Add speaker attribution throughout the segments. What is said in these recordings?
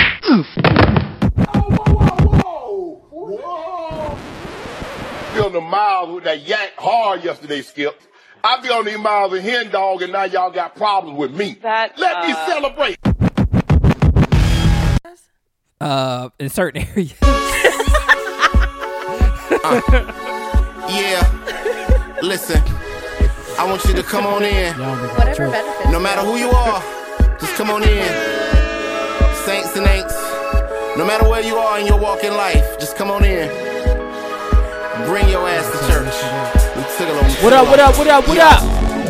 Speaker 1: truth.
Speaker 2: Whoa, whoa, whoa. Feeling the miles with that yank hard yesterday, Skip. I be on these miles of hen dog, and now y'all got problems with me.
Speaker 3: That,
Speaker 2: Let me
Speaker 3: uh,
Speaker 2: celebrate.
Speaker 1: Uh, in certain areas.
Speaker 4: Yeah. Listen, I want you to come on in.
Speaker 5: Whatever benefits.
Speaker 4: No matter who you are, just come on in. Saints and ain'ts. No matter where you are in your walk in life, just come on in. Bring your ass to church. We took a little-
Speaker 1: What up? What up? What up? What up?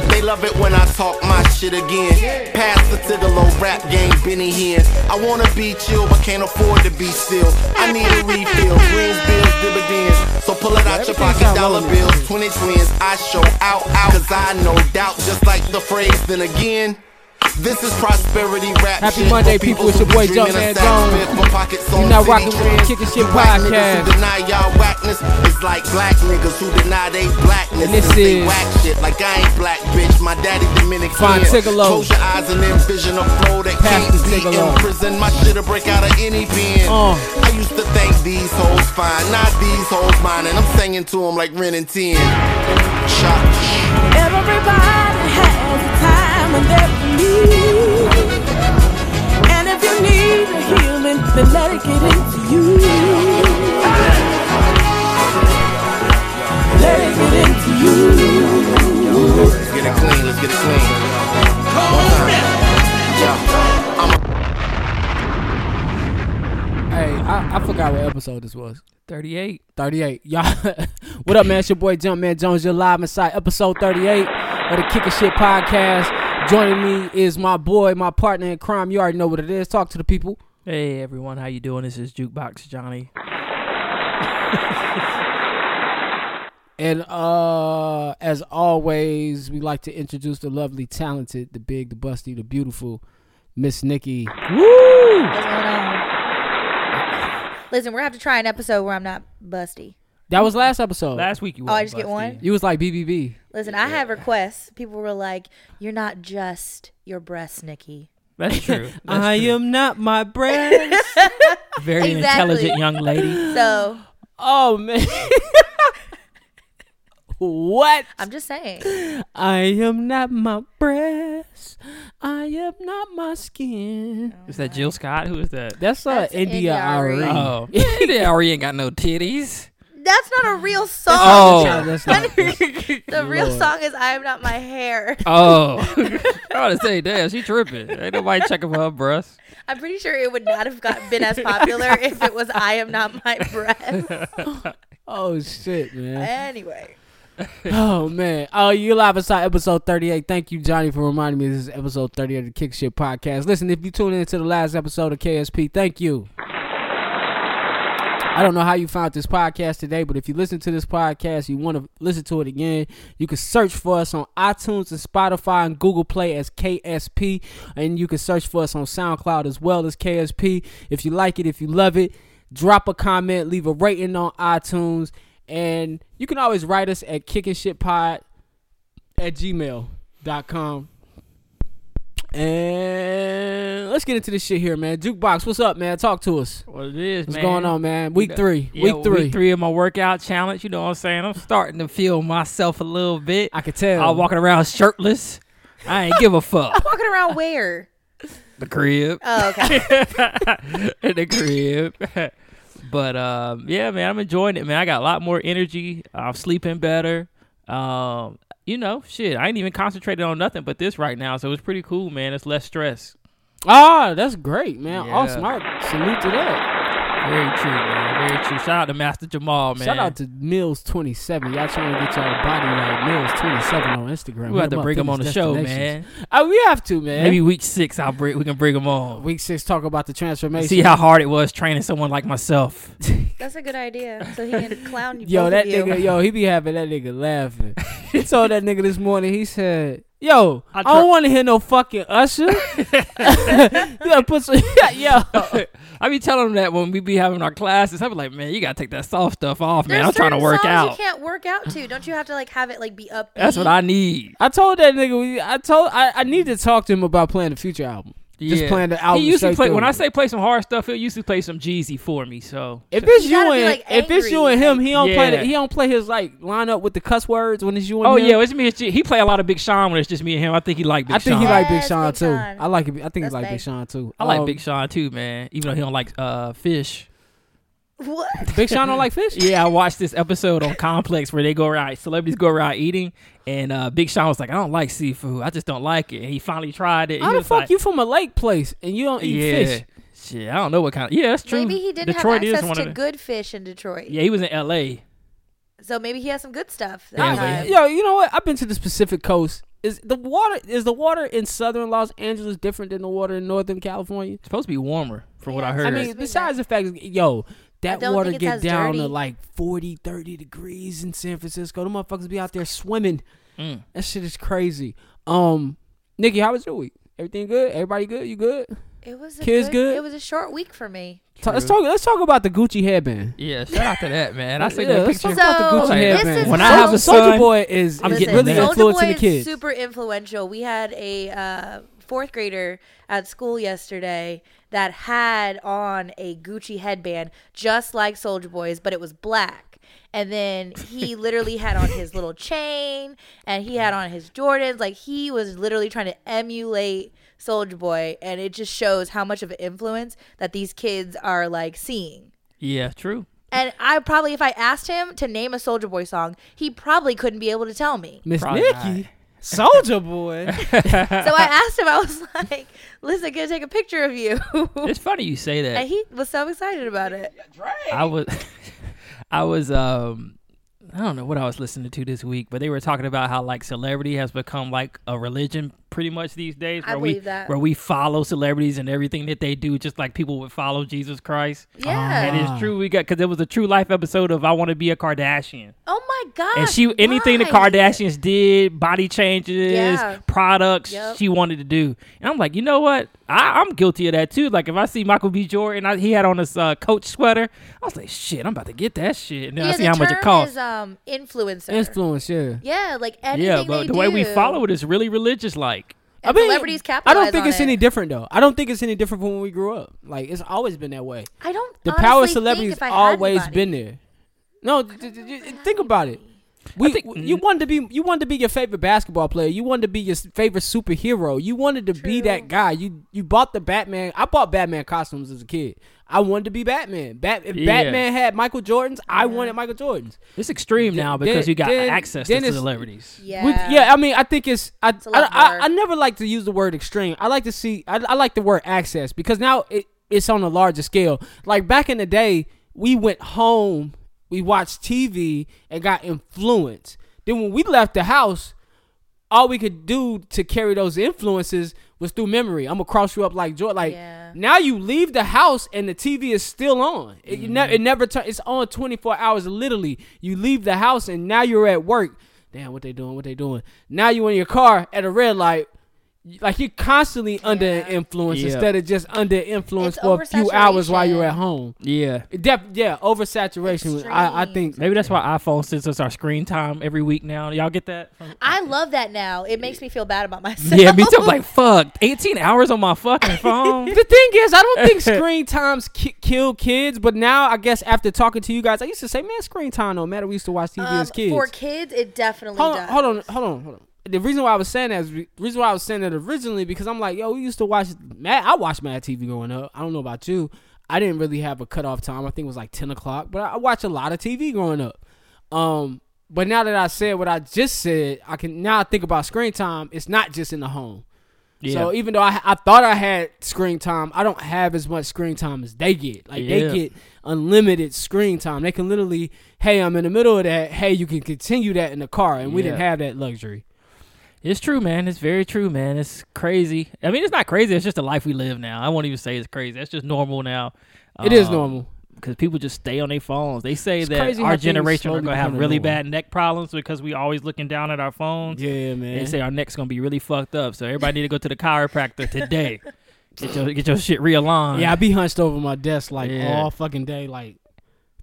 Speaker 4: They love it when I talk my shit again. Pass the Tigolo rap game, Benny Hinn. I wanna be chill, but can't afford to be still. I need a refill, greens, bills, dividends. So pull it out your pocket, dollar bills, 20 twins. I show out, out, cause I no doubt, just like the phrase, then again. This is prosperity rap.
Speaker 1: Happy
Speaker 4: shit for
Speaker 1: Monday, people. It's your
Speaker 4: who
Speaker 1: boy,
Speaker 4: be dreaming
Speaker 1: Jumpman
Speaker 4: of sex,
Speaker 1: Jones.
Speaker 4: fit for pockets on
Speaker 1: You're not
Speaker 4: city
Speaker 1: rocking with the
Speaker 4: trends.
Speaker 1: Kickin' Shit
Speaker 4: You white niggas
Speaker 1: podcast.
Speaker 4: who Deny y'all whackness. It's like black niggas who deny they blackness.
Speaker 1: And this
Speaker 4: and say
Speaker 1: is-
Speaker 4: whack shit like I ain't black, bitch. My daddy Dominican.
Speaker 1: Von Tigolo.
Speaker 4: Close your eyes and envision a flow that
Speaker 1: Pastor
Speaker 4: can't be
Speaker 1: Tigolo.
Speaker 4: in prison. My shit'll break out of any pen.
Speaker 1: Uh.
Speaker 4: I used to think these hoes fine, not these hoes mine, and I'm singing to 'em like Ren and Ten. Shot.
Speaker 6: Everybody has a time when they need. And if you need a healing, then let it get into you. Let it get into you.
Speaker 4: Let's get it clean. Let's get it clean. One time. Yeah. I'm a
Speaker 1: Hey, I, I forgot what episode this was. 38. 38. Y'all, what up, man? It's your boy Jumpman Jones. You're live inside episode 38 of the Kickin' Shit podcast. Joining me is my boy, my partner in crime. You already know what it is. Talk to the people.
Speaker 7: Hey everyone, how you doing? This is Jukebox Johnny.
Speaker 1: And uh as always, we like to introduce the lovely, talented, the big, the busty, the beautiful Miss Nikki.
Speaker 7: Woo!
Speaker 5: What's going on? Listen, we're gonna have to try an episode where I'm not busty.
Speaker 1: That was last episode.
Speaker 7: Last week you.
Speaker 5: Oh, I
Speaker 7: wasn't
Speaker 5: just get
Speaker 7: busty.
Speaker 5: one?
Speaker 1: you was like BBB.
Speaker 5: Listen, I have requests. People were like, "You're not just your breasts, Nikki."
Speaker 7: That's true. That's
Speaker 1: I
Speaker 7: true.
Speaker 1: am not my brand.
Speaker 7: very
Speaker 5: Exactly.
Speaker 7: intelligent young lady.
Speaker 5: So
Speaker 1: oh man. what?
Speaker 5: I'm just saying.
Speaker 1: I am not my breast. I am not my skin.
Speaker 7: Is that Jill Scott? Who is that?
Speaker 1: That's uh
Speaker 5: That's
Speaker 1: India
Speaker 5: India Ari.
Speaker 1: Ari.
Speaker 7: Oh,
Speaker 1: India
Speaker 7: Ari ain't got no titties.
Speaker 5: That's not a real song.
Speaker 7: Oh.
Speaker 1: No, that's not- that's-
Speaker 5: The real
Speaker 1: Lord.
Speaker 5: song is "I am not my hair."
Speaker 7: Oh, I want to say, damn, she tripping. Ain't nobody checking for her breasts.
Speaker 5: I'm pretty sure it would not have got, been as popular if it was "I am not my breasts."
Speaker 1: oh shit, man.
Speaker 5: Anyway,
Speaker 1: Oh man! Oh, you live inside episode thirty-eight. Thank you, Johnny, for reminding me. This is episode thirty-eight of the Kick Shit Podcast. Listen, if you tune in to the last episode of KSP, thank you. I don't know how you found this podcast today, but if you listen to this podcast, you want to listen to it again, you can search for us on iTunes and Spotify and Google Play as KSP, and you can search for us on SoundCloud as well as KSP. If you like it, if you love it, drop a comment, leave a rating on iTunes, and you can always write us at kickingshitpod at gmail.com. And let's get into this shit here, man. Jukebox, what's up, man? Talk to us.
Speaker 7: What it is,
Speaker 1: What's
Speaker 7: man.
Speaker 1: going on, man? Week
Speaker 7: know-
Speaker 1: three.
Speaker 7: Yeah,
Speaker 1: week three.
Speaker 7: Week three of my workout challenge. You know what I'm saying? I'm starting to feel myself a little bit.
Speaker 1: I could tell.
Speaker 7: I'm walking around shirtless. I ain't give a fuck.
Speaker 5: walking around where?
Speaker 7: The crib.
Speaker 5: Oh, okay.
Speaker 7: in the crib. but um, yeah, man, I'm enjoying it, man. I got a lot more energy. I'm sleeping better. Um, you know, shit, I ain't even concentrated on nothing but this right now, so it's pretty cool, man. It's less stress.
Speaker 1: Ah, that's great, man.
Speaker 7: Yeah.
Speaker 1: Awesome. I salute to that.
Speaker 7: Very true, man. Very true. Shout out to Master Jamal, man.
Speaker 1: Shout out to Mills twenty seven. Y'all trying to get y'all body like Mills twenty seven on Instagram.
Speaker 7: we
Speaker 1: Hit
Speaker 7: have to
Speaker 1: up,
Speaker 7: bring him on the
Speaker 1: Fitness
Speaker 7: show, man.
Speaker 1: Destinations. Oh, we have to, man.
Speaker 7: Maybe week six, I'll bring. We can bring him on.
Speaker 1: week six talk about the transformation.
Speaker 7: See how hard it was training someone like myself.
Speaker 5: That's a good idea. So he can clown you.
Speaker 1: yo,
Speaker 5: both
Speaker 1: that
Speaker 5: of you.
Speaker 1: nigga, yo, he be having that nigga laughing. he told that nigga this morning. He said, "Yo, I, don't
Speaker 7: tr-
Speaker 1: want to hear no fucking Usher." yeah, put some. yo,
Speaker 7: I be telling him that when we be having our classes, I be like, man, you gotta take that soft stuff off, man.
Speaker 5: There's
Speaker 7: I'm trying to
Speaker 5: certain
Speaker 7: work
Speaker 5: songs
Speaker 7: out.
Speaker 5: You can't work out to. Don't you have to like have it like be up?
Speaker 7: That's what I need.
Speaker 1: I told that nigga. we- I told. I, I need to talk to him about playing the future album. Just playing the album
Speaker 7: He used to
Speaker 1: straight
Speaker 7: play
Speaker 1: through.
Speaker 7: when I say play some hard stuff. He used to play some Jeezy for me. So
Speaker 1: If it's you,
Speaker 5: You gotta be,
Speaker 1: and
Speaker 5: like,
Speaker 1: if it's you
Speaker 5: angry,
Speaker 1: and him,
Speaker 5: like-
Speaker 1: he don't play. The,
Speaker 7: Yeah.
Speaker 1: he don't play his like lineup with the cuss words when it's you and
Speaker 7: oh
Speaker 1: him.
Speaker 7: yeah, it's me. and G- He play a lot of Big Sean when it's just me and him. I think he like Big
Speaker 1: I think
Speaker 7: Sean.
Speaker 1: he like Big
Speaker 5: Yes,
Speaker 1: Sean
Speaker 5: Big
Speaker 1: too.
Speaker 5: Sean.
Speaker 1: I like. I think he
Speaker 5: That's
Speaker 1: like Big
Speaker 5: big.
Speaker 1: Sean too.
Speaker 7: I like
Speaker 1: Um,
Speaker 7: Big Sean too, man. Even though he don't like uh fish.
Speaker 5: What?
Speaker 1: Big Sean don't like fish.
Speaker 7: Yeah, I watched this episode on Complex where they go around celebrities go around eating, and uh Big Sean was like, "I don't like seafood. I just don't like it." And he finally tried it.
Speaker 1: How
Speaker 7: he
Speaker 1: the
Speaker 7: was
Speaker 1: fuck
Speaker 7: like,
Speaker 1: you from a lake place and you don't eat
Speaker 7: yeah,
Speaker 1: fish?
Speaker 7: Shit, I don't know what kind of. Yeah, that's true.
Speaker 5: Maybe he didn't
Speaker 7: Detroit
Speaker 5: have
Speaker 7: is
Speaker 5: access
Speaker 7: one
Speaker 5: to
Speaker 7: of the,
Speaker 5: good fish in Detroit.
Speaker 7: Yeah, he was in L.A.
Speaker 5: So maybe he has some good stuff. that
Speaker 7: Damn, but
Speaker 5: time.
Speaker 1: Yo, you know what? I've been to this Pacific Coast. Is the water is the water in southern Los Angeles different than the water in northern California?
Speaker 7: It's supposed to be warmer, from what I
Speaker 5: Yeah,
Speaker 7: heard.
Speaker 1: I
Speaker 5: Sure.
Speaker 1: mean,
Speaker 5: It's been
Speaker 1: besides the fact, yo, that
Speaker 5: don't
Speaker 1: water
Speaker 5: think it's
Speaker 1: get
Speaker 5: as
Speaker 1: down to
Speaker 5: dirty.
Speaker 1: like 40, 30 degrees in San Francisco. The motherfuckers be out there swimming.
Speaker 7: Mm.
Speaker 1: That shit is crazy. Um, Nikki, how was your week? Everything good? Everybody good? You good?
Speaker 5: It was a
Speaker 1: Kids good?
Speaker 5: It was a short week for me.
Speaker 1: Ta- let's talk. Let's talk about the Gucci headband.
Speaker 7: yeah, shout out to that man. I see
Speaker 1: Yeah,
Speaker 7: that
Speaker 1: let's
Speaker 7: picture.
Speaker 1: talk about the Gucci
Speaker 5: So,
Speaker 1: headband.
Speaker 5: this is
Speaker 7: When I how- have a
Speaker 1: Soldier
Speaker 7: son,
Speaker 1: Boy is,
Speaker 7: I'm
Speaker 1: is
Speaker 7: getting
Speaker 1: really
Speaker 7: mad.
Speaker 5: Soulja
Speaker 1: influencing
Speaker 5: Boy
Speaker 1: the kids.
Speaker 5: Is super influential. We had a uh, fourth grader at school yesterday that had on a Gucci headband just like Soldier Boy's, but it was black. And then he literally had on his little chain, and he had on his Jordans. Like he was literally trying to emulate Soldier Boy, and it just shows how much of an influence that these kids are like seeing.
Speaker 7: Yeah, true.
Speaker 5: And I probably, if I asked him to name a Soldier Boy song, he probably couldn't be able to tell me.
Speaker 1: Miss
Speaker 7: Probably
Speaker 1: Nikki, Soldier Boy.
Speaker 5: So I asked him, I was like, listen, can I take a picture of you?
Speaker 7: It's funny you say that.
Speaker 5: and he was so excited about it.
Speaker 7: I was, I was, um, I don't know what I was listening to this week, but they were talking about how like celebrity has become like a religion pretty much these days.
Speaker 5: I
Speaker 7: Where we
Speaker 5: believe that.
Speaker 7: where we follow celebrities and everything that they do, just like people would follow Jesus Christ. Oh. And
Speaker 5: Yeah.
Speaker 7: it's true. We got because it was a true life episode of I Want to Be a Kardashian,
Speaker 5: oh my God.
Speaker 7: and she anything the
Speaker 5: why?
Speaker 7: Kardashians did, body changes,
Speaker 5: Yeah.
Speaker 7: products,
Speaker 5: Yep.
Speaker 7: she wanted to do. And I'm like, you know what? I, I'm guilty of that too. Like if I see Michael B. Jordan, I, he had on this uh, Coach sweater. I was like, shit, I'm about to get that shit. And then
Speaker 5: Yeah,
Speaker 7: I see
Speaker 5: the
Speaker 7: how much
Speaker 5: term
Speaker 7: it costs.
Speaker 5: Is, um, influencer.
Speaker 1: Influence, yeah.
Speaker 5: yeah, like anything
Speaker 7: yeah, but
Speaker 5: they
Speaker 7: the way we
Speaker 5: do,
Speaker 7: follow it is really religious. Like
Speaker 5: and celebrities capitalize
Speaker 1: I don't think
Speaker 5: on
Speaker 1: it's any
Speaker 5: it.
Speaker 1: different though. I don't think it's any different from when we grew up. Like it's always been that way.
Speaker 5: I don't.
Speaker 1: The power of
Speaker 5: honestly think
Speaker 1: celebrities
Speaker 5: if I had
Speaker 1: always
Speaker 5: anybody-
Speaker 1: been there. No, d- d- d- you- think about it. We,
Speaker 7: think- mm-hmm.
Speaker 1: you wanted to be you wanted to be your favorite basketball player. You wanted to be your s- favorite superhero. You wanted to be that guy. You you bought the Batman. I bought Batman costumes as a kid. I wanted to be Batman. Bat, if
Speaker 7: Yeah.
Speaker 1: Batman had Michael Jordan's, I wanted Michael Jordan's.
Speaker 7: it's extreme now
Speaker 1: then-
Speaker 7: because you got
Speaker 1: then-
Speaker 7: access
Speaker 1: then
Speaker 7: to
Speaker 1: it's-
Speaker 7: celebrities.
Speaker 5: Yeah.
Speaker 1: With, yeah, I mean, I think it's I,
Speaker 5: a
Speaker 1: I,
Speaker 5: lot
Speaker 1: I,
Speaker 5: more.
Speaker 1: I never like to use the word extreme. I like to see I, I like the word access because now it, it's on a larger scale. Like back in the day, we went home, we watched TV, and got influenced. Then when we left the house, all we could do to carry those influences was through memory. I'm gonna cross you up like Jordan. Like
Speaker 5: Yeah.
Speaker 1: now, you leave the house and the TV is still on. It,
Speaker 7: Mm-hmm.
Speaker 1: you ne- it never. turn it's on 24 hours. Literally, you leave the house and now you're at work. Damn, what they doing? What they doing? Now you in your car at a red light. You- Like you're constantly under influence
Speaker 7: Yeah.
Speaker 1: instead of just under influence
Speaker 5: It's
Speaker 1: for a few hours while you're at
Speaker 5: oversaturation.
Speaker 1: home.
Speaker 7: Yeah.
Speaker 1: Def- yeah, oversaturation. I, I think
Speaker 7: Maybe that's why iPhone sends us our screen time every week now. Y'all get that?
Speaker 5: I love that now. It makes me feel bad about myself.
Speaker 7: Yeah, me too. I'm like, fuck, 18 hours on my fucking phone.
Speaker 1: The thing is, I don't think screen times ki- kill kids, but now I guess after talking to you guys, I used to say, man, screen time don't matter. We used to watch TV
Speaker 5: Um,
Speaker 1: as kids.
Speaker 5: For kids, it definitely
Speaker 1: hold, on,
Speaker 5: does.
Speaker 1: hold on, hold on, hold on. The reason why I was saying that is the reason why I was saying that originally because I'm like, yo, we used to watch Mad. I watched Mad TV growing up. I don't know about you. I didn't really have a cutoff time. I think it was like 10 o'clock, but I watched a lot of TV growing up. Um, but now that I said what I just said, I can now I think about screen time. It's not just in the home. So even though I, I thought I had screen time, I don't have as much screen time as they get. Like
Speaker 7: Yeah.
Speaker 1: they get unlimited screen time. They can literally, hey, I'm in the middle of that. Hey, you can continue that in the car, and we didn't
Speaker 7: Yeah.
Speaker 1: have that luxury.
Speaker 7: It's true, man. It's very true, man. It's crazy. I mean, it's not crazy. It's just the life we live now. I won't even say it's crazy. That's just normal now.
Speaker 1: It
Speaker 7: Um,
Speaker 1: is normal.
Speaker 7: because people just stay on their phones. They say that
Speaker 1: crazy how
Speaker 7: our
Speaker 1: things
Speaker 7: generation
Speaker 1: slowly
Speaker 7: are gonna have
Speaker 1: becoming
Speaker 7: really
Speaker 1: normal.
Speaker 7: bad neck problems because we always looking down at our phones.
Speaker 1: Yeah,
Speaker 7: They
Speaker 1: man.
Speaker 7: say our neck's gonna be really fucked up. So everybody need to go to the chiropractor today. Get your get your shit realigned.
Speaker 1: Yeah, I be hunched over my desk like
Speaker 7: Yeah.
Speaker 1: all fucking day, like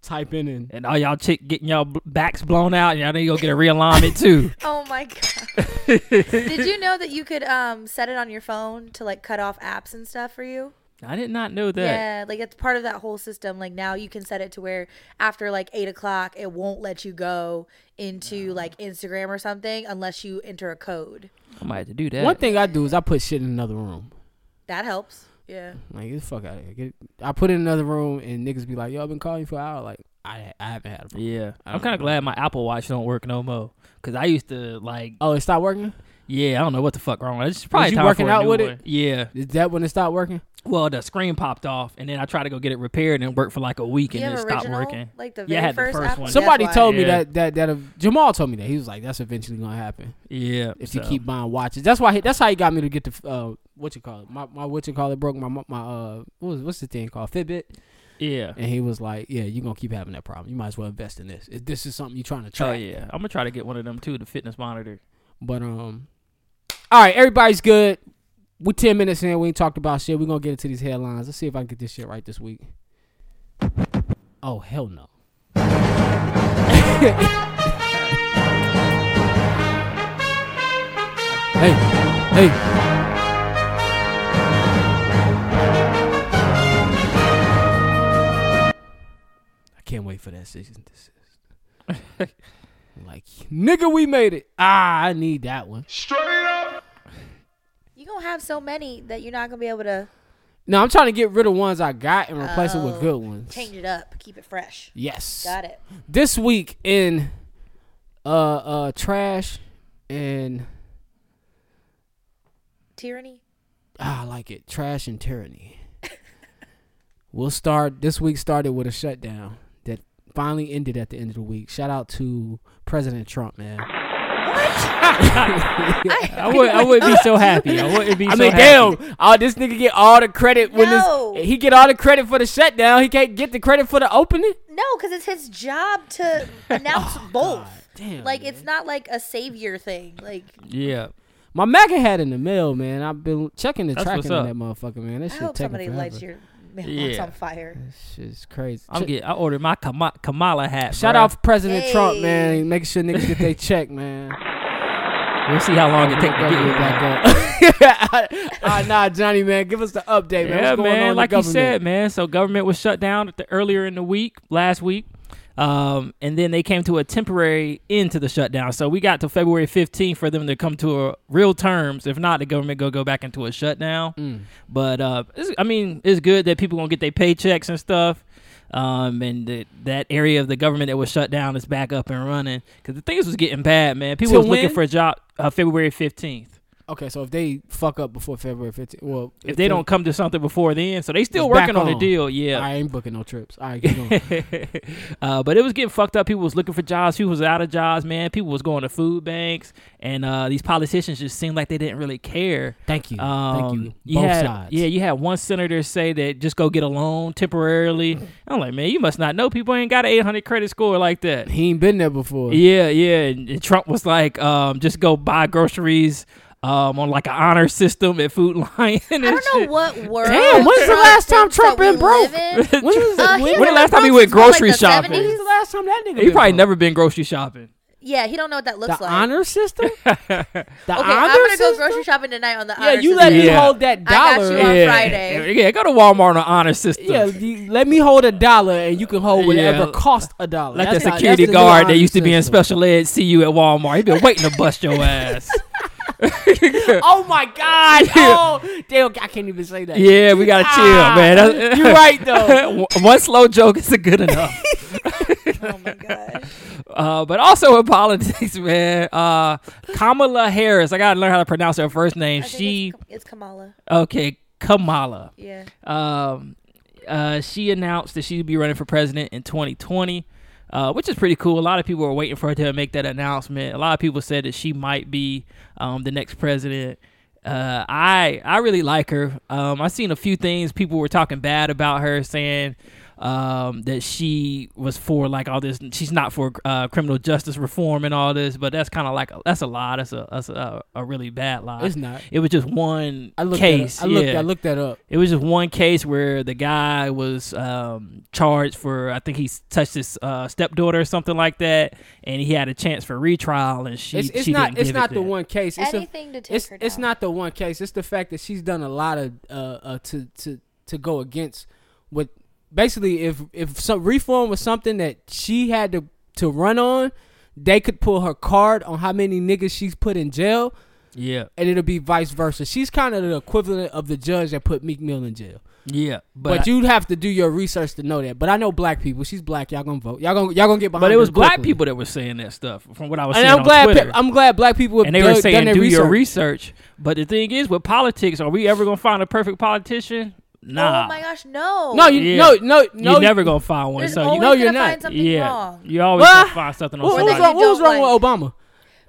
Speaker 1: typing and
Speaker 7: And all y'all chick getting y'all b- backs blown out, and y'all need to go get a realignment too.
Speaker 5: Oh my god. Did you know that you could um set it on your phone to like cut off apps and stuff for you?
Speaker 7: I did not know that.
Speaker 5: Yeah, like it's part of that whole system. Like now you can set it to where after like eight o'clock, it won't let you go into like Instagram or something unless you enter a code.
Speaker 7: I might have to do that.
Speaker 1: One thing I do is I put shit in another room.
Speaker 5: That helps. Yeah.
Speaker 1: Like, get the fuck out of here. Get, I put it in another room, and niggas be like, yo, I've been calling you for an hour. Like, I, I haven't had a phone.
Speaker 7: Yeah,
Speaker 1: I
Speaker 7: I'm
Speaker 1: don't
Speaker 7: kind of
Speaker 1: know.
Speaker 7: glad my Apple Watch don't work no more. Cause I used to like,
Speaker 1: Oh, it stopped working?
Speaker 7: yeah, I don't know what the fuck wrong. with it. It's probably
Speaker 1: you
Speaker 7: time
Speaker 1: working
Speaker 7: for a
Speaker 1: out
Speaker 7: new
Speaker 1: with it?
Speaker 7: one. Yeah.
Speaker 1: Is that when it stopped working?
Speaker 7: Well, the screen popped off, and then I tried to go get it repaired, and it worked for like a week,
Speaker 5: Do
Speaker 7: and
Speaker 5: you
Speaker 7: then it
Speaker 5: have
Speaker 7: stopped
Speaker 5: original?
Speaker 7: working.
Speaker 5: Like the
Speaker 7: yeah, I
Speaker 5: very
Speaker 7: had
Speaker 5: first
Speaker 7: the
Speaker 5: app?
Speaker 7: first one.
Speaker 5: Some-
Speaker 1: Somebody
Speaker 5: why.
Speaker 1: told me
Speaker 7: Yeah.
Speaker 1: that that that a, Jamal told me that he was like, that's eventually gonna happen
Speaker 7: yeah,
Speaker 1: if you
Speaker 7: so-
Speaker 1: keep buying watches. That's why he, that's how he got me to get the f- uh what you call it my my what you call it broke my my uh what was, what's the thing called Fitbit
Speaker 7: yeah. Oh,
Speaker 1: and he was like, yeah, you're gonna keep having that problem. You might as well invest in this. If this is something you're trying to try.
Speaker 7: Oh yeah, I'm gonna try to get one of them too, the fitness monitor.
Speaker 1: But um, all right, everybody's good. We're ten minutes in. We ain't talked about shit. We're gonna get into these headlines. Let's see if I can get this shit right this week. Oh hell no. hey, hey. I can't wait for that season. This is like, nigga, we made it. Ah, I need that one.
Speaker 5: You gonna have so many that you're not gonna be able to
Speaker 1: No, I'm trying to get rid of ones I got and replace them with
Speaker 5: Oh,
Speaker 1: good ones.
Speaker 5: change it up, keep it fresh.
Speaker 1: Yes.
Speaker 5: Got it.
Speaker 1: This week in uh uh trash and
Speaker 5: Tyranny.
Speaker 1: ah, I like it. Trash and tyranny. we'll start this week started with a shutdown that finally ended at the end of the week. Shout out to President Trump, man.
Speaker 7: I would, I would be so happy. I wouldn't be.
Speaker 1: I
Speaker 7: so
Speaker 1: mean,
Speaker 7: happy.
Speaker 1: damn! All this nigga get all the credit when
Speaker 5: No.
Speaker 1: this he get all the credit for the shutdown. He can't get the credit for the opening.
Speaker 5: No, because it's his job to announce
Speaker 7: Oh,
Speaker 5: both.
Speaker 1: Damn,
Speaker 5: Like it's not like a savior thing. Like
Speaker 7: Yeah,
Speaker 1: My MAGA hat in the mail, man. I've been checking the
Speaker 7: That's
Speaker 1: tracking
Speaker 7: what's
Speaker 1: on
Speaker 7: up.
Speaker 1: that motherfucker, man. That
Speaker 5: I
Speaker 1: shit
Speaker 5: hope
Speaker 1: taking
Speaker 5: somebody
Speaker 1: forever.
Speaker 5: lights your mailbox
Speaker 7: Yeah.
Speaker 5: on fire.
Speaker 1: Shit's crazy.
Speaker 7: I'm
Speaker 1: Ch-
Speaker 7: getting. I ordered my Kama- Kamala hat.
Speaker 1: Shout
Speaker 7: bruh.
Speaker 1: out for President Trump,
Speaker 5: Hey.
Speaker 1: man. Making sure niggas get their check, man.
Speaker 7: We'll see how long it takes to
Speaker 1: Don't
Speaker 7: get
Speaker 1: get
Speaker 7: here. man.
Speaker 1: back up. Ah, nah, Johnny, man. Give us the update, man.
Speaker 7: Yeah,
Speaker 1: What's going on
Speaker 7: man.
Speaker 1: in
Speaker 7: Like
Speaker 1: the
Speaker 7: you
Speaker 1: government?
Speaker 7: said, man. So government was shut down at the, earlier in the week, last week, um, and then they came to a temporary end to the shutdown. So we got to February 15th for them to come to a real terms. If not, the government go go back into a shutdown.
Speaker 1: Mm.
Speaker 7: But uh, it's, I mean, it's good that people gonna get their paychecks and stuff. Um, and that that area of the government that was shut down is back up and running because the things was getting bad, man. People
Speaker 1: Till
Speaker 7: was looking
Speaker 1: when?
Speaker 7: for a job uh, February 15th.
Speaker 1: Okay, so if they fuck up before February 15th, well,
Speaker 7: If they don't come to something before then, so they still
Speaker 1: It's back
Speaker 7: working on the
Speaker 1: on.
Speaker 7: deal. Yeah,
Speaker 1: I ain't booking no trips. All right, keep going.
Speaker 7: uh, but it was getting fucked up. People was looking for jobs. People was out of jobs, man. People was going to food banks, and uh, these politicians just seemed like they didn't really care.
Speaker 1: Thank you. Thank you.
Speaker 7: Um,
Speaker 1: Both
Speaker 7: had,
Speaker 1: sides.
Speaker 7: Yeah, you had one senator say that just go get a loan temporarily. I'm like, man, you must not know people ain't got an 800 credit score like that.
Speaker 1: He ain't been there before.
Speaker 7: Yeah, yeah. And, and Trump was like, um, just go buy groceries um, on like an honor system at Food Lion. And
Speaker 5: I don't know what world.
Speaker 1: Damn, when's the last time
Speaker 5: thinks that
Speaker 1: Trump been
Speaker 5: we
Speaker 1: broke?
Speaker 5: live in.
Speaker 1: When was
Speaker 5: Uh,
Speaker 1: it-
Speaker 5: he
Speaker 1: when-
Speaker 5: was
Speaker 1: when
Speaker 7: the
Speaker 5: in
Speaker 7: last time he went
Speaker 5: Bronx until,
Speaker 7: grocery shopping?
Speaker 5: Like the
Speaker 1: When's
Speaker 5: 70s?
Speaker 1: the last time that nigga?
Speaker 7: He
Speaker 1: been
Speaker 7: probably
Speaker 1: broke?
Speaker 7: never been grocery shopping.
Speaker 5: Yeah, he don't know what that looks
Speaker 1: The
Speaker 5: like.
Speaker 1: honor system. the
Speaker 5: okay,
Speaker 1: honor
Speaker 5: I'm gonna
Speaker 1: system.
Speaker 5: go grocery shopping tonight on the
Speaker 1: yeah,
Speaker 5: honor
Speaker 1: you
Speaker 5: system.
Speaker 1: let me
Speaker 7: Yeah.
Speaker 1: hold that
Speaker 5: I got
Speaker 1: dollar.
Speaker 5: you on
Speaker 1: and-
Speaker 7: yeah.
Speaker 5: Friday.
Speaker 7: Yeah, go to Walmart on honor system.
Speaker 1: Yeah, you- let me hold a dollar and you can hold whatever
Speaker 7: Yeah.
Speaker 1: cost a dollar.
Speaker 7: Like
Speaker 1: That's
Speaker 7: that
Speaker 1: how-
Speaker 7: security
Speaker 1: that's the new
Speaker 7: guard
Speaker 1: honor
Speaker 7: that used to be in
Speaker 1: system.
Speaker 7: special ed see you at Walmart. He been waiting to bust your ass.
Speaker 1: Oh my god! Oh, damn, I can't even say that.
Speaker 7: Yeah, we gotta chill,
Speaker 1: Ah,
Speaker 7: man. That's-
Speaker 1: you right, though.
Speaker 7: One- One slow joke isn't good enough.
Speaker 5: Oh my gosh.
Speaker 7: Uh, but also in politics, man. Uh, Kamala Harris. I gotta learn how to pronounce her first name.
Speaker 5: I think
Speaker 7: She
Speaker 5: it's, it's Kamala.
Speaker 7: okay, Kamala.
Speaker 5: Yeah.
Speaker 7: Um, uh, she announced that she'd be running for president in 2020, uh, which is pretty cool. A lot of people were waiting for her to make that announcement. A lot of people said that she might be um, the next president. Uh, I I really like her. Um, I've seen a few things people were talking bad about her, saying um, that she was for like all this. She's not for uh, criminal justice reform and all this, but that's kind of like that's a lie. That's a that's a, a really bad lie.
Speaker 1: It's not.
Speaker 7: It was just one
Speaker 1: I looked
Speaker 7: case.
Speaker 1: That up. I looked.
Speaker 7: yeah.
Speaker 1: I looked that up.
Speaker 7: It was just one case where the guy was um, charged for, I think he s- touched his uh, stepdaughter or something like that, and he had a chance for retrial, and she
Speaker 1: it's, it's
Speaker 7: she
Speaker 1: not
Speaker 7: didn't
Speaker 1: it's
Speaker 7: give
Speaker 1: not
Speaker 7: it
Speaker 1: the
Speaker 7: to him.
Speaker 1: one case. It's a-
Speaker 3: Anything to take
Speaker 1: it's,
Speaker 3: her
Speaker 1: It's
Speaker 3: down.
Speaker 1: not the one case. It's the fact that she's done a lot of uh, uh to to to go against what basically if if some reform was something that she had to to run on, they could pull her card on how many niggas she's put in jail,
Speaker 7: Yeah,
Speaker 1: and it'll be vice versa. She's kind of the equivalent of the judge that put Meek Mill in jail.
Speaker 7: yeah, but,
Speaker 1: But, you'd have to do your research to know that. But I know black people. She's black. Y'all gonna vote. Y'all gonna y'all gonna get behind.
Speaker 7: but it was
Speaker 1: her
Speaker 7: black
Speaker 1: quickly.
Speaker 7: people that were saying that stuff from what I was
Speaker 1: And
Speaker 7: seeing
Speaker 1: I'm
Speaker 7: on
Speaker 1: glad.
Speaker 7: Twitter.
Speaker 1: pe- I'm glad black people.
Speaker 7: and they were
Speaker 1: done-
Speaker 7: saying,
Speaker 1: done
Speaker 7: "Do
Speaker 1: their
Speaker 7: your
Speaker 1: research."
Speaker 7: research." But the thing is, with politics, are we ever gonna find a perfect politician? Nah,
Speaker 5: Oh my gosh, no.
Speaker 1: Ah. No, you
Speaker 7: Yeah.
Speaker 1: no no no.
Speaker 7: you're never gonna find one.
Speaker 5: There's
Speaker 7: So
Speaker 5: always
Speaker 7: you
Speaker 1: know
Speaker 5: gonna
Speaker 1: you're not.
Speaker 5: find something
Speaker 7: yeah,
Speaker 5: wrong.
Speaker 7: you always
Speaker 1: Well,
Speaker 7: gonna find something on
Speaker 1: What, what was
Speaker 5: Somebody
Speaker 1: wrong,
Speaker 7: somebody.
Speaker 5: you
Speaker 1: what was
Speaker 5: don't
Speaker 1: wrong with Obama?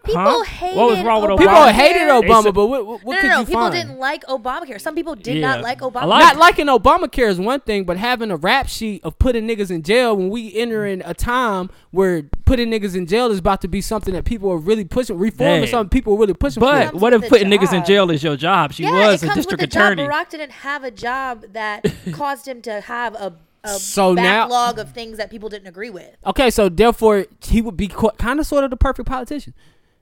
Speaker 5: People
Speaker 7: Huh?
Speaker 5: hated
Speaker 7: What was wrong with
Speaker 5: Obamacare.
Speaker 7: Obama?
Speaker 1: People hated Obama,
Speaker 7: said-
Speaker 1: but what, what, what
Speaker 5: no,
Speaker 1: could
Speaker 5: no, no.
Speaker 1: you
Speaker 5: People
Speaker 1: find?
Speaker 5: didn't like Obamacare. Some people did
Speaker 7: Yeah.
Speaker 5: not like
Speaker 7: A lot
Speaker 5: Obamacare.
Speaker 7: of
Speaker 1: Not liking Obamacare is one thing, but having a rap sheet of putting niggas in jail when we entering a time where putting niggas in jail is about to be something that people are really pushing. Reform
Speaker 7: Damn.
Speaker 1: is something people are really pushing
Speaker 7: But
Speaker 1: for.
Speaker 5: comes
Speaker 7: what
Speaker 5: with
Speaker 7: if
Speaker 5: a
Speaker 7: putting niggas in
Speaker 5: job.
Speaker 7: jail is your job? She
Speaker 5: yeah,
Speaker 7: was
Speaker 5: it
Speaker 7: a
Speaker 5: comes
Speaker 7: district
Speaker 5: with the
Speaker 7: attorney.
Speaker 5: Job. Barack didn't have a job that caused him to have a, a
Speaker 1: So now-
Speaker 5: backlog of things that people didn't agree with.
Speaker 1: Okay, so therefore he would be kind of sort of the perfect politician.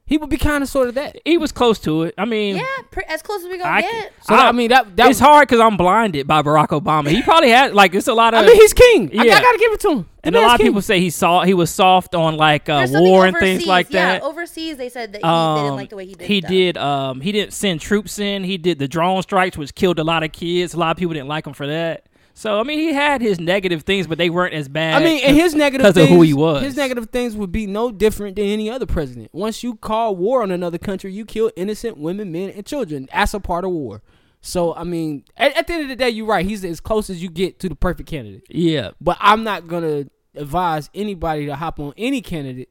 Speaker 1: He would be kind of sort of that.
Speaker 7: He was close to it. I mean,
Speaker 5: Yeah, pr- as close as we gonna
Speaker 7: I,
Speaker 5: get.
Speaker 1: So I mean that that
Speaker 7: it's hard because I'm blinded by Barack Obama. He probably had like it's a lot of
Speaker 1: I mean he's king. I,
Speaker 7: Yeah.
Speaker 1: I gotta give it to him. The
Speaker 7: and a
Speaker 1: man's
Speaker 7: lot of
Speaker 1: king.
Speaker 7: people say he saw he was soft on like uh,
Speaker 5: There's something
Speaker 7: war and things
Speaker 5: overseas,
Speaker 7: like
Speaker 5: yeah,
Speaker 7: that.
Speaker 5: Overseas, they said that he,
Speaker 7: um,
Speaker 5: they didn't like the way he did.
Speaker 7: he
Speaker 5: stuff.
Speaker 7: did. Um, he didn't send troops in. He did the drone strikes, which killed a lot of kids. A lot of people didn't like him for that. So I mean, he had his negative things, but they weren't as bad.
Speaker 1: I mean, and his negative
Speaker 7: because of
Speaker 1: things,
Speaker 7: who he was.
Speaker 1: His negative things would be no different than any other president. Once you call war on another country, you kill innocent women, men, and children. That's a part of war. So I mean, at, at the end of the day, you're right. He's as close as you get to the perfect candidate.
Speaker 7: Yeah,
Speaker 1: But I'm not gonna advise anybody to hop on any candidate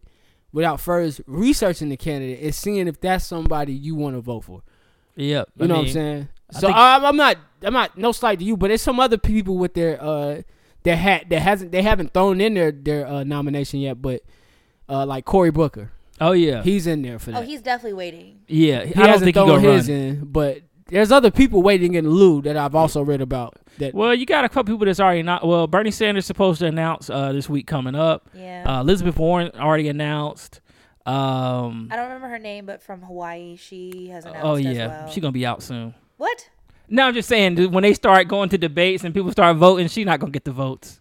Speaker 1: without first researching the candidate and seeing if that's somebody you want to vote for.
Speaker 7: yeah.
Speaker 1: You know what I'm saying? So uh,
Speaker 7: think-
Speaker 1: I'm, I'm not I'm not no slight to you, but it's some other people with their uh their hat that hasn't they haven't thrown in their their uh, nomination yet, but uh like Cory Booker,
Speaker 7: Oh yeah,
Speaker 1: he's in there for that.
Speaker 5: Oh, he's definitely waiting.
Speaker 7: yeah.
Speaker 1: he
Speaker 7: I don't
Speaker 1: hasn't
Speaker 7: think he
Speaker 1: thrown
Speaker 7: gonna
Speaker 1: his
Speaker 7: run.
Speaker 1: in, but there's other people waiting in the loo that I've also read about. That
Speaker 7: Well, you got a couple people that's already not. Well, Bernie Sanders supposed to announce uh, this week coming up.
Speaker 5: Yeah.
Speaker 7: Uh, Elizabeth Warren already announced. Um,
Speaker 5: I don't remember her name, but from Hawaii, she has announced.
Speaker 7: oh
Speaker 5: as
Speaker 7: yeah,
Speaker 5: well.
Speaker 7: she gonna be out soon.
Speaker 5: what?
Speaker 7: No, I'm just saying dude, when they start going to debates and people start voting, she not gonna get the votes.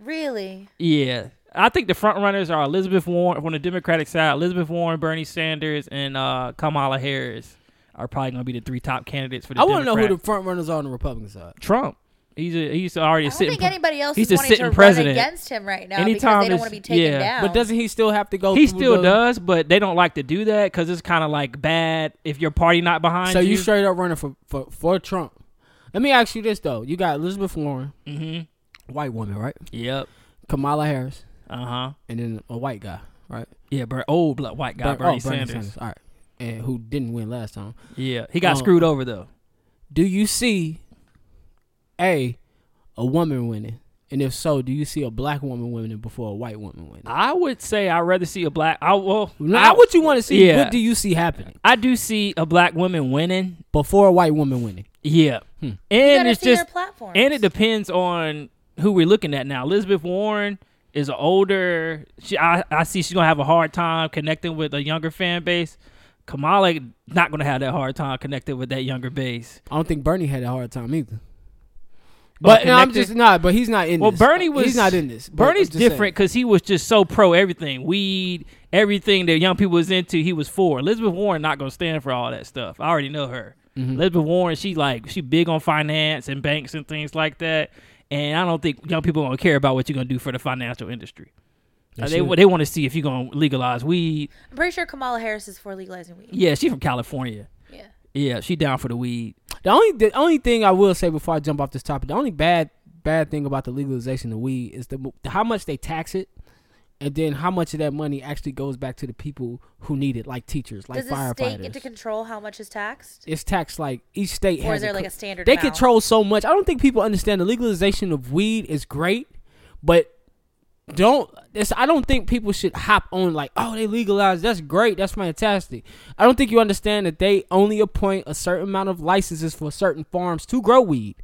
Speaker 5: Really?
Speaker 7: Yeah, I think the front runners are Elizabeth Warren from the Democratic side. Elizabeth Warren, Bernie Sanders, and uh, Kamala Harris are probably gonna be the three top candidates for the.
Speaker 1: I want to know who the
Speaker 7: Democrats.
Speaker 1: front runners are on the Republican side.
Speaker 7: Trump. He's a, he's already
Speaker 5: I don't
Speaker 7: sitting.
Speaker 5: think
Speaker 7: pre-
Speaker 5: anybody else
Speaker 7: he's
Speaker 5: is
Speaker 7: a
Speaker 5: wanting
Speaker 7: sitting
Speaker 5: to
Speaker 7: president.
Speaker 5: run against him right now
Speaker 7: Anytime
Speaker 5: because they don't
Speaker 7: it's-
Speaker 5: want to be taken
Speaker 7: yeah.
Speaker 5: down.
Speaker 1: But doesn't he still have to go?
Speaker 7: He
Speaker 1: through
Speaker 7: still
Speaker 1: the-
Speaker 7: does, but they don't like to do that because it's kind of like bad if your party not behind
Speaker 1: So
Speaker 7: you.
Speaker 1: you straight up running for for for Trump. Let me ask you this though: You got Elizabeth Warren,
Speaker 7: mm-hmm.
Speaker 1: white woman, right?
Speaker 7: Yep.
Speaker 1: Kamala Harris,
Speaker 7: Uh huh.
Speaker 1: and then a white guy, right?
Speaker 7: Yeah, bur- old black white guy
Speaker 1: Bur-
Speaker 7: Bernie,
Speaker 1: oh,
Speaker 7: Sanders.
Speaker 1: All right. And who didn't win last time.
Speaker 7: Yeah, he got
Speaker 1: Um,
Speaker 7: screwed over though.
Speaker 1: Do you see A a woman winning? And if so, do you see a black woman winning before a white woman winning?
Speaker 7: I would say I'd rather see a black. I well,
Speaker 1: Not what you want to see.
Speaker 7: Yeah.
Speaker 1: What do you see happening
Speaker 7: I do see a black woman winning.
Speaker 1: before a white woman winning?
Speaker 7: Yeah,
Speaker 5: You
Speaker 7: and
Speaker 5: gotta
Speaker 7: it's
Speaker 5: see
Speaker 7: just
Speaker 5: their platforms.
Speaker 7: and it depends on who we're looking at now. Elizabeth Warren is an older. She I, I see she's gonna have a hard time connecting with a younger fan base. Kamala not gonna have that hard time connecting with that younger base.
Speaker 1: I don't think Bernie had a hard time either.
Speaker 7: Well,
Speaker 1: But no, I'm
Speaker 7: connected-
Speaker 1: just not. But he's not in.
Speaker 7: Well,
Speaker 1: this.
Speaker 7: Bernie was
Speaker 1: He's not in this. but
Speaker 7: Bernie's
Speaker 1: I'm just saying.
Speaker 7: different because he was just so pro everything, weed, everything that young people was into. He was for Elizabeth Warren. Not gonna stand for all that stuff. I already know her.
Speaker 1: Mm-hmm.
Speaker 7: Elizabeth Warren. She like she big on finance and banks and things like that. And I don't think young people gonna care about what you're gonna do for the financial industry. Uh, they
Speaker 1: should.
Speaker 7: they want to see if you're gonna legalize weed.
Speaker 5: I'm pretty sure Kamala Harris is for legalizing weed.
Speaker 7: Yeah, she from California.
Speaker 5: Yeah.
Speaker 7: Yeah, she down for the weed.
Speaker 1: The only the only thing I will say before I jump off this topic, the only bad bad thing about the legalization of weed is the mo- how much they tax it, and then how much of that money actually goes back to the people who need it, like teachers, like
Speaker 5: Does the state get to
Speaker 1: firefighters.
Speaker 5: control how much is taxed?
Speaker 1: It's taxed like each state
Speaker 5: Or
Speaker 1: has
Speaker 5: is there
Speaker 1: co-
Speaker 5: like a standard
Speaker 1: They
Speaker 5: amount?
Speaker 1: control so much. I don't think people understand the legalization of weed is great, But don't this I don't think people should hop on like, oh, they legalized. That's great. That's fantastic. I don't think you understand that they only appoint a certain amount of licenses for certain farms to grow weed.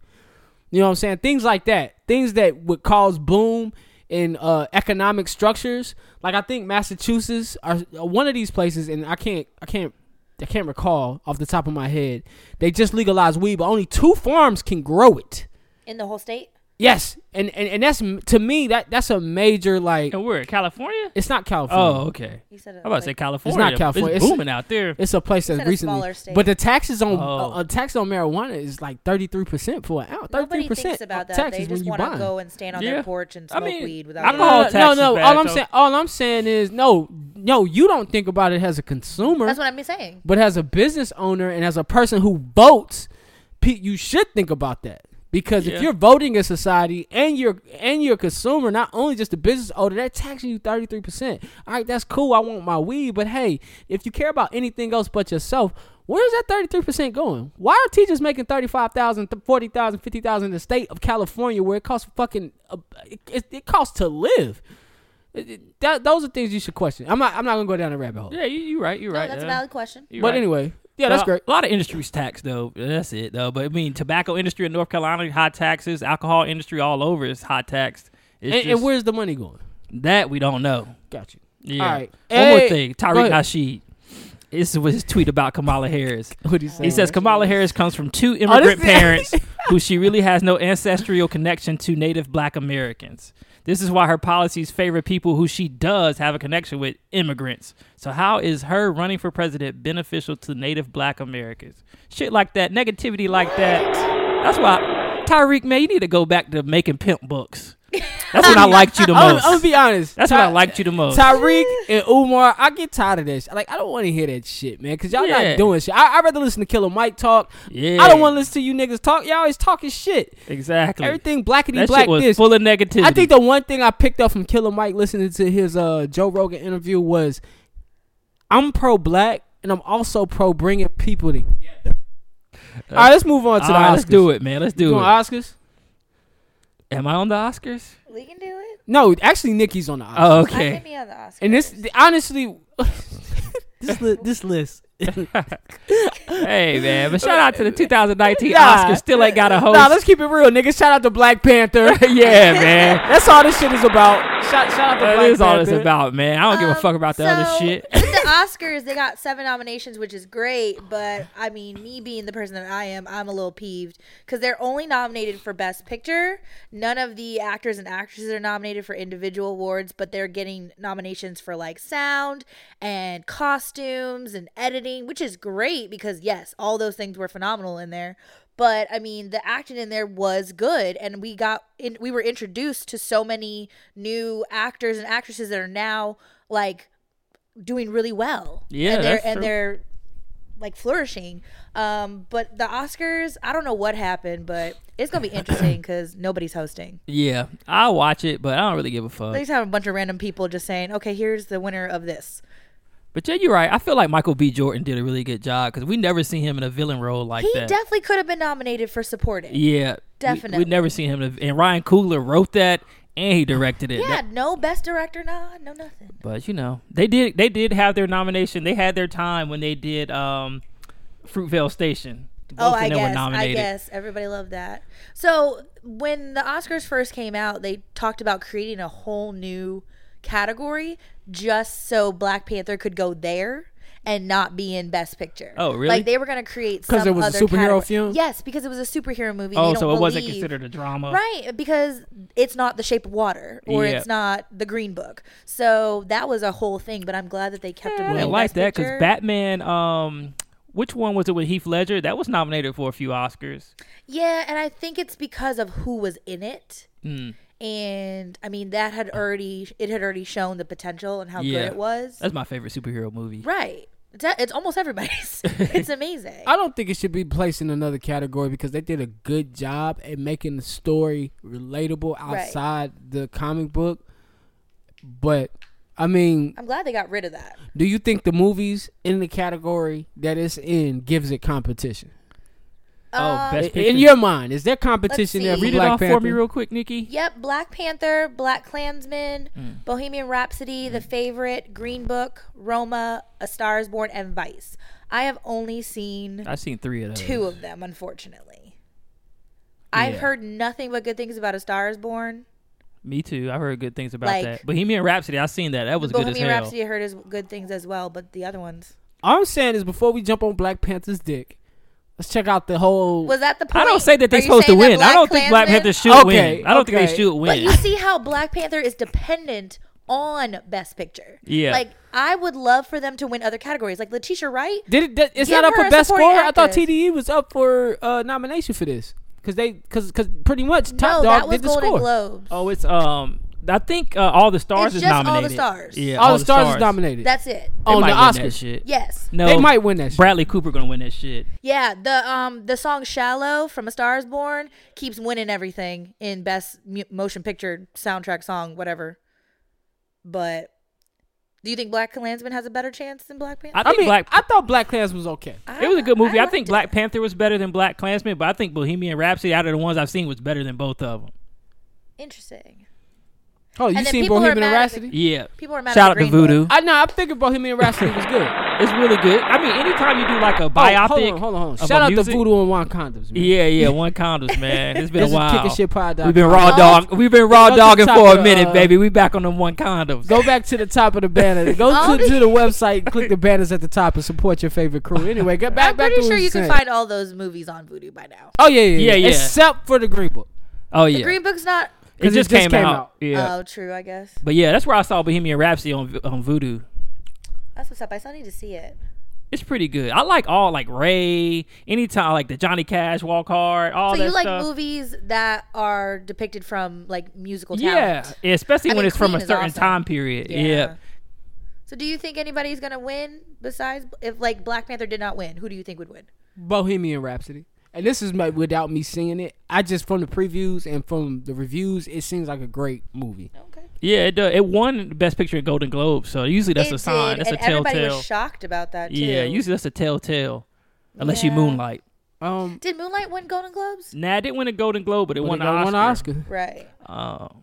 Speaker 1: You know what I'm saying? Things like that. Things that would cause boom in uh, economic structures. Like I think Massachusetts are are one of these places, and I can't, I can't, I can't recall off the top of my head. They just legalized weed, but only two farms can grow it.
Speaker 5: in the whole state.
Speaker 1: Yes, and and, and that's to me that that's a major like.
Speaker 7: And we're in California.
Speaker 1: It's not California.
Speaker 7: Oh, okay.
Speaker 5: You said it
Speaker 7: I'm about to
Speaker 5: like-
Speaker 7: say
Speaker 5: It's
Speaker 7: California.
Speaker 1: California.
Speaker 7: It's
Speaker 1: It's-
Speaker 7: booming out there.
Speaker 1: It's a place
Speaker 5: said
Speaker 1: that's
Speaker 5: a
Speaker 1: recently,
Speaker 5: smaller state.
Speaker 1: but the taxes on
Speaker 7: Oh.
Speaker 1: uh, a tax on marijuana is like thirty three percent for an ounce. Thirty
Speaker 5: Nobody
Speaker 1: three percent
Speaker 5: thinks about that. They
Speaker 1: taxes
Speaker 5: just
Speaker 1: when you
Speaker 5: want to
Speaker 1: buy.
Speaker 5: go and stand on
Speaker 7: Yeah.
Speaker 5: their porch and
Speaker 7: I
Speaker 5: smoke
Speaker 7: mean,
Speaker 5: weed without.
Speaker 7: alcohol-
Speaker 5: getting-
Speaker 1: No,
Speaker 7: tax
Speaker 1: no, no,
Speaker 7: is
Speaker 1: no.
Speaker 7: bad,
Speaker 1: All I'm
Speaker 7: though.
Speaker 1: saying, all I'm saying is no, no. You don't think about it as a consumer.
Speaker 5: That's what I'm saying.
Speaker 1: But as a business owner and as a person who votes, Pete, you should think about that because
Speaker 7: Yeah.
Speaker 1: if you're voting in society and you're and you're a consumer, not only just a business owner, they're taxing you thirty three percent. All right, that's cool. I want my weed, but hey, if you care about anything else but yourself. Where is that thirty three percent going? Why are teachers making thirty five thousand, forty thousand, fifty thousand in the state of California, where it costs fucking, uh, it, it costs to live? It- it- that, those are things you should question. I'm not, I'm not gonna go down a rabbit hole.
Speaker 7: Yeah, you, you're right. You're
Speaker 5: No,
Speaker 7: right. Uh,
Speaker 5: that's a
Speaker 7: yeah.
Speaker 5: valid question.
Speaker 7: You're
Speaker 1: But
Speaker 7: right.
Speaker 1: anyway, yeah, that's
Speaker 7: Uh,
Speaker 1: great.
Speaker 7: A lot of industries taxed though. That's it though. But I mean, tobacco industry in North Carolina, high taxes. Alcohol industry all over is high taxed. It's
Speaker 1: And, and
Speaker 7: just-
Speaker 1: where's the money going?
Speaker 7: that we don't know.
Speaker 1: Got you.
Speaker 7: Yeah.
Speaker 1: All right.
Speaker 7: One
Speaker 1: Hey,
Speaker 7: more thing,
Speaker 1: go
Speaker 7: Tyreek
Speaker 1: ahead.
Speaker 7: Nasheed. This was his tweet about Kamala Harris.
Speaker 1: What he say?
Speaker 7: He says Kamala Harris comes from two immigrant
Speaker 1: this-
Speaker 7: parents who she really has no ancestral connection to Native Black Americans. This is why her policies favor people who she does have a connection with, immigrants. So how is her running for president beneficial to Native Black Americans? Shit like that, negativity like that. That's why Tyreek, man, you need to go back to making pimp books. That's when I liked you the
Speaker 1: I'm, I'm
Speaker 7: most.
Speaker 1: gonna be honest.
Speaker 7: That's
Speaker 1: what
Speaker 7: when I liked you the most.
Speaker 1: Tyreek and Umar, I get tired of this. Like I don't want to hear that shit, man. Cause y'all
Speaker 7: Yeah.
Speaker 1: not doing shit. I would rather listen to Killer Mike talk.
Speaker 7: Yeah.
Speaker 1: I don't want to listen to you niggas talk. Y'all always talking shit.
Speaker 7: exactly.
Speaker 1: Everything blackity
Speaker 7: that
Speaker 1: black.
Speaker 7: shit was
Speaker 1: this.
Speaker 7: full of negativity.
Speaker 1: I think the one thing I picked up from Killer Mike listening to his uh, Joe Rogan interview was, I'm pro black and I'm also pro bringing people together. All right, let's move on to
Speaker 7: All
Speaker 1: the
Speaker 7: right,
Speaker 1: Oscars.
Speaker 7: Uh, let's do it, man. Let's
Speaker 1: You
Speaker 7: do it.
Speaker 1: doing Oscars?
Speaker 7: Am I on the Oscars?
Speaker 5: We can do it.
Speaker 1: No, actually, Nikki's on the Oscars.
Speaker 7: Oh,
Speaker 5: I
Speaker 7: okay.
Speaker 5: can be on the Oscars. Um,
Speaker 1: And this, th- honestly, this li- this list.
Speaker 7: Hey man, but shout out to the 2019
Speaker 1: Nah.
Speaker 7: Oscars. Still ain't got a host.
Speaker 1: Nah, let's keep it real, nigga. Shout out to Black Panther.
Speaker 7: yeah, man.
Speaker 1: That's all this shit is about. Shout, shout out to
Speaker 7: That
Speaker 1: Black
Speaker 7: is all it's
Speaker 1: Panther.
Speaker 7: about, man. I don't give a
Speaker 5: Um,
Speaker 7: fuck about the
Speaker 5: so,
Speaker 7: other shit.
Speaker 5: with the Oscars, they got seven nominations, which is great. But I mean, me being the person that I am, I'm a little peeved because they're only nominated for Best Picture. None of the actors and actresses are nominated for individual awards, but they're getting nominations for like sound and costumes and editing, which is great because yes, all those things were phenomenal in there. But I mean, the acting in there was good, and we got in, we were introduced to so many new actors and actresses that are now like doing really well.
Speaker 7: Yeah,
Speaker 5: and they're
Speaker 7: that's
Speaker 5: and
Speaker 7: true.
Speaker 5: they're like flourishing. Um, but the Oscars, I don't know what happened, but it's gonna be interesting because nobody's hosting.
Speaker 7: Yeah, I watch it, but I don't really give a
Speaker 5: They
Speaker 7: fuck.
Speaker 5: just have a bunch of random people just saying, "Okay, here's the winner of this."
Speaker 7: But yeah, you're right. I feel like Michael B. Jordan did a really good job because we never seen him in a villain role like
Speaker 5: He
Speaker 7: that.
Speaker 5: definitely could have been nominated for supporting.
Speaker 7: yeah, We,
Speaker 5: Definitely.
Speaker 7: have never seen him. in a- and Ryan Coogler wrote that and he directed it.
Speaker 5: Yeah,
Speaker 7: That-
Speaker 5: no best director nod, no nothing.
Speaker 7: but you know, they did. They did have their nomination. They had their time when they did um, Fruitvale Station. Both
Speaker 5: Oh,
Speaker 7: of
Speaker 5: I
Speaker 7: them were
Speaker 5: guess. I
Speaker 7: nominated.
Speaker 5: guess everybody loved that. So when the Oscars first came out, they talked about creating a whole new category just so Black Panther could go there and not be in Best Picture.
Speaker 7: Oh, really?
Speaker 5: Like they were going to create because
Speaker 1: it was a superhero film?
Speaker 5: Yes, because it was a superhero movie.
Speaker 7: Oh,
Speaker 5: They don't
Speaker 7: so it wasn't
Speaker 5: believe-
Speaker 7: considered a drama.
Speaker 5: Right, because it's not The Shape of Water or
Speaker 7: Yeah.
Speaker 5: it's not The Green Book. So that was a whole thing, but I'm glad that they kept
Speaker 7: I
Speaker 5: it
Speaker 7: didn't like that because Batman. Um, which one was it with Heath Ledger? That was nominated for a few Oscars.
Speaker 5: Yeah, and I think it's because of who was in it.
Speaker 7: Mm.
Speaker 5: And I mean that had already it had already shown the potential and how
Speaker 7: Yeah.
Speaker 5: good it was.
Speaker 7: That's my favorite superhero movie.
Speaker 5: right. It's, a- it's almost everybody's. it's amazing.
Speaker 1: I don't think it should be placed in another category because they did a good job at making the story relatable outside the comic book. But I mean,
Speaker 5: I'm glad they got rid of that.
Speaker 1: do you think the movies in the category that it's in gives it competition?
Speaker 5: Um,
Speaker 7: oh, best picture.
Speaker 1: In your mind, is there competition there
Speaker 5: Let's
Speaker 1: for
Speaker 5: see.
Speaker 7: read it
Speaker 1: Black
Speaker 7: off
Speaker 1: Panther?
Speaker 7: for me real quick, Nikki.
Speaker 5: Yep, Black Panther, Black Klansman,
Speaker 7: Mm.
Speaker 5: Bohemian Rhapsody, The Favorite, Green Book, Roma, A Star Is Born, and Vice. I have only seen
Speaker 7: I've seen three of those.
Speaker 5: two of them, unfortunately. I've
Speaker 7: Yeah.
Speaker 5: heard nothing but good things about A Star Is Born.
Speaker 7: Me too. I've heard good things about
Speaker 5: Like-
Speaker 7: that. Bohemian Rhapsody. I seen that. That was good as
Speaker 5: Bohemian
Speaker 7: hell.
Speaker 5: Rhapsody I heard is good things as well, but the other ones.
Speaker 1: All I'm saying is before we jump on Black Panther's dick, let's check out the whole.
Speaker 5: Was that the point?
Speaker 7: I don't say that
Speaker 5: Are
Speaker 7: they're
Speaker 5: you
Speaker 7: supposed to
Speaker 5: saying that
Speaker 7: win. I don't think Black
Speaker 5: Klansman-
Speaker 7: Panther should
Speaker 1: Okay,
Speaker 7: win. I don't think
Speaker 1: okay.
Speaker 7: they should win.
Speaker 5: But you see how Black Panther is dependent on Best Picture.
Speaker 7: Yeah.
Speaker 5: Like I would love for them to win other categories, like Letitia Wright.
Speaker 1: Did it? That, it's
Speaker 5: Give
Speaker 1: not up
Speaker 5: her
Speaker 1: for
Speaker 5: a
Speaker 1: best score.
Speaker 5: supporting
Speaker 1: I thought
Speaker 5: actress.
Speaker 1: TDE was up for uh, nomination for this because they because because pretty much
Speaker 5: no,
Speaker 1: Top Dog
Speaker 5: that was
Speaker 1: did the
Speaker 5: Golden
Speaker 1: score.
Speaker 5: Globes.
Speaker 7: oh, it's um. I think uh, all the stars
Speaker 5: It's
Speaker 7: is
Speaker 5: just All the
Speaker 7: nominated.
Speaker 5: Stars.
Speaker 7: Yeah,
Speaker 1: All, the stars, is nominated
Speaker 5: That's it.
Speaker 7: They
Speaker 1: on the
Speaker 7: might win that
Speaker 1: Oscars.
Speaker 7: shit.
Speaker 5: Yes.
Speaker 7: No,
Speaker 1: They might win that shit.
Speaker 7: Bradley Cooper gonna win that shit.
Speaker 5: Yeah. The um the song "Shallow" from A Star Is Born keeps winning everything in Best Mu- Motion Picture Soundtrack Song, whatever. But do you think Black Klansman has a better chance than Black Panther?
Speaker 7: I
Speaker 1: I
Speaker 7: think
Speaker 1: mean,
Speaker 7: Black.
Speaker 1: I thought Black Clans was okay.
Speaker 7: it was a good movie. I,
Speaker 5: liked
Speaker 7: think
Speaker 5: it.
Speaker 7: Black Panther was better than Black Klansman, but I think Bohemian Rhapsody, out of the ones I've seen, was better than both of them.
Speaker 5: Interesting.
Speaker 1: Oh, you
Speaker 5: And then
Speaker 1: seen
Speaker 5: people are
Speaker 1: Bohemian
Speaker 5: mad at the-
Speaker 1: Rhapsody?
Speaker 7: Yeah.
Speaker 5: People are mad at
Speaker 7: Shout out
Speaker 5: the
Speaker 7: to
Speaker 5: Green
Speaker 7: Voodoo.
Speaker 1: I know. I'm thinking Bohemian Rhapsody was good. Oh,
Speaker 7: It's really good. I mean, anytime you do like a biopic,
Speaker 1: hold on, hold on,
Speaker 7: of
Speaker 1: hold on.
Speaker 7: a
Speaker 1: Shout out
Speaker 7: music-
Speaker 1: to Voodoo and Juan Condoms. Man.
Speaker 7: Yeah, yeah, one condoms, man. It's been
Speaker 1: This
Speaker 7: a
Speaker 1: is
Speaker 7: while.
Speaker 1: kickingshitpod.com.
Speaker 7: We've been raw
Speaker 5: Go-
Speaker 7: dog. We've been raw
Speaker 1: go to
Speaker 7: dogging
Speaker 1: the
Speaker 7: for
Speaker 1: top
Speaker 7: a
Speaker 1: of,
Speaker 7: minute,
Speaker 1: uh,
Speaker 7: baby. We back on them one condoms.
Speaker 1: Go back to the top of the banner. Go
Speaker 5: All
Speaker 1: to,
Speaker 5: the-
Speaker 1: to the website, click the banners at the top, and support your favorite crew. Anyway, get back.
Speaker 5: I'm
Speaker 1: back
Speaker 5: pretty
Speaker 1: to what
Speaker 5: sure
Speaker 1: we
Speaker 5: you can
Speaker 1: said.
Speaker 5: find all those movies on Voodoo by now.
Speaker 1: Oh yeah, yeah,
Speaker 7: Yeah, yeah.
Speaker 1: Except for the Green Book.
Speaker 7: Oh
Speaker 5: The
Speaker 7: yeah,
Speaker 5: Green Book's not.
Speaker 7: it
Speaker 1: 'Cause
Speaker 7: just came, out. Yeah,
Speaker 5: Oh, true. I guess
Speaker 7: but yeah, that's where I saw Bohemian Rhapsody on on Voodoo.
Speaker 5: that's what's up. I still need to see it.
Speaker 7: It's pretty good. I like all like Ray, anytime like the Johnny Cash, Walk Hard, all
Speaker 5: so
Speaker 7: that
Speaker 5: you like
Speaker 7: stuff.
Speaker 5: movies that are depicted from like musical
Speaker 7: yeah,
Speaker 5: talent?
Speaker 7: Yeah, especially
Speaker 5: I
Speaker 7: when
Speaker 5: mean,
Speaker 7: it's from a
Speaker 5: Queen is
Speaker 7: certain
Speaker 5: awesome.
Speaker 7: time period. Yeah.
Speaker 5: So do you think anybody's gonna win besides if like Black Panther did not win? Who do you think would win?
Speaker 1: Bohemian Rhapsody. And this is my, without me seeing it. I just from the previews and from the reviews, it seems like a great movie.
Speaker 5: Okay.
Speaker 7: yeah, it does. It won Best Picture at Golden Globe, so usually that's
Speaker 5: it
Speaker 7: a sign.
Speaker 5: Did,
Speaker 7: That's
Speaker 5: and
Speaker 7: a telltale.
Speaker 5: everybody was shocked about that too.
Speaker 7: yeah, usually that's a telltale, unless you
Speaker 5: Yeah.
Speaker 7: Moonlight.
Speaker 1: Um,
Speaker 5: did Moonlight win Golden Globes?
Speaker 7: Nah, it didn't win a Golden Globe, but it
Speaker 1: but
Speaker 7: won
Speaker 1: it
Speaker 7: an
Speaker 1: got
Speaker 7: Oscar.
Speaker 1: one Oscar. That
Speaker 5: Right.
Speaker 7: Um,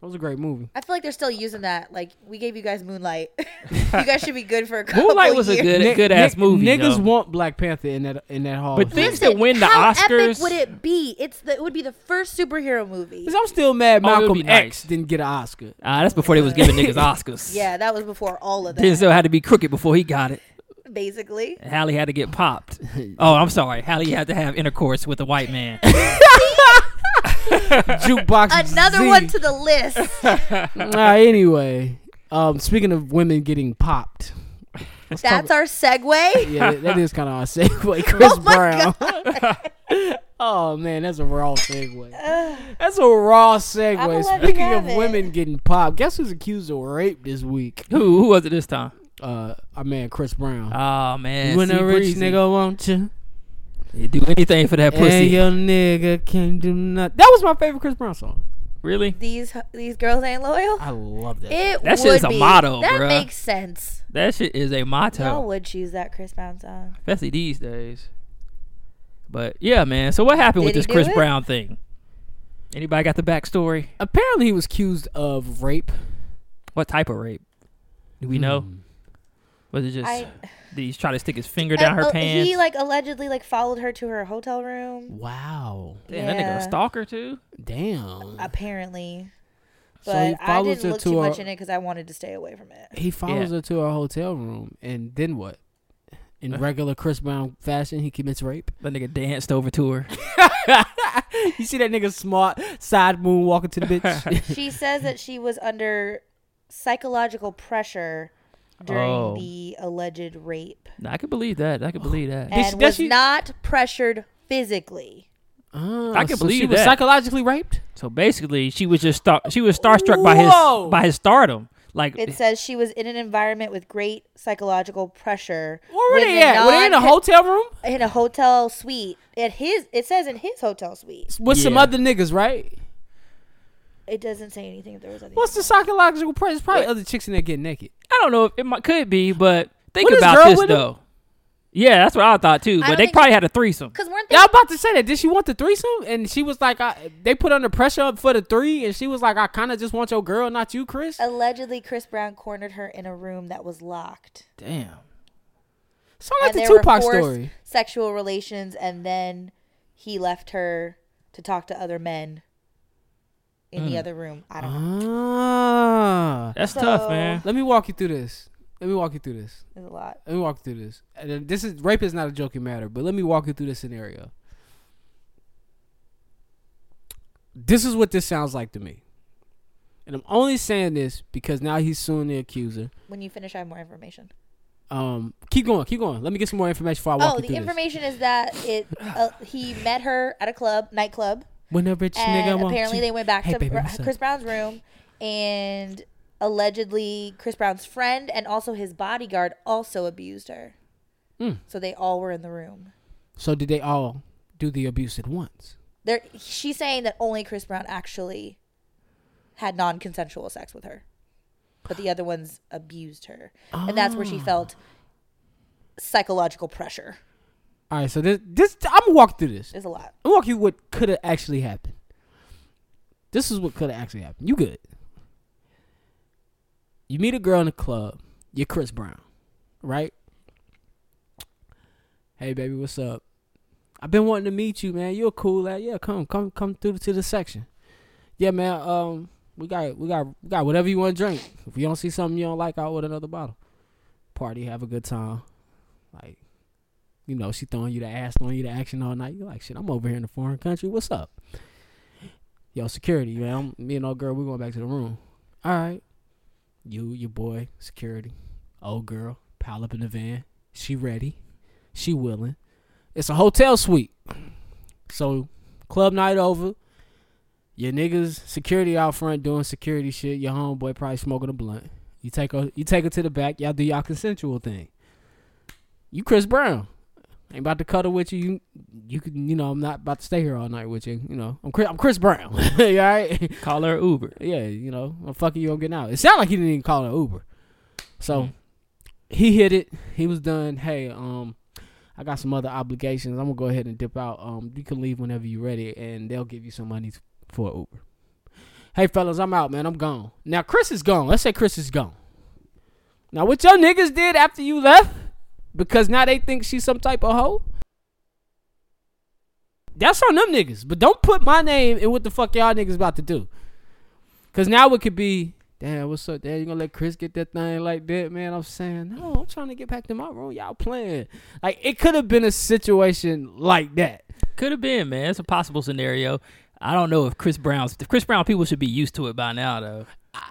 Speaker 1: was a great movie.
Speaker 5: I feel like they're still using that. Like we gave you guys Moonlight. you guys should be good for a couple
Speaker 7: Moonlight was
Speaker 5: years.
Speaker 7: a good,
Speaker 1: Ni-
Speaker 7: good ass
Speaker 1: ni-
Speaker 7: movie.
Speaker 1: Niggas
Speaker 7: though.
Speaker 1: want Black Panther in that in that hall.
Speaker 7: But
Speaker 1: of
Speaker 7: thi-
Speaker 1: fame.
Speaker 7: things that win the
Speaker 5: how epic
Speaker 7: Oscars-
Speaker 5: would it be? It's the, it would be the first superhero movie.
Speaker 1: 'Cause I'm still mad
Speaker 7: Oh, it would
Speaker 1: Malcolm
Speaker 7: be nice.
Speaker 1: X didn't get an Oscar.
Speaker 7: Ah, that's before they was giving niggas Oscars.
Speaker 5: Yeah, that was before all of that.
Speaker 7: Denzel had to be crooked before he got it.
Speaker 5: basically,
Speaker 7: Hallie had to get popped. Oh, I'm sorry. Hallie had to have intercourse with a white man.
Speaker 1: Jukebox.
Speaker 5: another
Speaker 1: Z.
Speaker 5: one to the list.
Speaker 1: Nah, anyway, um, speaking of women getting popped,
Speaker 5: That's our segue. Oh
Speaker 1: yeah, that- that is kind of our segue. Chris
Speaker 5: my
Speaker 1: Brown. oh man, that's a raw segue. That's a raw
Speaker 5: I'ma
Speaker 1: segue.
Speaker 5: let you
Speaker 1: Speaking
Speaker 5: have
Speaker 1: of
Speaker 5: it.
Speaker 1: women getting popped, guess who's accused of rape this week?
Speaker 7: who, who was it this time?
Speaker 1: Uh, our man Chris Brown.
Speaker 7: Oh man,
Speaker 1: you ain't
Speaker 7: see,
Speaker 1: a rich
Speaker 7: Breezy,
Speaker 1: nigga, won't you?
Speaker 7: they do anything for that pussy.
Speaker 1: And your nigga can't do nothing. That was my favorite Chris Brown song.
Speaker 7: Really?
Speaker 5: These these girls ain't loyal.
Speaker 1: I love that.
Speaker 5: It
Speaker 7: That shit
Speaker 5: would
Speaker 7: is a
Speaker 5: be.
Speaker 7: motto,
Speaker 5: That
Speaker 7: bruh. Oh.
Speaker 5: makes sense.
Speaker 7: That shit is a
Speaker 5: Y'all
Speaker 7: motto,
Speaker 5: would choose that Chris Brown song.
Speaker 7: especially these days. But yeah, man. So what happened with
Speaker 5: Did he
Speaker 7: this
Speaker 5: do
Speaker 7: Chris
Speaker 5: it?
Speaker 7: Brown thing? Anybody got the backstory?
Speaker 1: Apparently, he was accused of rape.
Speaker 7: What type of rape? Do we know? Was it just
Speaker 5: I-
Speaker 7: did he try to stick his finger down her
Speaker 5: Uh, oh,
Speaker 7: pants?
Speaker 5: He like allegedly like followed her to her hotel room.
Speaker 1: Wow.
Speaker 7: Damn, that nigga
Speaker 5: Yeah.
Speaker 7: a stalker too.
Speaker 1: Damn.
Speaker 5: Apparently.
Speaker 1: So he
Speaker 5: But I
Speaker 1: follows
Speaker 5: didn't
Speaker 1: her
Speaker 5: look
Speaker 1: to
Speaker 5: too
Speaker 1: a-
Speaker 5: much in it because I wanted to stay away from it.
Speaker 1: He follows
Speaker 7: Yeah.
Speaker 1: her to her hotel room, and then what? In regular Chris Brown fashion, he commits rape.
Speaker 7: That nigga danced over to her.
Speaker 1: You see that nigga smart side moon walking to the bitch.
Speaker 5: she says that she was under psychological pressure during
Speaker 7: Oh.
Speaker 5: the alleged rape
Speaker 7: Nah, I could believe that. I could believe that.
Speaker 1: Did she-
Speaker 5: and
Speaker 1: does
Speaker 5: was
Speaker 1: she-
Speaker 5: not pressured physically.
Speaker 1: Ah,
Speaker 7: I can
Speaker 1: so she
Speaker 7: believe
Speaker 1: was
Speaker 7: that.
Speaker 1: psychologically raped.
Speaker 7: So basically, she was just star- she was starstruck by his
Speaker 1: Whoa!
Speaker 7: by his stardom. Like
Speaker 5: It says she was in an environment with great psychological pressure.
Speaker 1: Where were
Speaker 5: when
Speaker 1: they
Speaker 5: the
Speaker 1: at? Were they in a
Speaker 5: non-
Speaker 1: hotel room
Speaker 5: in a hotel suite at his. It says in his hotel suite.
Speaker 1: with some
Speaker 7: Yeah.
Speaker 1: other niggas, right?
Speaker 5: It doesn't say anything if there was anything.
Speaker 1: What's the psychological pressure? Probably other chicks in there getting naked.
Speaker 7: I don't know if it might, could be, but think
Speaker 1: What is
Speaker 7: about
Speaker 1: girl
Speaker 7: this
Speaker 1: with him?
Speaker 7: though. Yeah, that's what I thought too.
Speaker 5: don't
Speaker 7: But they
Speaker 5: think-
Speaker 7: probably had a threesome.
Speaker 5: Because weren't
Speaker 1: I'm about to say that. Did she want the threesome? And she was like, I, they put under pressure up for the three, and she was like, I kind of just want your girl, not you, Chris.
Speaker 5: Allegedly, Chris Brown cornered her in a room that was locked.
Speaker 7: Damn.
Speaker 1: Sound like
Speaker 5: and
Speaker 1: the
Speaker 5: there were
Speaker 1: Tupac
Speaker 5: forced
Speaker 1: story.
Speaker 5: Sexual relations, and then he left her to talk to other men in
Speaker 1: Mm.
Speaker 5: the other room. I don't
Speaker 1: Uh-huh.
Speaker 5: know.
Speaker 1: Ah,
Speaker 7: That's
Speaker 5: So-
Speaker 7: tough, man.
Speaker 1: let me walk you through this. Let me walk you through this.
Speaker 5: There's a lot.
Speaker 1: Let me walk you through this. And then This is rape is not a joking matter, but let me walk you through this scenario. This is what this sounds like to me. And I'm only saying this because now he's suing the accuser.
Speaker 5: When you finish, I have more information.
Speaker 1: Um, keep going, keep going. Let me get some more information before I walk
Speaker 5: Oh,
Speaker 1: you
Speaker 5: the
Speaker 1: through
Speaker 5: information is that it uh, he met her at a club, nightclub,
Speaker 1: this. When a rich nigga
Speaker 5: and
Speaker 1: wants
Speaker 5: apparently
Speaker 1: you-
Speaker 5: they went back
Speaker 1: Hey,
Speaker 5: to
Speaker 1: baby,
Speaker 5: Br-
Speaker 1: what's up?
Speaker 5: Chris Brown's room, and allegedly Chris Brown's friend and also his bodyguard also abused her.
Speaker 1: Hmm.
Speaker 5: So they all were in the room.
Speaker 1: So did they all do the abuse at once?
Speaker 5: There, she's saying that only Chris Brown actually had non-consensual sex with her, but the other ones abused her, and that's where she
Speaker 1: Ah.
Speaker 5: felt psychological pressure.
Speaker 1: All right, so this this I'm gonna walk through this.
Speaker 5: There's a lot.
Speaker 1: I'm gonna walk you what could have actually happened. This is what could have actually happened. You good. You meet a girl in the club. You're Chris Brown, right? Hey baby, what's up? I've been wanting to meet you, man. You're cool at yeah. Come, come, come through to the section. Yeah, man. Um, we got, we got, we got whatever you want to drink. If you don't see something you don't like, I'll order another bottle. Party, have a good time. Like, you know, she throwing you the ass, throwing you the action all night. You're like, shit, I'm over here in a foreign country. What's up? Yo, security, man. I'm, me and old girl, we going back to the room. All right. You, your boy, security, old girl, pile up in the van. She ready. She willing. It's a hotel suite. So, club night over. Your niggas, security out front doing security shit. Your homeboy probably smoking a blunt. You take her, you take her to the back. Y'all do y'all consensual thing. You Chris Brown. Ain't about to cuddle with you. You, you can, you know, I'm not about to stay here all night with you. You know, I'm Chris, I'm Chris Brown. you all right?
Speaker 7: Call her Uber.
Speaker 1: yeah, you know, I'm fucking you, I'm getting out. It sounded like he didn't even call an Uber. So he hit it. He was done. Hey, um, I got some other obligations. I'm gonna go ahead and dip out. Um, you can leave whenever you're ready, and they'll give you some money for an Uber. Hey, fellas, I'm out, man. I'm gone. Now Chris is gone. Let's say Chris is gone. Now what your niggas did after you left, because now they think she's some type of hoe. That's on them niggas. But don't put my name in what the fuck y'all niggas about to do. Cause now it could be, damn, what's up, damn? You gonna let Chris get that thing like that, man? I'm saying, no, I'm trying to get back to my room. Y'all playing. Like it could have been a situation like that.
Speaker 7: Could have been, man. It's a possible scenario. I don't know if Chris Brown's if Chris Brown people should be used to it by now though.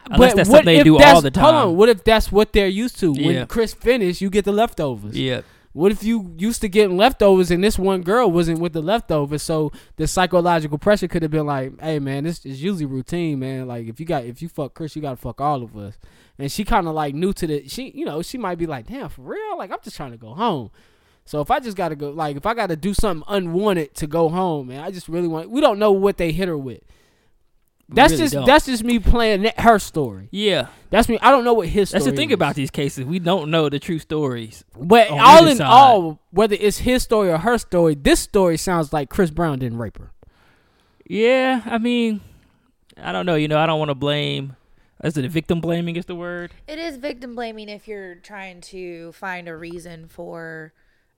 Speaker 7: Unless that's something they
Speaker 1: if
Speaker 7: do
Speaker 1: that's-
Speaker 7: all the time.
Speaker 1: Hold on, what if that's what they're used to?
Speaker 7: Yeah.
Speaker 1: When Chris finished, you get the leftovers.
Speaker 7: Yeah.
Speaker 1: What if you used to getting leftovers and this one girl wasn't with the leftovers? So the psychological pressure could have been like, "Hey man, this is usually routine, man. Like if you got if you fuck Chris, you gotta fuck all of us." And she kind of like new to the she, you know, she might be like, "Damn, for real? Like I'm just trying to go home." So if I just gotta go, like if I gotta do something unwanted to go home, man, I just really want. We don't know what they hit her with. That's
Speaker 7: really
Speaker 1: just
Speaker 7: don't.
Speaker 1: that's just me playing that- her story.
Speaker 7: Yeah.
Speaker 1: That's me. I don't know what his.
Speaker 7: That's the
Speaker 1: story
Speaker 7: thing
Speaker 1: is.
Speaker 7: about these cases. We don't know the true stories.
Speaker 1: But
Speaker 7: on
Speaker 1: all
Speaker 7: either
Speaker 1: in
Speaker 7: side.
Speaker 1: all, whether it's his story or her story, this story sounds like Chris Brown didn't rape her.
Speaker 7: Yeah, I mean, I don't know. You know, I don't want to blame. Is it victim blaming? Is the word?
Speaker 5: It is victim blaming if you're trying to find a reason for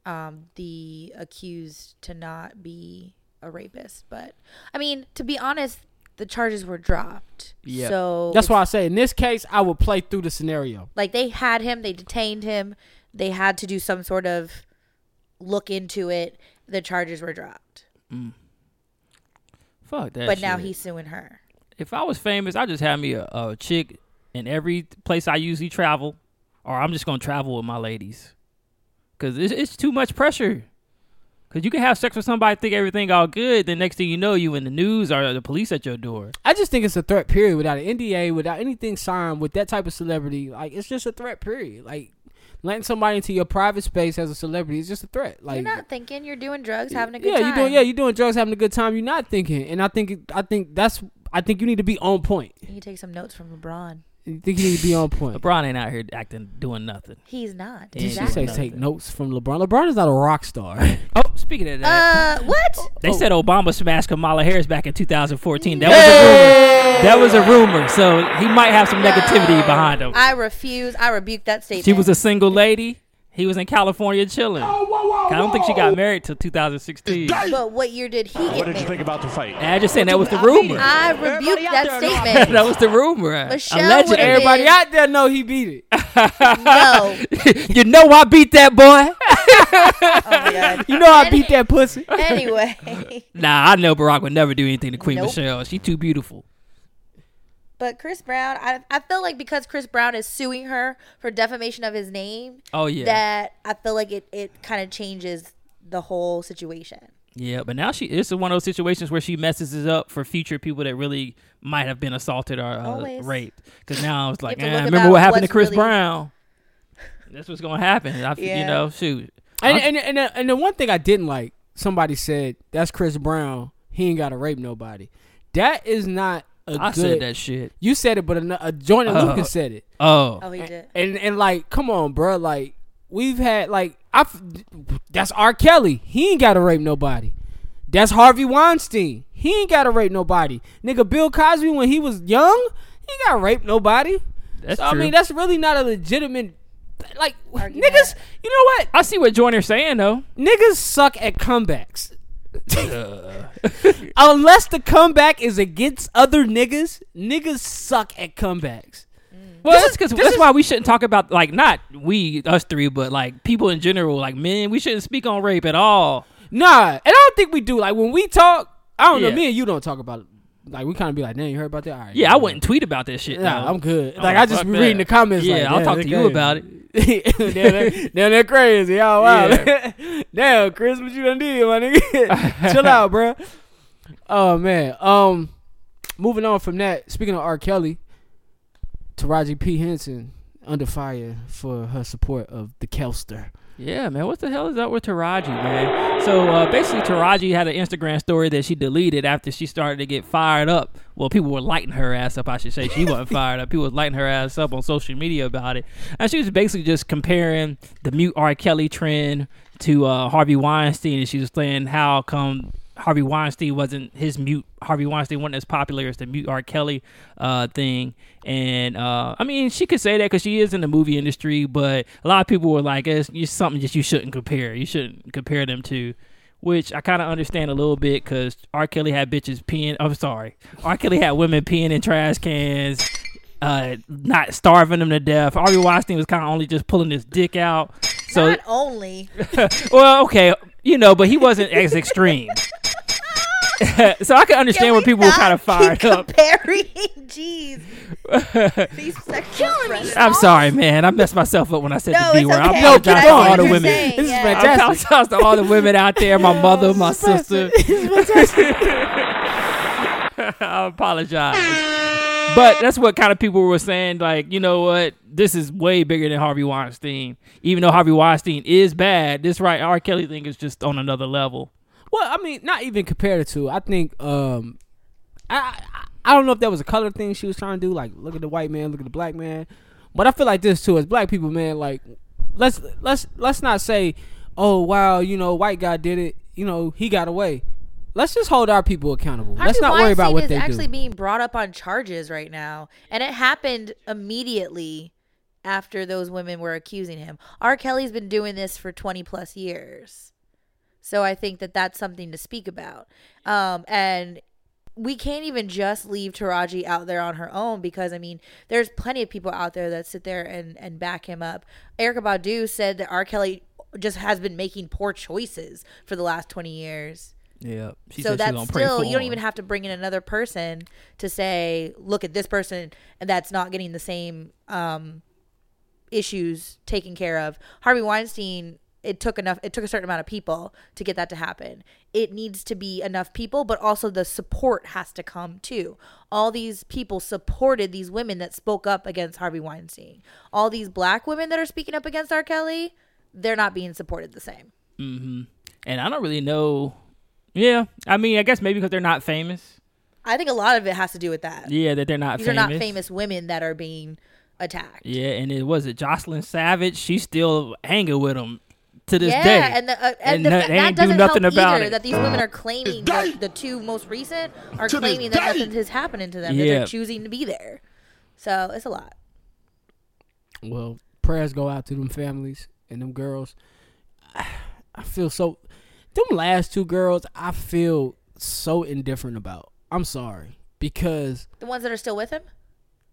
Speaker 5: um, the accused to not be a rapist. But I mean, to be honest, the charges were dropped.
Speaker 7: Yeah.
Speaker 5: So
Speaker 1: That's
Speaker 5: it's-
Speaker 1: why I say in this case, I would play through the scenario.
Speaker 5: like they had him, they detained him, they had to do some sort of look into it. The charges were dropped,
Speaker 7: Fuck that.
Speaker 5: but now
Speaker 7: shit.
Speaker 5: he's suing her.
Speaker 7: If I was famous, I'd just have me a, a chick in every place I usually travel, or I'm just gonna travel with my ladies, cause it's, it's too much pressure. Cause you can have sex with somebody, think everything all good, then next thing you know, you in the news or the police at your door.
Speaker 1: I just think it's a threat period without an NDA, without anything signed with that type of celebrity. Like it's just a threat period. Like letting somebody into your private space as a celebrity is just a threat. Like
Speaker 5: You're not thinking. You're doing drugs, having a good
Speaker 1: yeah,
Speaker 5: time.
Speaker 1: you doing yeah, you're doing drugs, having a good time. You're not thinking, and I think I think that's I think you need to be on point.
Speaker 5: You can take some notes from LeBron.
Speaker 1: You think he need to be on point?
Speaker 7: LeBron ain't out here acting doing nothing.
Speaker 5: He's not.
Speaker 7: Did she
Speaker 1: She
Speaker 5: Exactly.
Speaker 1: say
Speaker 7: nothing.
Speaker 1: take notes from LeBron. LeBron is not a rock star.
Speaker 7: Oh, speaking of that,
Speaker 5: Uh, what?
Speaker 7: they said Obama smashed Kamala Harris back in 2014. That was a rumor. That was a rumor. So he might have some negativity behind him.
Speaker 5: I refuse. I rebuke that statement.
Speaker 7: She was a single lady. He was in California chilling. I don't think she got married till 2016. And
Speaker 5: But what year did he get
Speaker 3: What did you think
Speaker 5: married?
Speaker 3: about the fight?
Speaker 7: I just saying that was the rumor.
Speaker 5: I rebuke that statement.
Speaker 7: that was the rumor.
Speaker 5: Michelle
Speaker 7: Alleged.
Speaker 5: would've
Speaker 7: Everybody
Speaker 5: been-
Speaker 1: out there know he beat it.
Speaker 5: No.
Speaker 7: you know I beat that boy.
Speaker 5: Oh, God.
Speaker 1: You know I beat that pussy.
Speaker 5: Anyway,
Speaker 7: Nah, I know Barack would never do anything to Queen
Speaker 5: Nope.
Speaker 7: Michelle. She too beautiful.
Speaker 5: but Chris Brown, I, I feel like because Chris Brown is suing her for defamation of his name,
Speaker 7: Oh yeah.
Speaker 5: that I feel like it, it kind of changes the whole situation.
Speaker 7: yeah, but now she it's one of those situations where she messes it up for future people that really might have been assaulted or uh,
Speaker 5: Always.
Speaker 7: raped. Because now it's like,
Speaker 5: have to
Speaker 7: eh,
Speaker 5: look
Speaker 7: remember
Speaker 5: about
Speaker 7: what happened to
Speaker 5: what's
Speaker 7: Chris
Speaker 5: really-
Speaker 7: Brown? That's what's gonna happen. I f You
Speaker 5: Yeah.
Speaker 7: know, shoot.
Speaker 1: And
Speaker 7: I'm-
Speaker 1: and and the, and the one thing I didn't like, somebody said that's Chris Brown. He ain't got to rape nobody. That is not a
Speaker 7: I
Speaker 1: good.
Speaker 7: said that shit.
Speaker 1: You said it, but an, a Jordan
Speaker 7: Oh.
Speaker 1: Lucas said it.
Speaker 7: Oh,
Speaker 5: Oh, he did.
Speaker 1: And and like, come on, bro. Like we've had like I. f- That's R. Kelly. He ain't got to rape nobody. That's Harvey Weinstein. He ain't got to rape nobody. Nigga, Bill Cosby when he was young, he got to rape nobody.
Speaker 7: That's
Speaker 1: so, I
Speaker 7: true.
Speaker 1: mean, that's really not a legitimate. Like
Speaker 5: Argument.
Speaker 1: niggas, you know what?
Speaker 7: I see what Joyner's saying though.
Speaker 1: Niggas suck at comebacks. Unless the comeback is against other niggas, niggas suck at comebacks.
Speaker 7: Well, that's because
Speaker 1: this
Speaker 7: that's
Speaker 1: is-
Speaker 7: why we shouldn't talk about like not we us three, but like people in general. Like men, we shouldn't speak on rape at all.
Speaker 1: Nah, and I don't think we do. Like when we talk, I don't
Speaker 7: Yeah.
Speaker 1: know. Me and you don't talk about it. Like we kind of be like, "Damn, you heard about that?" All right,
Speaker 7: Yeah, I wouldn't tweet about this shit.
Speaker 1: Nah,
Speaker 7: though.
Speaker 1: I'm good.
Speaker 7: I'm
Speaker 1: like
Speaker 7: like,
Speaker 1: I just
Speaker 7: fuck
Speaker 1: be reading
Speaker 7: that.
Speaker 1: the comments.
Speaker 7: Yeah,
Speaker 1: like,
Speaker 7: I'll
Speaker 1: "Damn,
Speaker 7: talk
Speaker 1: they
Speaker 7: to you
Speaker 1: crazy."
Speaker 7: about
Speaker 1: damn, they- damn, they're crazy. Y'all wow.
Speaker 7: Yeah.
Speaker 1: damn, Chris, what you done did, my nigga? Chill out, bro. Oh man. Um, moving on from that. Speaking of R. Kelly, Taraji P. Henson under fire for her support of the Kelster.
Speaker 7: Yeah, man. What the hell is up with Taraji, man? So uh, basically, Taraji had an Instagram story that she deleted after she started to get fired up. Well, people were lighting her ass up, I should say. She wasn't fired up. People was lighting her ass up on social media about it, and she was basically just comparing the mute R. Kelly trend to uh, Harvey Weinstein, and she was saying how come Harvey Weinstein wasn't his mute. Harvey Weinstein wasn't as popular as the mute R. Kelly uh, thing, and uh, I mean she could say that because she is in the movie industry, but a lot of people were like, "It's it's something that you shouldn't compare. You shouldn't compare them to." Which I kind of understand a little bit because R. Kelly had bitches peeing. I'm sorry, R. Kelly had women peeing in trash cans, uh, not starving them to death. Harvey Weinstein was kind of only just pulling his dick out. So
Speaker 5: Not only
Speaker 7: well, okay, you know, but he wasn't as extreme.
Speaker 5: Ah,
Speaker 7: so I can understand where people were kind of fired up.
Speaker 5: Comparing, jeez, these sexual predators.
Speaker 7: I'm sorry, man. I messed myself up when I said
Speaker 5: No, it's
Speaker 7: the B word.
Speaker 5: okay.
Speaker 7: I
Speaker 5: No, keep
Speaker 7: apologize to
Speaker 5: going.
Speaker 7: all the
Speaker 5: You're
Speaker 7: women.
Speaker 5: saying,
Speaker 1: This is
Speaker 5: yeah.
Speaker 7: I
Speaker 1: fantastic.
Speaker 7: apologize to all the women out there. My mother, my sister. I apologize. But that's what kind of people were saying. Like, you know what? This is way bigger than Harvey Weinstein. Even though Harvey Weinstein is bad, this right R. Kelly thing is just on another level.
Speaker 1: Well, I mean, not even compared it to. I think um, I, I I don't know if that was a color thing she was trying to do. Like, look at the white man, look at the black man. But I feel like this too, as black people, man. Like, let's let's let's not say, oh wow, you know, white guy did it. You know, he got away. Let's just hold our people accountable. let's
Speaker 5: Harvey
Speaker 1: not worry
Speaker 5: Weinstein
Speaker 1: about what
Speaker 5: is
Speaker 1: they
Speaker 5: actually
Speaker 1: do.
Speaker 5: being brought up on charges right now, and it happened immediately after those women were accusing him. R. Kelly's been doing this for 20 plus years, so I think that that's something to speak about. Um, and we can't even just leave Taraji out there on her own because I mean, there's plenty of people out there that sit there and and back him up. Erica Badu said that R. Kelly just has been making poor choices for the last 20 years
Speaker 7: Yeah. She
Speaker 5: so
Speaker 7: said she
Speaker 5: that's
Speaker 7: gonna pray
Speaker 5: still
Speaker 7: for
Speaker 5: you don't
Speaker 7: him.
Speaker 5: even have to bring in another person to say look at this person that's not getting the same um issues taken care of harvey weinstein it took enough it took a certain amount of people to get that to happen it needs to be enough people but also the support has to come too all these people supported these women that spoke up against harvey weinstein all these black women that are speaking up against r kelly they're not being supported the same
Speaker 7: and I don't really know. Yeah, I mean, I guess maybe because they're not famous.
Speaker 5: I think a lot of it has to do with that.
Speaker 7: Yeah, that they're not
Speaker 5: These
Speaker 7: famous.
Speaker 5: are not famous women that are being attacked.
Speaker 7: Yeah, and it was it Jocelyn Savage. She's still hanging with him to this
Speaker 5: yeah,
Speaker 7: day.
Speaker 5: and the, uh, and,
Speaker 7: And
Speaker 5: the
Speaker 7: no-
Speaker 5: fa-
Speaker 7: they
Speaker 5: that
Speaker 7: ain't do
Speaker 5: doesn't
Speaker 7: nothing
Speaker 5: help
Speaker 7: about
Speaker 5: either
Speaker 7: it.
Speaker 5: that these women are claiming
Speaker 2: To
Speaker 5: the,
Speaker 2: this
Speaker 5: the two most recent are
Speaker 2: To this
Speaker 5: claiming that
Speaker 2: day.
Speaker 5: nothing is happening to them. That
Speaker 7: Yeah.
Speaker 5: they're choosing to be there. So it's a lot.
Speaker 1: Well, prayers go out to them families and them girls. I feel so. Them last two girls, I feel so indifferent about. I'm sorry because
Speaker 5: The ones that are still with him.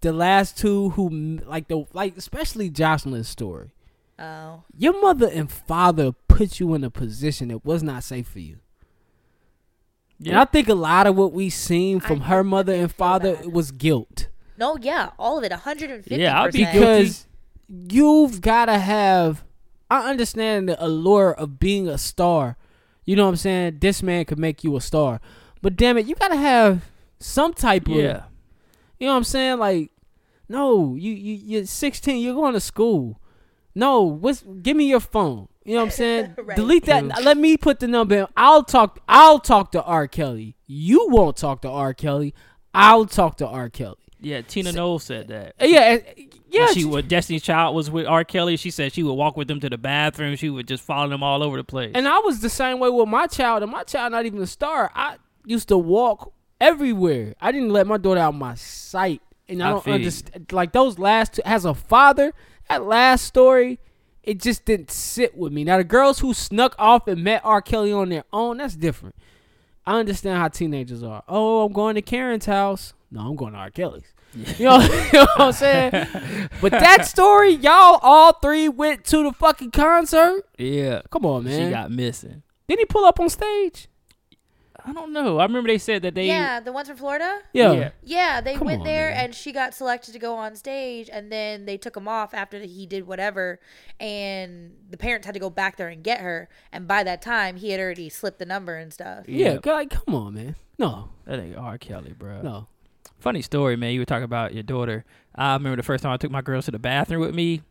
Speaker 1: the last two who like the like especially Jocelyn's story.
Speaker 5: Oh,
Speaker 1: Your mother and father put you in a position that was not safe for you. And I think a lot of what we seen from
Speaker 5: I
Speaker 1: her
Speaker 5: think
Speaker 1: mother and father
Speaker 5: bad.
Speaker 1: was guilt.
Speaker 5: no, yeah, all of it, hundred and fifty.
Speaker 7: Yeah, I'll be guilty.
Speaker 1: because you've got to have i understand the allure of being a star you know what i'm saying this man could make you a star but damn it you got to have some type of
Speaker 7: yeah,
Speaker 1: you know what i'm saying like no you, you you're 16 you're going to school no what's give me your phone you know what i'm saying
Speaker 5: Right.
Speaker 1: delete that
Speaker 7: True.
Speaker 1: let me put the number in. i'll talk i'll talk to r kelly you won't talk to r kelly i'll talk to r kelly
Speaker 7: yeah. Tina Knowles said that.
Speaker 1: yeah yeah
Speaker 7: When she what Destiny's Child was with R. Kelly. She said she would walk with them to the bathroom. She would just follow them all over the place.
Speaker 1: And I was the same way with my child, and my child not even a star. I used to walk everywhere. I didn't let my daughter out of my sight. And I,
Speaker 7: I
Speaker 1: don't
Speaker 7: feel you.
Speaker 1: understand like those last two as a father, that last story, it just didn't sit with me. Now the girls who snuck off and met R. Kelly on their own, that's different. I understand how teenagers are. Oh, I'm going to Karen's house. No, I'm going to R. Kelly's. You know, you know what I'm saying? But that story, y'all all three went to the fucking concert.
Speaker 7: yeah,
Speaker 1: Come on, man.
Speaker 7: she got missing.
Speaker 1: Did he pull up on stage?
Speaker 7: I don't know. I remember they said that they.
Speaker 5: Yeah, the ones from Florida.
Speaker 1: Yeah.
Speaker 7: Yeah.
Speaker 5: Yeah, they
Speaker 1: Come
Speaker 5: went
Speaker 1: on,
Speaker 5: there
Speaker 1: man.
Speaker 5: and she got selected to go on stage, and then they took him off after he did whatever, and the parents had to go back there and get her. And by that time, he had already slipped the number and stuff.
Speaker 1: Yeah.
Speaker 7: Yeah.
Speaker 1: go- Like, come on, man. No,
Speaker 7: That ain't R. Kelly, bro.
Speaker 1: no.
Speaker 7: Funny story, man. You were talking about your daughter. I remember the first time I took my girls to the bathroom with me,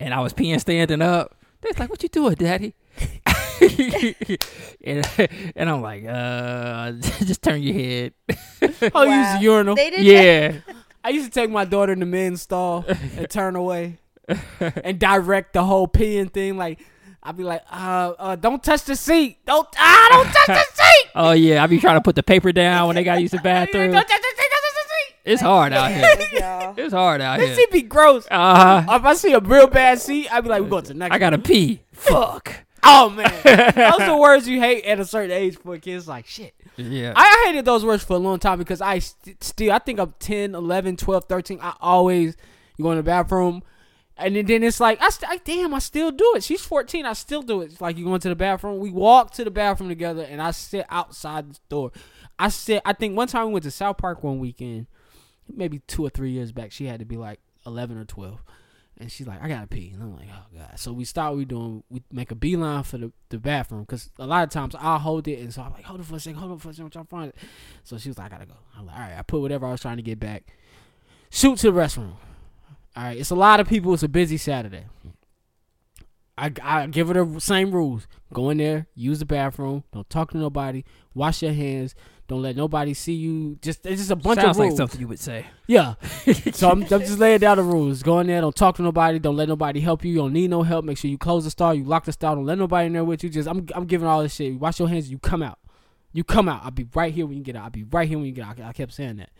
Speaker 7: and I was peeing standing up. They was like, "What you doing, daddy?" and, and I'm like, "Uh, just turn your head."
Speaker 1: Oh, you use
Speaker 5: Wow.
Speaker 1: the urinal.
Speaker 5: They did that.
Speaker 7: yeah,
Speaker 1: I used to take my daughter in the men's stall and turn away and direct the whole peeing thing. Like, I'd be like, uh, uh, don't touch the seat. Don't, ah, don't touch the seat.
Speaker 7: Oh yeah, I be trying to put the paper down when they gotta use the bathroom.
Speaker 1: Don't touch the seat. Don't touch the
Speaker 7: It's hard out here.
Speaker 5: Y'all.
Speaker 7: It's hard out
Speaker 1: seat. That
Speaker 7: here.
Speaker 1: seat be gross.
Speaker 7: Uh,
Speaker 1: If I see a real bad seat, I'd be like, we going to the next
Speaker 7: I gotta pee. Fuck.
Speaker 1: Oh, man. Those are words you hate at a certain age for kids. Like, shit.
Speaker 7: Yeah.
Speaker 1: I I hated those words for a long time because I st- still, I think I'm 10, 11, 12, 13. I always go in the bathroom. And then- then it's like, I, st- I damn, I still do it. She's 14. I still do it. It's like you going to the bathroom. We walk to the bathroom together and I sit outside the door. I sit, I think one time we went to South Park one weekend, maybe two or three years back. She had to be like 11 or 12. And she's like, I gotta pee. And I'm like, oh god. So we start we doing we make a beeline for the, the bathroom because a lot of times I'll hold it and so I'm like, hold it for a second, hold it for a second, I'm trying to find it. So she was like, I gotta go. I'm like, all right, I put whatever I was trying to get back. Shoot to the restroom. All right, it's a lot of people. It's a busy Saturday. I, I give her the same rules. Go in there, use the bathroom, don't talk to nobody, wash your hands, don't let nobody see you. Just it's just a bunch
Speaker 7: Sounds
Speaker 1: of rules.
Speaker 7: like something you would say.
Speaker 1: Yeah. so I'm, I'm just laying down the rules. Go in there. Don't talk to nobody. Don't let nobody help you. You don't need no help. Make sure you close the stall. You lock the stall. Don't let nobody in there with you. Just I'm I'm giving all this shit. You wash your hands. You come out. You come out. I'll be right here when you get out. I'll be right here when you get out. I kept saying that.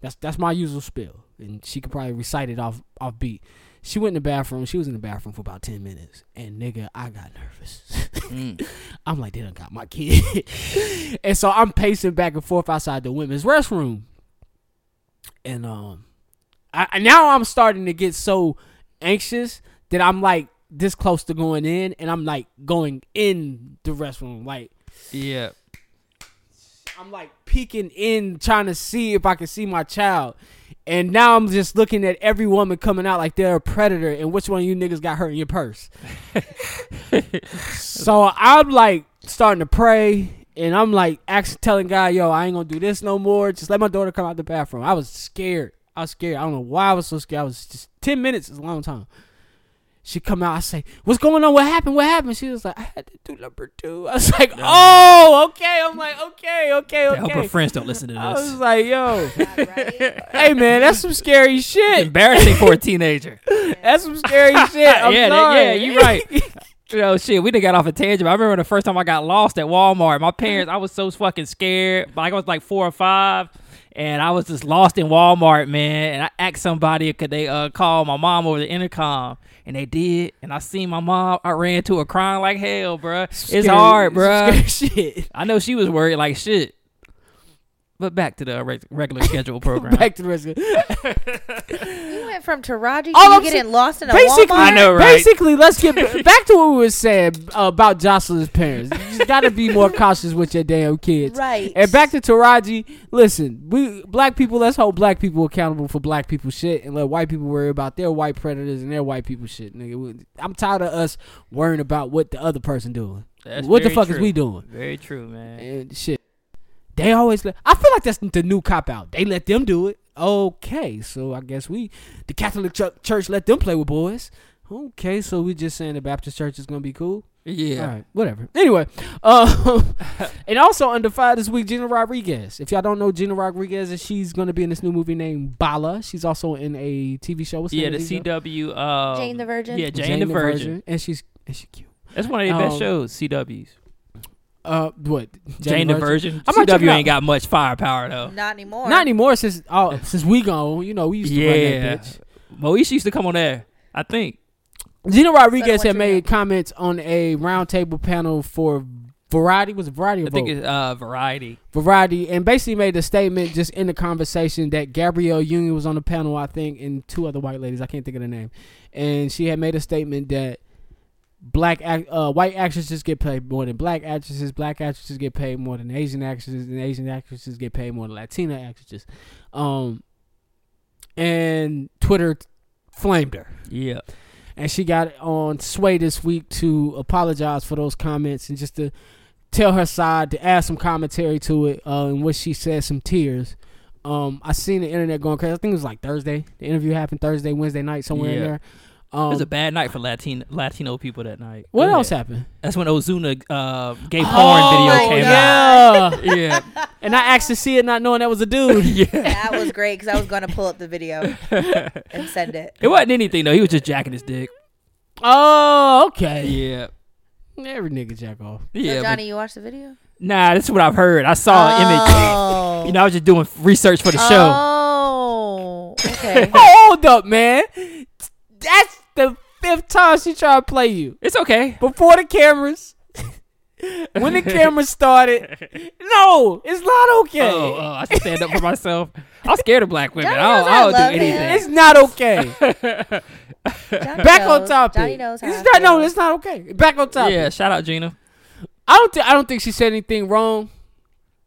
Speaker 1: That's that's my usual spill, and she could probably recite it off off beat. She went in the bathroom. She was in the bathroom for about ten minutes, and nigga, I got nervous. I'm like, they done got my kid, and so I'm pacing back and forth outside the women's restroom, and um, I I- now I'm starting to get so anxious that I'm like this close to going in, and I'm like going in the restroom, like
Speaker 7: Yeah.
Speaker 1: I'm like peeking in, trying to see if I can see my child. And now I'm just looking at every woman coming out like they're a predator, and which one of you niggas got her in your purse? so I'm like starting to pray, and I'm like actually telling God, yo, I ain't gonna do this no more. Just let my daughter come out the bathroom. I was scared. I was scared. I don't know why I was so scared. I was just 10 minutes is a long time. She come out. I say, "What's going on? What happened? What happened?" She was like, "I had to do number two. I was like, "Oh, okay." I'm like, "Okay, okay,
Speaker 7: I hope her
Speaker 1: okay."
Speaker 7: friends don't listen to
Speaker 1: I was
Speaker 7: this.
Speaker 1: like, "Yo, hey man, that's some scary shit.
Speaker 7: Embarrassing for a teenager.
Speaker 1: That's some scary shit." I'm
Speaker 7: yeah, that-
Speaker 1: sorry.
Speaker 7: yeah, you're right. You know, shit, we done got off a tangent. but I remember the first time I got lost at Walmart. My parents, I was so fucking scared. Like I was like four or five, and I was just lost in Walmart, man. And I asked somebody could they uh, call my mom over the intercom, and they did. And I seen my mom. I ran to her crying like hell, bruh.
Speaker 1: Scary-
Speaker 7: It's hard,
Speaker 1: some
Speaker 7: bruh.
Speaker 1: Scary shit.
Speaker 7: I know she was worried like shit. But back to the reg- regular schedule program.
Speaker 1: Back to the rest. Of it.
Speaker 5: You went from Taraji
Speaker 1: All
Speaker 5: to you
Speaker 1: I'm
Speaker 5: getting
Speaker 1: saying-
Speaker 5: lost in a
Speaker 1: Basically,
Speaker 5: Walmart.
Speaker 7: I know, right?
Speaker 1: Basically, let's get back to what we were saying about Jocelyn's parents. You got to be more cautious with your damn kids.
Speaker 5: Right.
Speaker 1: And back to Taraji, listen, we black people, let's hold black people accountable for black people shit and let white people worry about their white predators and their white people shit, nigga. We- I'm tired of us worrying about what the other person doing.
Speaker 7: That's
Speaker 1: what the
Speaker 7: very
Speaker 1: fuck is
Speaker 7: true.
Speaker 1: we doing?
Speaker 7: Very true, man.
Speaker 1: And shit. They always let I feel like that's the new cop out. They let them do it. Okay, so I guess we the Catholic Chu- Church let them play with boys. Okay, so we just saying the Baptist Church is gonna be cool.
Speaker 7: Yeah.
Speaker 1: All right, whatever. Anyway, um, and also undefined this week, Gina Rodriguez. If y'all don't know Gina Rodriguez, is she's going to be in this new movie named Bala. She's also in a TV show. What's
Speaker 7: Yeah,
Speaker 1: name
Speaker 7: the
Speaker 1: of TV show?
Speaker 7: CW. Um,
Speaker 5: Jane the Virgin?
Speaker 7: Yeah, Jane, the, Virgin.
Speaker 1: and she's and she cute.
Speaker 7: That's one of their best
Speaker 1: Um,
Speaker 7: shows. CWs.
Speaker 1: Uh, what
Speaker 7: Jane, the Virgin.
Speaker 1: I'm gonna check it
Speaker 7: CW
Speaker 1: out.
Speaker 7: ain't got much firepower though.
Speaker 5: Not anymore.
Speaker 1: Not anymore since oh since we gone. You know we used to run
Speaker 7: Yeah,
Speaker 1: that bitch.
Speaker 7: Moesha used to come on there. I think.
Speaker 1: Gina Rodriguez
Speaker 5: So
Speaker 1: had
Speaker 5: what's your
Speaker 1: made
Speaker 5: name?
Speaker 1: comments on a roundtable panel for Variety. Was it Variety? Or
Speaker 7: I think
Speaker 1: Vogue?
Speaker 7: it's uh, Variety.
Speaker 1: Variety and basically made a statement just in the conversation that Gabrielle Union was on the panel, I think, and two other white ladies. I can't think of the name. And she had made a statement that black ac- uh, white actresses get paid more than black actresses, black actresses get paid more than Asian actresses, and Asian actresses get paid more than Latina actresses. Um, and Twitter flamed her
Speaker 7: Yeah.
Speaker 1: and she got on Sway this week to apologize for those comments and just to tell her side to add some commentary to it uh, and what she said some tears um, i seen the internet going crazy i think it was like thursday the interview happened thursday wednesday night somewhere in
Speaker 7: Yeah.
Speaker 1: there
Speaker 7: It was
Speaker 1: um,
Speaker 7: a bad night for Latin Latino people that night.
Speaker 1: what
Speaker 7: Yeah.
Speaker 1: else happened
Speaker 7: That's when Ozuna uh, gay
Speaker 1: Oh,
Speaker 7: porn video came
Speaker 1: yeah
Speaker 7: out. Yeah.
Speaker 1: and i asked to see it not knowing that was a dude
Speaker 7: yeah.
Speaker 5: That was great because I was going to pull up the video and send it.
Speaker 7: It wasn't anything though. He was just jacking his dick.
Speaker 1: oh okay
Speaker 7: Yeah.
Speaker 1: every nigga jack off
Speaker 7: Yeah.
Speaker 5: so
Speaker 7: but-
Speaker 5: Johnny, you watched the video?
Speaker 7: Nah, that's what I've heard. I saw an image. You know, I was just doing research for the show.
Speaker 5: Oh, okay.
Speaker 1: hold up man that's the fifth time she tried to play you
Speaker 7: It's okay.
Speaker 1: before the cameras. when the cameras started, no, it's not okay.
Speaker 7: Oh, oh, I should stand up for myself. I'm scared of black women. I
Speaker 5: Johnny
Speaker 7: don't,
Speaker 5: knows I
Speaker 7: I don't
Speaker 5: love
Speaker 7: do anything.
Speaker 1: It's not okay.
Speaker 5: Johnny
Speaker 1: Back
Speaker 5: knows.
Speaker 1: on topic.
Speaker 5: Johnny knows how
Speaker 1: It's
Speaker 5: I
Speaker 1: not, no,
Speaker 5: feel.
Speaker 1: it's not okay. Back on topic.
Speaker 7: Yeah, shout out Gina.
Speaker 1: I don't. Th- I don't think she said anything wrong.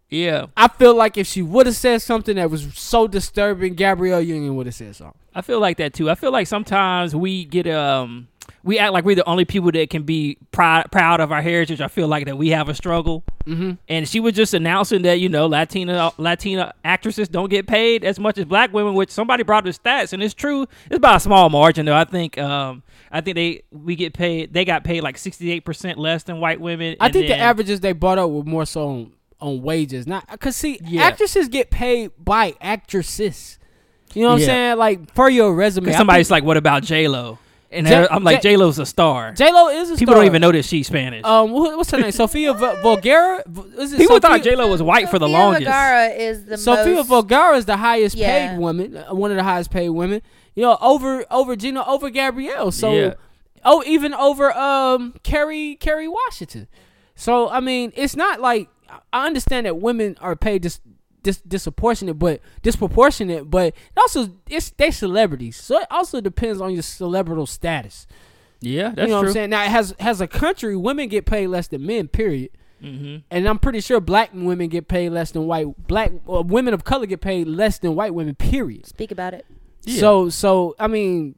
Speaker 7: Yeah,
Speaker 1: I feel like if she would have said something that was so disturbing, Gabrielle Union would have said something.
Speaker 7: I feel like that too. I feel like sometimes we get um we act like we're the only people that can be proud proud of our heritage. I feel like that we have a struggle. Mm-hmm. And she was just announcing that you know Latina Latina actresses don't get paid as much as black women, which somebody brought the stats, and it's true. It's by a small margin though. I think um I think they we get paid they got paid like sixty eight percent less than white women.
Speaker 1: I
Speaker 7: and
Speaker 1: think
Speaker 7: then-
Speaker 1: the averages they brought up were more so on, on wages, not because see,
Speaker 7: Yeah.
Speaker 1: actresses get paid by actresses. You know what
Speaker 7: Yeah.
Speaker 1: I'm saying? Like for your resume,
Speaker 7: 'cause
Speaker 1: I
Speaker 7: somebody's
Speaker 1: think
Speaker 7: like, what about J Lo? And
Speaker 1: J-
Speaker 7: I'm like,
Speaker 1: J-
Speaker 7: J Lo's a star.
Speaker 1: J Lo is a
Speaker 7: people
Speaker 1: star.
Speaker 7: don't even know that she's Spanish.
Speaker 1: Um, wh- what's her name? Sophia v- Vergara. V- Is it
Speaker 7: People
Speaker 1: Sophia?
Speaker 7: thought J Lo was white for the
Speaker 5: Sofia
Speaker 7: longest.
Speaker 5: Vergara is the
Speaker 1: Sophia
Speaker 5: most.
Speaker 1: Vergara is the highest
Speaker 5: Yeah.
Speaker 1: paid woman, uh, one of the highest paid women. You know, over over Gina, over Gabrielle. So,
Speaker 7: Yeah.
Speaker 1: oh, even over um Kerry Kerry Washington. So I mean, it's not like I understand that women are paid dis, dis disproportionate, but disproportionate. But it also, it's they celebrities, so it also depends on your celebrital status.
Speaker 7: Yeah, that's
Speaker 1: You know what
Speaker 7: true.
Speaker 1: I'm saying? Now, has has a country, women get paid less than men. Period. And I'm pretty sure black women get paid less than white black uh, women of color get paid less than white women. Period.
Speaker 5: Speak about it.
Speaker 1: So so I mean,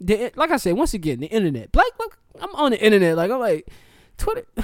Speaker 1: the, like I said, once again, the internet. Black, look, I'm on the internet. Like I'm like Twitter.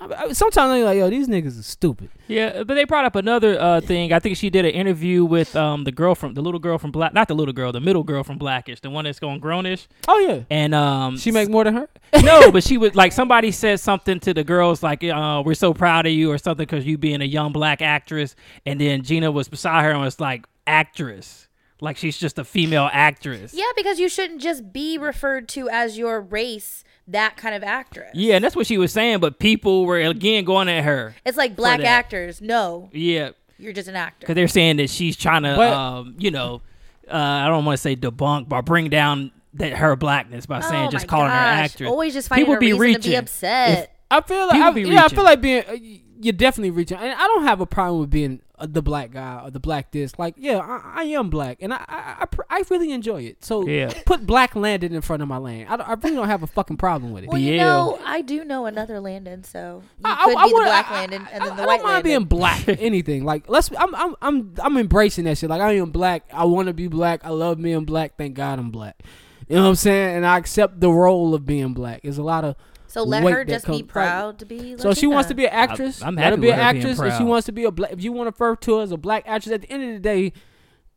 Speaker 1: I- I- Sometimes I'm like, yo, these niggas are stupid.
Speaker 7: Yeah, but they brought up another uh, thing. I think she did an interview with um, the girl from the little girl from Black, not the little girl, the middle girl from Blackish, the one that's going grownish.
Speaker 1: Oh yeah,
Speaker 7: And um,
Speaker 1: she make more than her.
Speaker 7: no, but she was like somebody said something to the girls like, uh, "We're so proud of you" or something because you being a young black actress. And then Gina was beside her and was like, "Actress." Like she's just a female actress.
Speaker 5: Yeah, because you shouldn't just be referred to as your race, that kind of actress.
Speaker 7: Yeah, and that's what she was saying, but people were again going at her.
Speaker 5: It's like black
Speaker 7: that.
Speaker 5: actors. No,
Speaker 7: Yeah,
Speaker 5: you're just an actor.
Speaker 7: because they're saying that she's trying to,
Speaker 1: But-
Speaker 7: um, you know, uh, I don't want to say debunk, but bring down that her blackness by saying
Speaker 5: Oh
Speaker 7: just
Speaker 5: my
Speaker 7: calling her
Speaker 5: gosh.
Speaker 7: actress.
Speaker 5: Always just finding
Speaker 7: People
Speaker 5: a
Speaker 7: be
Speaker 5: reason to be
Speaker 7: reaching.
Speaker 5: upset.
Speaker 1: I feel like
Speaker 7: People
Speaker 1: I,
Speaker 7: be
Speaker 1: yeah, I
Speaker 7: reaching.
Speaker 1: feel like being uh, y- you're definitely reaching, and I don't have a problem with being uh, the black guy or the black this. Like, yeah, I, I am black, and I I, I pr- I really enjoy it. So
Speaker 7: Yeah.
Speaker 1: put black landed in front of my land. I, don't- I really don't have a fucking problem with it.
Speaker 5: well, you
Speaker 7: BL.
Speaker 5: know, I do know another Landon, so you
Speaker 1: I,
Speaker 5: could
Speaker 1: I, I
Speaker 5: be the
Speaker 1: wanna-
Speaker 5: black
Speaker 1: I-
Speaker 5: Landon and
Speaker 1: I-
Speaker 5: then
Speaker 1: I
Speaker 5: the
Speaker 1: don't
Speaker 5: white
Speaker 1: mind being
Speaker 5: Landon.
Speaker 1: black. anything like let's. I'm I'm I'm I'm embracing that shit. Like I am black. I want to be black. I love being black. Thank God I'm black. You know what I'm saying? And I accept the role of being black. There's a lot of
Speaker 5: So let
Speaker 1: weight
Speaker 5: her
Speaker 1: that
Speaker 5: just
Speaker 1: come-
Speaker 5: be
Speaker 1: like,
Speaker 5: proud to be.
Speaker 1: So if she wants to
Speaker 5: Latina.
Speaker 1: be an actress.
Speaker 7: I'm
Speaker 1: let her
Speaker 7: happy
Speaker 1: be
Speaker 7: with
Speaker 1: an
Speaker 7: her being
Speaker 1: actress. If she
Speaker 7: proud.
Speaker 1: wants to be a black, if you want to refer to her as a black actress, at the end of the day,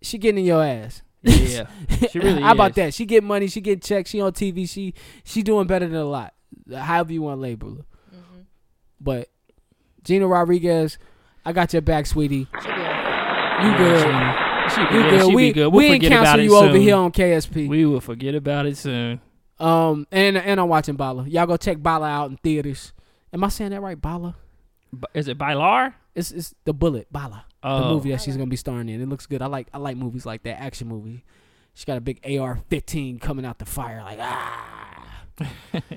Speaker 1: she getting in your ass.
Speaker 7: Yeah, she really.
Speaker 1: How about
Speaker 7: is.
Speaker 1: that? She get money. She get checks. She on TV. She she doing better than a lot. However you want to label her. But Gina Rodriguez, I got your back, sweetie.
Speaker 5: She'll be all right.
Speaker 1: You good?
Speaker 7: She,
Speaker 1: You
Speaker 7: yeah,
Speaker 1: good?
Speaker 7: she
Speaker 1: we
Speaker 7: be good. We'll
Speaker 1: we ain't
Speaker 7: forget about
Speaker 1: counsel
Speaker 7: it
Speaker 1: you
Speaker 7: soon.
Speaker 1: over here on KSP.
Speaker 7: We will forget about it soon.
Speaker 1: um, and and I'm watching Bala. Y'all go check Bala out in theaters. Am I saying that right, Bala?
Speaker 7: B- Is it Bylar?
Speaker 1: It's it's the bullet Bala, the
Speaker 7: Oh.
Speaker 1: movie that she's gonna be starring in. It looks good. I like I like movies like that, action movie. She got a big AR-15 coming out the fire, like ah,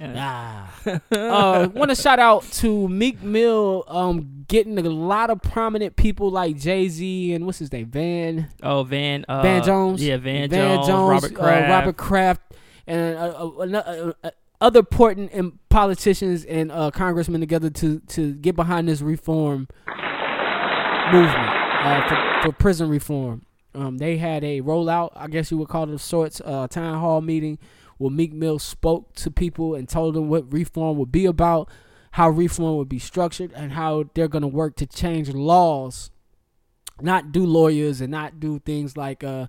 Speaker 1: ah. Uh, Want to shout out to Meek Mill, um, getting a lot of prominent people like Jay Z and what's his name, Van
Speaker 7: Oh, Van. Uh,
Speaker 1: Van Jones,
Speaker 7: Yeah, Van, Jones, Robert
Speaker 1: uh,
Speaker 7: Kraft.
Speaker 1: Robert Kraft, and uh, uh, ano- uh, uh, other important um, politicians and uh, congressmen together to to get behind this reform movement uh, for, for prison reform. Um, they had a rollout, I guess you would call it of sorts, uh, town hall meeting where Meek Mill spoke to people and told them what reform would be about, how reform would be structured, and how they're going to work to change laws, not do lawyers and not do things like uh,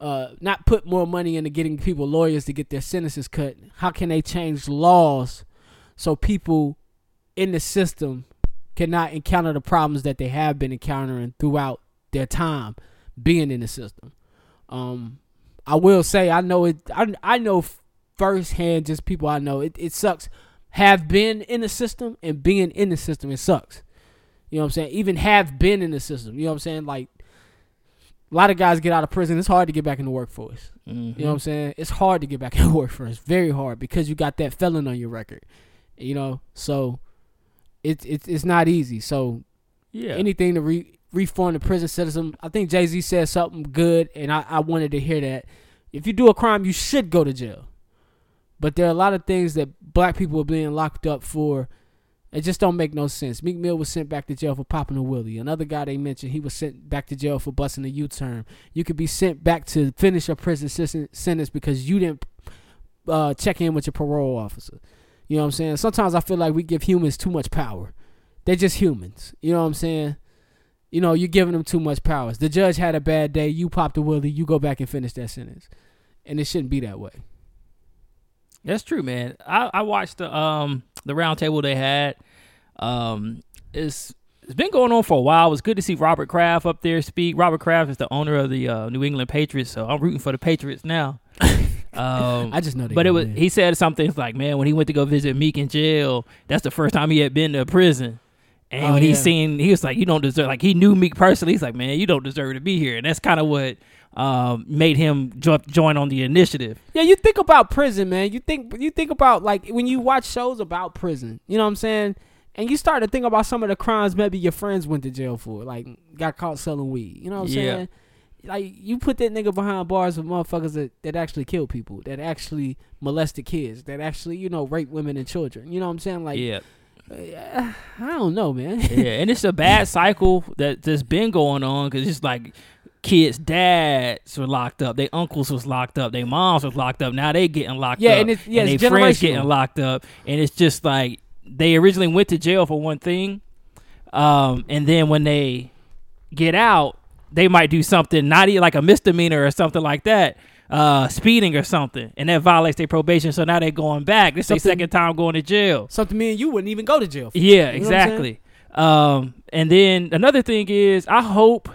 Speaker 1: uh, not put more money into getting people lawyers to get their sentences cut. How can they change laws so people in the system cannot encounter the problems that they have been encountering throughout their time being in the system? Um, I will say I know it. I I know firsthand just people I know. It it sucks. Have been in the system and being in the system it sucks. You know what I'm saying? Even have been in the system. You know what I'm saying? Like a lot of guys get out of prison. It's hard to get back in the workforce. You know what I'm saying? It's hard to get back in the workforce. Very hard because you got that felon on your record. You know, so it's it's it's not easy. So
Speaker 7: Yeah.
Speaker 1: anything to re- reform the prison system. I think Jay Z said something good, and I, I wanted to hear that. If you do a crime, you should go to jail. But there are a lot of things that black people are being locked up for that just don't make no sense. Meek Mill was sent back to jail for popping a Willie. Another guy they mentioned, he was sent back to jail for busting a U turn. You could be sent back to finish your prison sen- sentence because you didn't uh, check in with your parole officer. You know what I'm saying? Sometimes I feel like we give humans too much power they're just humans. You know what I'm saying? You know, you're giving them too much powers. The judge had a bad day. You popped a willy. You go back and finish that sentence, and it shouldn't be that way.
Speaker 7: That's true, man. I, I watched the um the roundtable they had. Um, it's it's been going on for a while. It was good to see Robert Kraft up there speak. Robert Kraft is the owner of the uh, New England Patriots, so I'm rooting for the Patriots now. um,
Speaker 1: I just know they
Speaker 7: but it
Speaker 1: gonna
Speaker 7: was
Speaker 1: win.
Speaker 7: he said something it's like, man, when he went to go visit Meek in jail, that's the first time he had been to prison. And
Speaker 1: Oh,
Speaker 7: when he
Speaker 1: yeah.
Speaker 7: seen, he was like, "You don't deserve." Like he knew Meek personally. He's like, "Man, you don't deserve to be here," and that's kind of what um, made him jo- join on the initiative.
Speaker 1: Yeah, you think about prison, man. You think you think about like when you watch shows about prison. You know what I'm saying? And you start to think about some of the crimes maybe your friends went to jail for, like got caught selling weed. You know what I'm
Speaker 7: Yeah.
Speaker 1: saying? Like you put that nigga behind bars with motherfuckers that, that actually kill people, that actually molested kids, that actually you know rape women and children. You know what I'm saying? Like
Speaker 7: yeah,
Speaker 1: I don't know, man.
Speaker 7: yeah, and it's a bad cycle that that's been going on because it's like kids' dads were locked up, their uncles was locked up, their moms was locked up. Now they getting locked
Speaker 1: Yeah,
Speaker 7: up,
Speaker 1: and it's- yeah, it's
Speaker 7: their friends
Speaker 1: generational.
Speaker 7: getting locked up, and it's just like they originally went to jail for one thing, um, and then when they get out, they might do something not e- like a misdemeanor or something like that, uh, speeding or something, and that violates their probation. So now they're going back. This is their
Speaker 1: Something-
Speaker 7: second time going to jail.
Speaker 1: Something me and you wouldn't even go to jail. For.
Speaker 7: Yeah,
Speaker 1: You know what I'm saying?
Speaker 7: exactly. Um, and then another thing is, I hope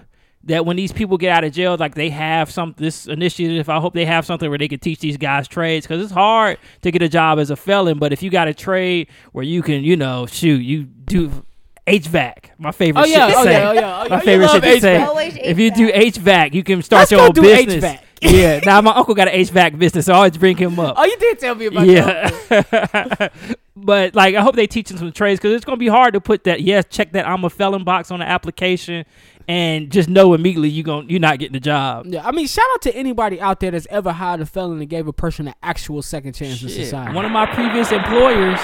Speaker 7: that when these people get out of jail, like they have some this initiative. I hope they have something where they can teach these guys trades because it's hard to get a job as a felon. But if you got a trade where you can, you know, shoot, you do HVAC. My favorite.
Speaker 1: Oh, yeah,
Speaker 7: shit to
Speaker 1: oh,
Speaker 7: say.
Speaker 1: yeah, oh, yeah, oh, yeah.
Speaker 7: My
Speaker 1: You
Speaker 7: favorite
Speaker 1: love
Speaker 7: shit to say.
Speaker 1: HVAC.
Speaker 5: Always
Speaker 7: If you do HVAC, you can start
Speaker 1: Let's
Speaker 7: your
Speaker 1: go
Speaker 7: own
Speaker 1: do
Speaker 7: business.
Speaker 1: HVAC.
Speaker 7: yeah. Now my uncle got an HVAC business, so I always bring him up
Speaker 1: Oh, you did tell me about that.
Speaker 7: yeah. but like, I hope they teach them some trades because it's gonna be hard to put that. Yes, check that I'm a felon box on the application, and just know immediately you going you're not getting the job.
Speaker 1: Yeah, I mean, shout out to anybody out there that's ever hired a felon and gave a person an actual second chance in
Speaker 7: Shit.
Speaker 1: society.
Speaker 7: One of my previous employers,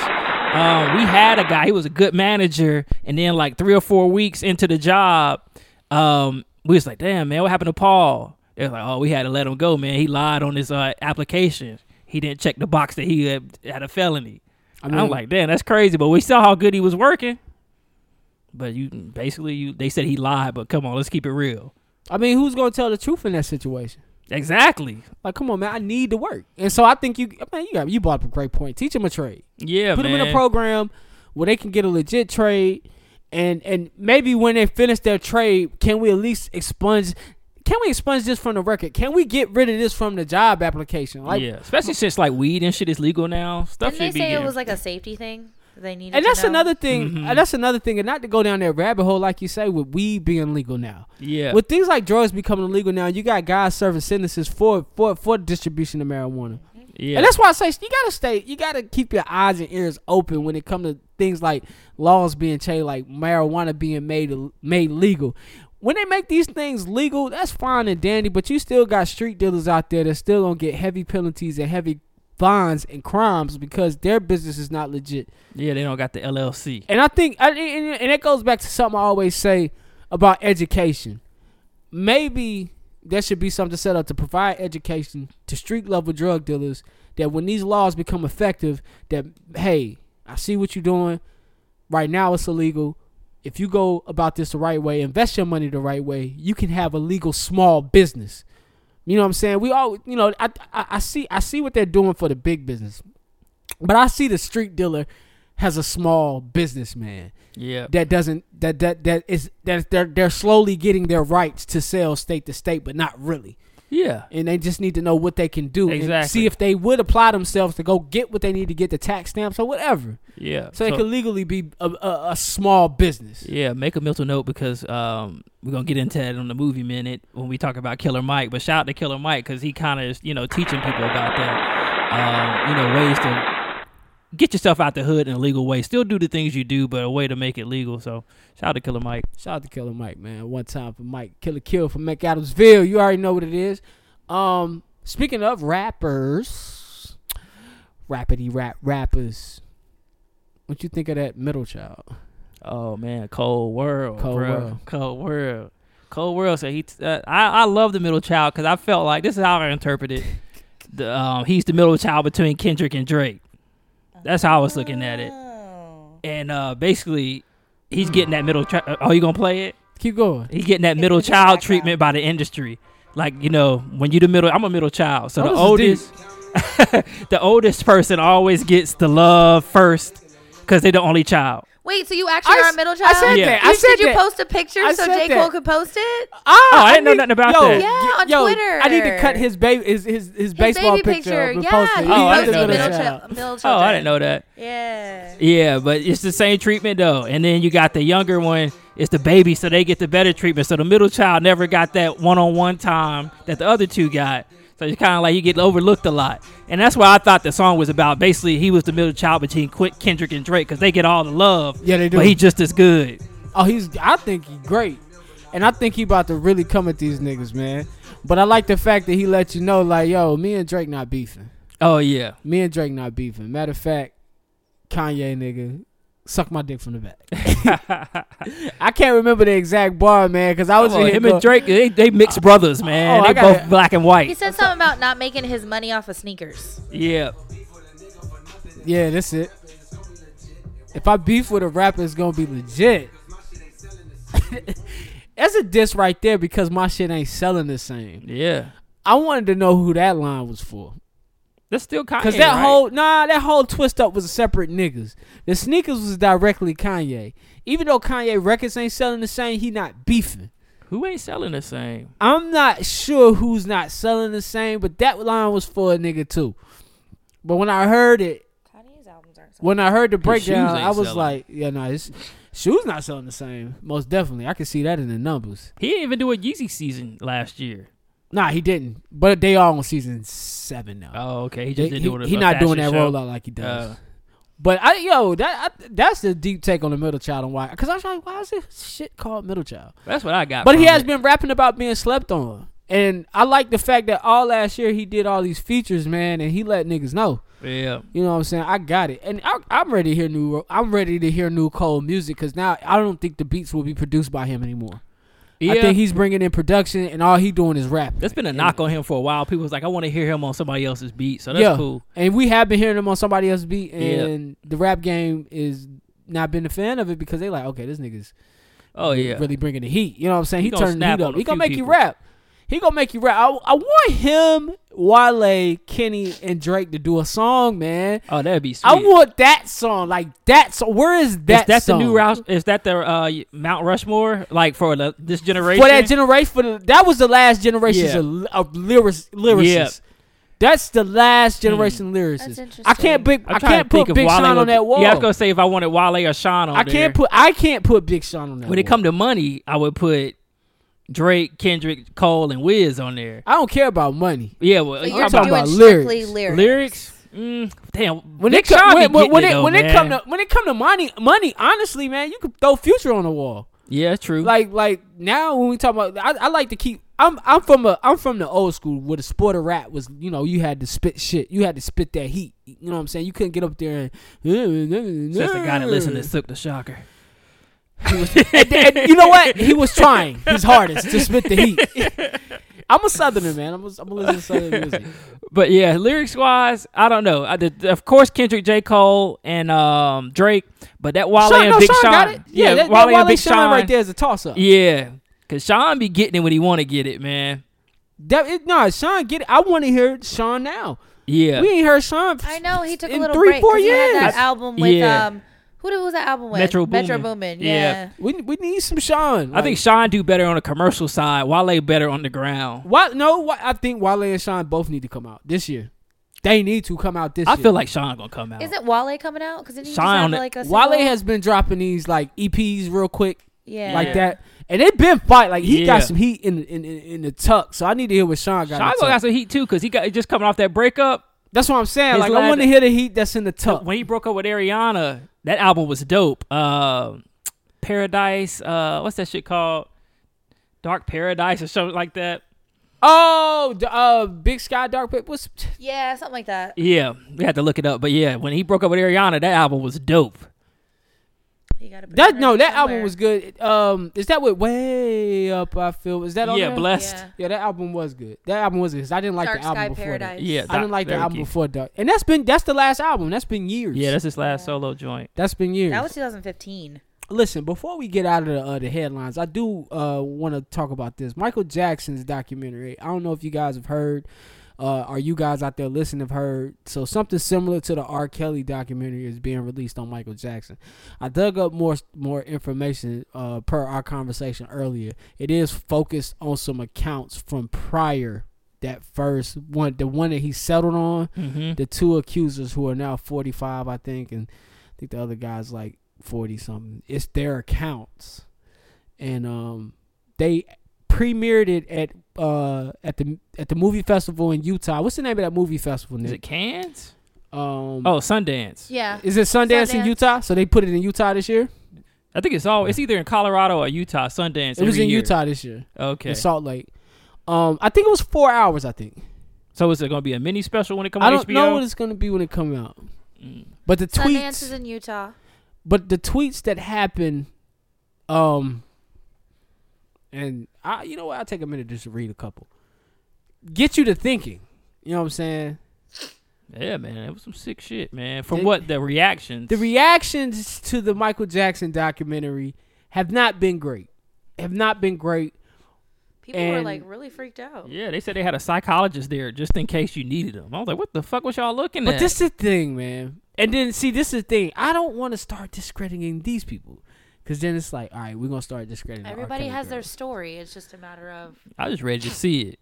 Speaker 7: um, we had a guy. He was a good manager, and then like three or four weeks into the job, um, we was like, "Damn, man, what happened to Paul?" They was like, "Oh, we had to let him go, man. He lied on his uh, application. He didn't check the box that he had, had a felony." I am
Speaker 1: mean-
Speaker 7: like, "Damn, that's crazy." But we saw how good he was working. But you basically, you they said he lied. But come on, let's keep it real.
Speaker 1: I mean, who's gonna tell the truth in that situation?
Speaker 7: Exactly.
Speaker 1: Like, come on, man, I need to work. And so I think you, man, you got you brought up a great point. Teach them a trade.
Speaker 7: Yeah,
Speaker 1: Put
Speaker 7: man.
Speaker 1: them in a program where they can get a legit trade, and and maybe when they finish their trade, can we at least expunge? Can we expunge this from the record? Can we get rid of this from the job application? Like,
Speaker 7: yeah, especially since like weed and shit is legal now. Stuff
Speaker 5: Didn't they
Speaker 7: should be
Speaker 5: say it
Speaker 7: getting-
Speaker 5: was like a safety thing? that They needed
Speaker 1: and
Speaker 5: to
Speaker 1: that's
Speaker 5: know?
Speaker 1: another thing.
Speaker 7: Mm-hmm.
Speaker 1: and that's another thing, and not to go down that rabbit hole like you say with weed being legal now.
Speaker 7: yeah.
Speaker 1: With things like drugs becoming illegal now, you got guys serving sentences for for for distribution of marijuana,
Speaker 7: yeah.
Speaker 1: and that's why I say you gotta stay, you gotta keep your eyes and ears open when it comes to things like laws being changed, like marijuana being made made legal. When they make these things legal, that's fine and dandy, but you still got street dealers out there that still gonna get heavy penalties and heavy fines and crimes because their business is not legit.
Speaker 7: yeah, they don't got the LLC.
Speaker 1: And I think, I- and, and it goes back to something I always say about education. Maybe there should be something set up to provide education to street level drug dealers that when these laws become effective, that hey, I see what you're doing. Right now, it's illegal. If you go about this the right way, invest your money the right way, you can have a legal small business. You know what I'm saying? We all, you know, I, I, I see, I see what they're doing for the big business, but I see the street dealer has a small businessman
Speaker 7: Yeah.
Speaker 1: that doesn't that that that is that they're they're slowly getting their rights to sell state to state, but not really.
Speaker 7: yeah.
Speaker 1: And they just need to know what they can do
Speaker 7: Exactly.
Speaker 1: and see if they would apply themselves to go get what they need to get the tax stamps or whatever,
Speaker 7: Yeah.
Speaker 1: so, they could legally be a, a, a small business.
Speaker 7: yeah, make a mental note because um, we're gonna get into that on the movie minute when we talk about Killer Mike. But shout out to Killer Mike because he kind of is you know teaching people about that, um, you know ways to get yourself out the hood in a legal way. Still do the things you do, but a way to make it legal. So shout out to Killer Mike.
Speaker 1: Shout out to Killer Mike, man. One time for Mike, Killer Kill from McAdamsville. You already know what it is. Um, speaking of rappers, rapidy rap rappers. What you think of that middle child?
Speaker 7: Oh man, Cold World,
Speaker 1: Cold
Speaker 7: Cold bro.
Speaker 1: World.
Speaker 7: World, Cold World, Cold World. So he, t- uh, I, I love the middle child because I felt like this is how I interpret it. The um, he's the middle child between Kendrick and Drake. That's how I was looking at it,
Speaker 5: Oh.
Speaker 7: and uh, basically, he's getting that middle. Tra- oh, you gonna play it?
Speaker 1: Keep going.
Speaker 7: He's getting that middle child treatment by the industry. Like you know, when you the middle, I'm a middle child. So the
Speaker 1: Oh, this
Speaker 7: oldest, the oldest person always gets the love first because they're the only child.
Speaker 5: Wait, so you actually
Speaker 1: I
Speaker 5: are a
Speaker 1: s-
Speaker 5: middle
Speaker 1: I
Speaker 5: child?
Speaker 1: said
Speaker 7: Yeah.
Speaker 1: that.
Speaker 5: You-
Speaker 1: I said
Speaker 5: Did you
Speaker 1: that.
Speaker 5: post a picture
Speaker 1: I
Speaker 5: so
Speaker 1: said
Speaker 5: J.
Speaker 1: that.
Speaker 5: Cole could post it?
Speaker 1: Ah,
Speaker 7: Oh, I didn't know nothing about that.
Speaker 5: Yeah,
Speaker 1: yo,
Speaker 5: on
Speaker 1: I need to cut
Speaker 5: Twitter.
Speaker 1: his baby his his, his
Speaker 5: His
Speaker 1: baseball
Speaker 5: baby
Speaker 1: picture.
Speaker 5: Yeah,
Speaker 1: posted.
Speaker 5: he
Speaker 7: Oh, I
Speaker 5: posted
Speaker 7: didn't know
Speaker 5: middle,
Speaker 7: that.
Speaker 5: child. middle
Speaker 7: Oh,
Speaker 5: children.
Speaker 7: I didn't know that.
Speaker 5: Yeah.
Speaker 7: Yeah, but it's the same treatment though. And then you got the younger one, it's the baby, so they get the better treatment. So the middle child never got that one on one time that the other two got. So it's kind of like you get overlooked a lot. And that's why I thought the song was about. Basically, he was the middle child between Qu- Kendrick and Drake because they get all the love.
Speaker 1: Yeah, they do.
Speaker 7: But he just as good.
Speaker 1: Oh, he's. I think he's great, and I think he about to really come at these niggas, man. But I like the fact that he let you know, like, yo, me and Drake not beefing.
Speaker 7: Oh, yeah.
Speaker 1: Me and Drake not beefing. Matter of fact, Kanye nigga, suck my dick from the back. I can't remember the exact bar, man, because I was
Speaker 7: Oh,
Speaker 1: in here
Speaker 7: him
Speaker 1: go-
Speaker 7: and Drake, they, they mixed brothers, man.
Speaker 1: uh, oh, I
Speaker 7: they
Speaker 1: got
Speaker 7: both
Speaker 1: it.
Speaker 7: black and
Speaker 5: He
Speaker 7: white.
Speaker 5: said something about not making his money off of sneakers.
Speaker 7: Yeah.
Speaker 1: Yeah, that's it. If I beef with a rapper, it's gonna be legit. That's a diss right there because my shit ain't selling the same.
Speaker 7: Yeah.
Speaker 1: I wanted to know who that line was for.
Speaker 7: That's still Kanye.
Speaker 1: Cause that
Speaker 7: right?
Speaker 1: whole nah, that whole twist up was a separate niggas. The sneakers was directly Kanye. Even though Kanye records ain't selling the same, he not beefing.
Speaker 7: who ain't selling the same.
Speaker 1: I'm not sure who's not selling the same, but that line was for a nigga too. But when I heard it,
Speaker 5: Kanye's albums aren't. so-
Speaker 1: when I heard the
Speaker 7: shoes
Speaker 1: breakdown,
Speaker 7: ain't
Speaker 1: I was
Speaker 7: selling.
Speaker 1: like, yeah, no, his shoes not selling the same. Most definitely, I can see that in the numbers.
Speaker 7: He didn't even do a Yeezy season last year.
Speaker 1: Nah, he didn't. But they are on season seven now.
Speaker 7: Oh, okay. He
Speaker 1: They-
Speaker 7: just didn't
Speaker 1: he,
Speaker 7: do it.
Speaker 1: he not doing that rollout like he does.
Speaker 7: Uh.
Speaker 1: but I yo that I, that's the deep take on the middle child and why because I was like why is this shit called middle child?
Speaker 7: That's what I got.
Speaker 1: But he
Speaker 7: from
Speaker 1: has
Speaker 7: it.
Speaker 1: been rapping about being slept on, and I like the fact that all last year he did all these features, man, and he let niggas know.
Speaker 7: Yeah.
Speaker 1: You know what I'm saying? I got it, and I, I'm ready to hear new. I'm ready to hear new Cole music because now I don't think the beats will be produced by him anymore.
Speaker 7: yeah.
Speaker 1: I think he's bringing in production, and all he doing is rap.
Speaker 7: That's been a knock on him for a while. People was like, I want to hear him on somebody else's beat. So that's cool.
Speaker 1: And we have been hearing him on somebody else's beat,
Speaker 7: Yeah.
Speaker 1: and the rap game is not been a fan of it because they like, okay, this nigga's
Speaker 7: Oh yeah.
Speaker 1: really bringing the heat. You know what I'm saying?
Speaker 7: He
Speaker 1: He,
Speaker 7: gonna
Speaker 1: turning the
Speaker 7: snap
Speaker 1: heat
Speaker 7: on
Speaker 1: up.
Speaker 7: a
Speaker 1: He gonna
Speaker 7: few
Speaker 1: make you
Speaker 7: people.
Speaker 1: rap. He gonna make you rap. I, I want him, Wale, Kenny, and Drake to do a song, man.
Speaker 7: Oh, that'd be sweet.
Speaker 1: I want that song, like that. So where is that?
Speaker 7: is that
Speaker 1: song?
Speaker 7: the new route? Is that the uh, Mount Rushmore like for the, this generation?
Speaker 1: for that generation? For the, that was the last generation
Speaker 7: Yeah.
Speaker 1: of, of lyrics, lyricists.
Speaker 7: Yep.
Speaker 1: That's the last generation lyricists. I
Speaker 5: interesting.
Speaker 1: can't big,
Speaker 7: Mm. I'm
Speaker 1: I
Speaker 7: trying to
Speaker 1: can't put
Speaker 7: think of
Speaker 1: Big
Speaker 7: Wale
Speaker 1: Sean
Speaker 7: would-
Speaker 1: on that wall.
Speaker 7: Yeah, I was gonna say if I wanted Wale or Sean on
Speaker 1: I
Speaker 7: there.
Speaker 1: can't put I can't put Big Sean on that.
Speaker 7: When it
Speaker 1: wall.
Speaker 7: come to money, I would put Drake, Kendrick, Cole, and Wiz on there.
Speaker 1: I don't care about money.
Speaker 7: Yeah, well,
Speaker 5: So
Speaker 7: I'm
Speaker 5: you're
Speaker 1: talking
Speaker 5: doing
Speaker 1: about
Speaker 5: strictly
Speaker 1: lyrics.
Speaker 5: lyrics.
Speaker 7: lyrics. Mm, damn,
Speaker 1: When
Speaker 7: Big
Speaker 1: it come
Speaker 7: Sean be
Speaker 1: when,
Speaker 7: getting
Speaker 1: when, when
Speaker 7: it,
Speaker 1: it,
Speaker 7: though,
Speaker 1: when it
Speaker 7: man.
Speaker 1: come to when it come to money money honestly man you could throw Future on the wall
Speaker 7: yeah, true.
Speaker 1: like like now when we talk about I, I like to keep I'm I'm from a I'm from the old school where the sport of rap was you know you had to spit shit you had to spit that heat you know what I'm saying you couldn't get up there and
Speaker 7: That's the guy that listened to Sook the Shocker.
Speaker 1: and, and you know what? He was trying his hardest to spit the heat. I'm a southerner, man. I'm a, I'm a listen to southern music.
Speaker 7: But yeah, lyrics wise, I don't know. I did, of course, Kendrick, J. Cole, and um, Drake, but that Wale
Speaker 1: Sean,
Speaker 7: and
Speaker 1: no,
Speaker 7: Big
Speaker 1: Sean
Speaker 7: Sean,
Speaker 1: got it. Yeah, that,
Speaker 7: Wale,
Speaker 1: that Wale
Speaker 7: and Big
Speaker 1: Sean, right there is a toss up.
Speaker 7: Yeah, cause Sean be getting it when he want to get it, man.
Speaker 1: That, it, nah, Sean, get it. I want to hear Sean now.
Speaker 7: Yeah,
Speaker 1: We ain't heard Sean.
Speaker 5: I know he took a
Speaker 1: in
Speaker 5: little
Speaker 1: three,
Speaker 5: break.
Speaker 1: four
Speaker 5: 'cause He had
Speaker 1: years.
Speaker 5: that album with
Speaker 7: Yeah.
Speaker 5: um, who did- was that album with?
Speaker 7: Metro Boomin.
Speaker 5: Boomin,
Speaker 7: Yeah.
Speaker 5: Yeah.
Speaker 1: We we need some Sean.
Speaker 7: I think Sean do better on the commercial side. Wale better on the ground.
Speaker 1: Why, no, why, I think Wale and Sean both need to come out this year. They need to come out this
Speaker 7: I
Speaker 1: year.
Speaker 7: feel like Sean gonna come out.
Speaker 5: Isn't Wale coming out? Because he just
Speaker 7: Shine
Speaker 5: have
Speaker 7: on it.
Speaker 5: like a
Speaker 1: Wale
Speaker 5: single?
Speaker 1: has been dropping these like EPs real quick.
Speaker 5: yeah
Speaker 1: like that. And it been fight. Like
Speaker 7: Yeah.
Speaker 1: he got some heat in in, in in the tuck. So I need to hear what Sean got. in
Speaker 7: Sean
Speaker 1: the
Speaker 7: gonna
Speaker 1: tuck.
Speaker 7: got some heat too, cause he got just coming off that breakup.
Speaker 1: That's what I'm saying.
Speaker 7: His
Speaker 1: like
Speaker 7: last-
Speaker 1: I want to hear the heat that's in the tuck.
Speaker 7: when he broke up with Ariana, that album was dope. Uh, Paradise, uh, what's that shit called? Dark Paradise or something like that.
Speaker 1: Oh, d- uh, Big Sky Dark Pit. What's
Speaker 5: yeah something like that.
Speaker 7: Yeah, we had to look it up. But yeah, when he broke up with Ariana, that album was dope.
Speaker 5: You gotta put
Speaker 1: that?
Speaker 5: it
Speaker 1: No, that
Speaker 5: somewhere.
Speaker 1: album was good. Um, is that what way up? I feel is that on
Speaker 7: yeah,
Speaker 1: there?
Speaker 7: blessed.
Speaker 5: Yeah.
Speaker 1: Yeah, that album was good. That album was good. 'cause I didn't like
Speaker 5: Dark
Speaker 1: the album
Speaker 5: Sky
Speaker 1: before
Speaker 5: Paradise.
Speaker 1: that.
Speaker 7: Yeah,
Speaker 1: I didn't like the
Speaker 7: Very
Speaker 1: album
Speaker 7: cute.
Speaker 1: before Dark, and that's been that's the last album. That's been years.
Speaker 7: Yeah, that's his last solo joint.
Speaker 1: that's been years.
Speaker 5: That was 2015.
Speaker 1: Listen, before we get out of the, uh, the headlines, I do uh, want to talk about this Michael Jackson's documentary. I don't know if you guys have heard, uh, or you guys out there listening have heard. So something similar to the R. Kelly documentary is being released on Michael Jackson. I dug up more more information uh, per our conversation earlier. It is focused on some accounts from prior that first one, the one that he settled on,
Speaker 7: Mm-hmm.
Speaker 1: the two accusers who are now 45, I think, and I think the other guy's like 40 something. It's their accounts. And um they premiered it at uh at the at the movie festival in Utah. What's the name of that movie festival,
Speaker 7: Is it
Speaker 1: Nick?
Speaker 7: Cans?
Speaker 1: Um
Speaker 7: Oh, Sundance.
Speaker 5: Yeah.
Speaker 1: is it Sundance, in
Speaker 5: Sundance.
Speaker 1: Utah? So they put it in Utah this year?
Speaker 7: I think it's all. It's either in Colorado or Utah. Sundance.
Speaker 1: it was
Speaker 7: every
Speaker 1: in
Speaker 7: year.
Speaker 1: Utah this year.
Speaker 7: Okay.
Speaker 1: In Salt Lake. Um I think it was 4 hours, I think.
Speaker 7: So is it gonna be a mini special when it comes
Speaker 1: I
Speaker 7: to
Speaker 1: don't
Speaker 7: HBO?
Speaker 1: know what it's going to be when it comes out.
Speaker 7: Mm.
Speaker 1: But the
Speaker 5: Sundance
Speaker 1: tweets
Speaker 5: is in Utah.
Speaker 1: but the tweets that happen, um, and I, you know what, I'll take a minute just to read a couple. Get you to thinking. You know what I'm saying?
Speaker 7: Yeah, man, it was some sick shit, man. From
Speaker 1: The-
Speaker 7: what the reactions,
Speaker 1: The reactions to the Michael Jackson documentary have not been great. Have not been great.
Speaker 5: People were
Speaker 1: And-
Speaker 5: like really freaked out.
Speaker 7: yeah, they said they had a psychologist there just in case you needed them. I was like, what the fuck was y'all looking
Speaker 1: But
Speaker 7: at?
Speaker 1: this is the thing, man. And then see, this is the thing. I don't want to start discrediting these people, because then it's like, all right, we're gonna start discrediting. the R.
Speaker 5: Everybody
Speaker 1: Kelly
Speaker 5: has their
Speaker 1: girls.
Speaker 5: story. It's just a matter of
Speaker 7: I was ready to see it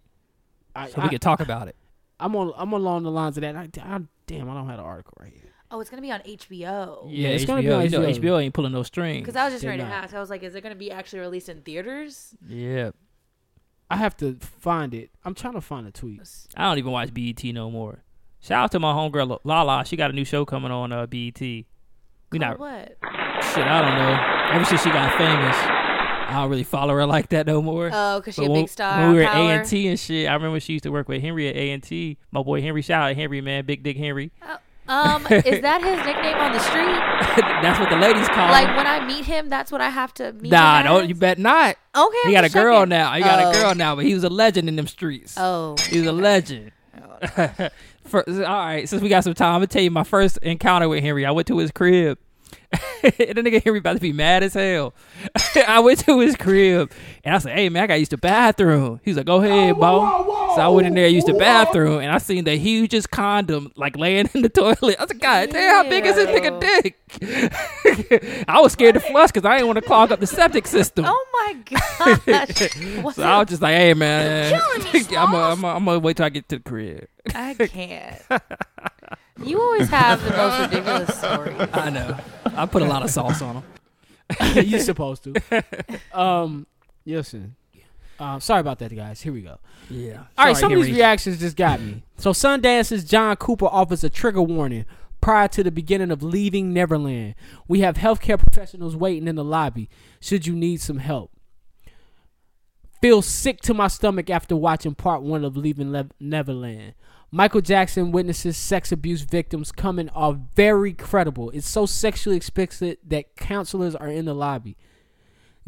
Speaker 1: I,
Speaker 7: so we could talk about it.
Speaker 1: am on. I'm along the lines of that. I, I, damn, I don't have an article right here.
Speaker 5: oh, it's gonna be on HBO.
Speaker 7: Yeah,
Speaker 1: it's
Speaker 7: HBO,
Speaker 1: gonna be on
Speaker 7: you know,
Speaker 1: HBO.
Speaker 7: HBO ain't pulling no strings.
Speaker 5: Because I was just
Speaker 1: They're
Speaker 5: ready to
Speaker 1: not.
Speaker 5: ask. I was like, is it gonna be actually released in theaters?
Speaker 7: yeah,
Speaker 1: I have to find it. I'm trying to find a tweet.
Speaker 7: I don't even watch BET no more. Shout out to my homegirl Lala. She got a new show coming on uh, BET. We not
Speaker 5: Or Oh, what?
Speaker 7: shit. I don't know. Ever since she got famous, I don't really follow her like that no more.
Speaker 5: Oh, because she
Speaker 7: But
Speaker 5: a
Speaker 7: when,
Speaker 5: big star.
Speaker 7: When we were at
Speaker 5: power.
Speaker 7: A&T and shit, I remember she used to work with Henry at A&T. My boy Henry, shout out Henry, man, Big Dick Henry.
Speaker 5: Oh, um, is that his nickname on the street?
Speaker 7: That's what the ladies call
Speaker 5: Like
Speaker 7: him.
Speaker 5: when I meet him, that's what I have to meet.
Speaker 7: Um, Nah,
Speaker 5: him
Speaker 7: don't
Speaker 5: as?
Speaker 7: you bet not.
Speaker 5: Okay,
Speaker 7: He got a girl now. He got a
Speaker 5: Oh.
Speaker 7: girl now, but he was a legend in them streets.
Speaker 5: Oh,
Speaker 7: He was a legend. For, all right, since we got some time, I'm gonna tell you my first encounter with Henry. I went to his crib. and the nigga Henry about to be mad as hell. I went to his crib and I said, "Hey man, I got used to bathroom." He was like, "Go ahead, bo." So I went in there, used the bathroom, and I seen the hugest condom like laying in the toilet. I said, "God damn, how big is this nigga dick?" I was scared to flush because I didn't want to clog up the septic system.
Speaker 5: oh my gosh! What
Speaker 7: So I was just like, "Hey man,
Speaker 5: killing me,
Speaker 7: I'm gonna I'm I'm wait till I get to the crib."
Speaker 5: I can't. You always have the most ridiculous stories.
Speaker 7: I know. I put a lot of sauce on them.
Speaker 1: you supposed to. Um, listen. Um, sorry about that, guys. Here we go.
Speaker 7: Yeah.
Speaker 1: All right, some of these reactions just got me. So Sundance's John Cooper offers a trigger warning prior to the beginning of leaving Neverland. We have healthcare professionals waiting in the lobby should you need some help. Feel sick to my stomach after watching part one of Leaving Le- Neverland. Michael Jackson witnesses sex abuse victims coming off very credible. It's so sexually explicit that counselors are in the lobby.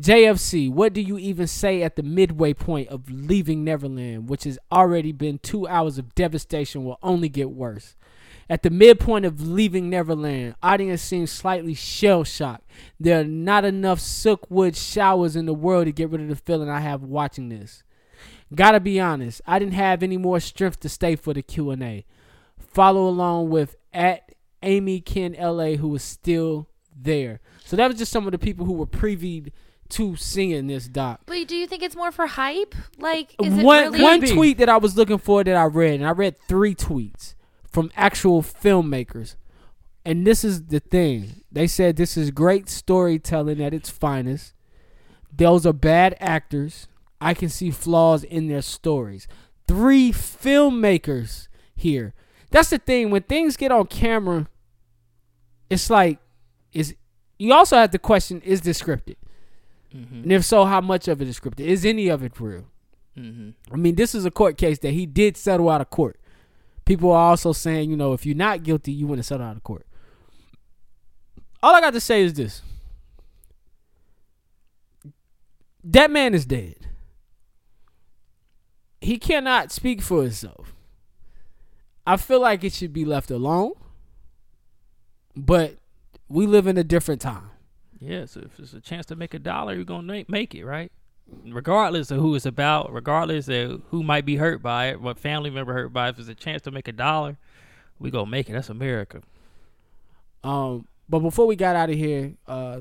Speaker 1: JFC, what do you even say at the midway point of leaving Neverland, which has already been two hours of devastation, will only get worse? At the midpoint of leaving Neverland, audience seems slightly shell shocked. There are not enough Silkwood showers in the world to get rid of the feeling I have watching this. Gotta be honest, I didn't have any more strength to stay for the Q and A. Follow along with at Amy Ken LA, who was still there. So that was just some of the people who were previewed to seeing this doc.
Speaker 5: But do you think it's more for hype? Like, is it
Speaker 1: one
Speaker 5: really?
Speaker 1: one tweet that I was looking for that I read, and I read three tweets from actual filmmakers. And this is the thing. They said this is great storytelling at its finest. Those are bad actors. I can see flaws in their stories. Three filmmakers here. That's the thing. When things get on camera, it's like is you also have to question is this scripted? And if so, how much of it is scripted? Is any of it real? I mean, this is a court case that he did settle out of court. People are also saying, you know, if you're not guilty, you wouldn't settle out of court. All I got to say is this that man is dead. He cannot speak for himself. I feel like it should be left alone, but we live in a different time.
Speaker 7: Yeah, so if it's a chance to make a dollar, you're gonna make, make it, right? Regardless of who it's about, regardless of who might be hurt by it, what family member hurt by it, if it's a chance to make a dollar, we gonna make it. That's America.
Speaker 1: Um, but before we got out of here, uh,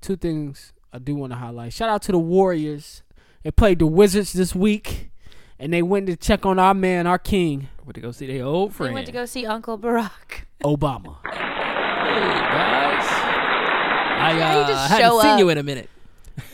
Speaker 1: two things I do want to highlight. Shout out to the Warriors. They played the Wizards this week, and they went to check on our man, our king,
Speaker 7: Went to go see their old
Speaker 5: We
Speaker 7: friend.
Speaker 5: went to go see Uncle Barack.
Speaker 1: Obama.
Speaker 7: Hey guys,
Speaker 5: How
Speaker 7: I
Speaker 5: you
Speaker 7: uh,
Speaker 5: just
Speaker 7: hadn't
Speaker 5: show
Speaker 7: seen
Speaker 5: up?
Speaker 7: you in a minute.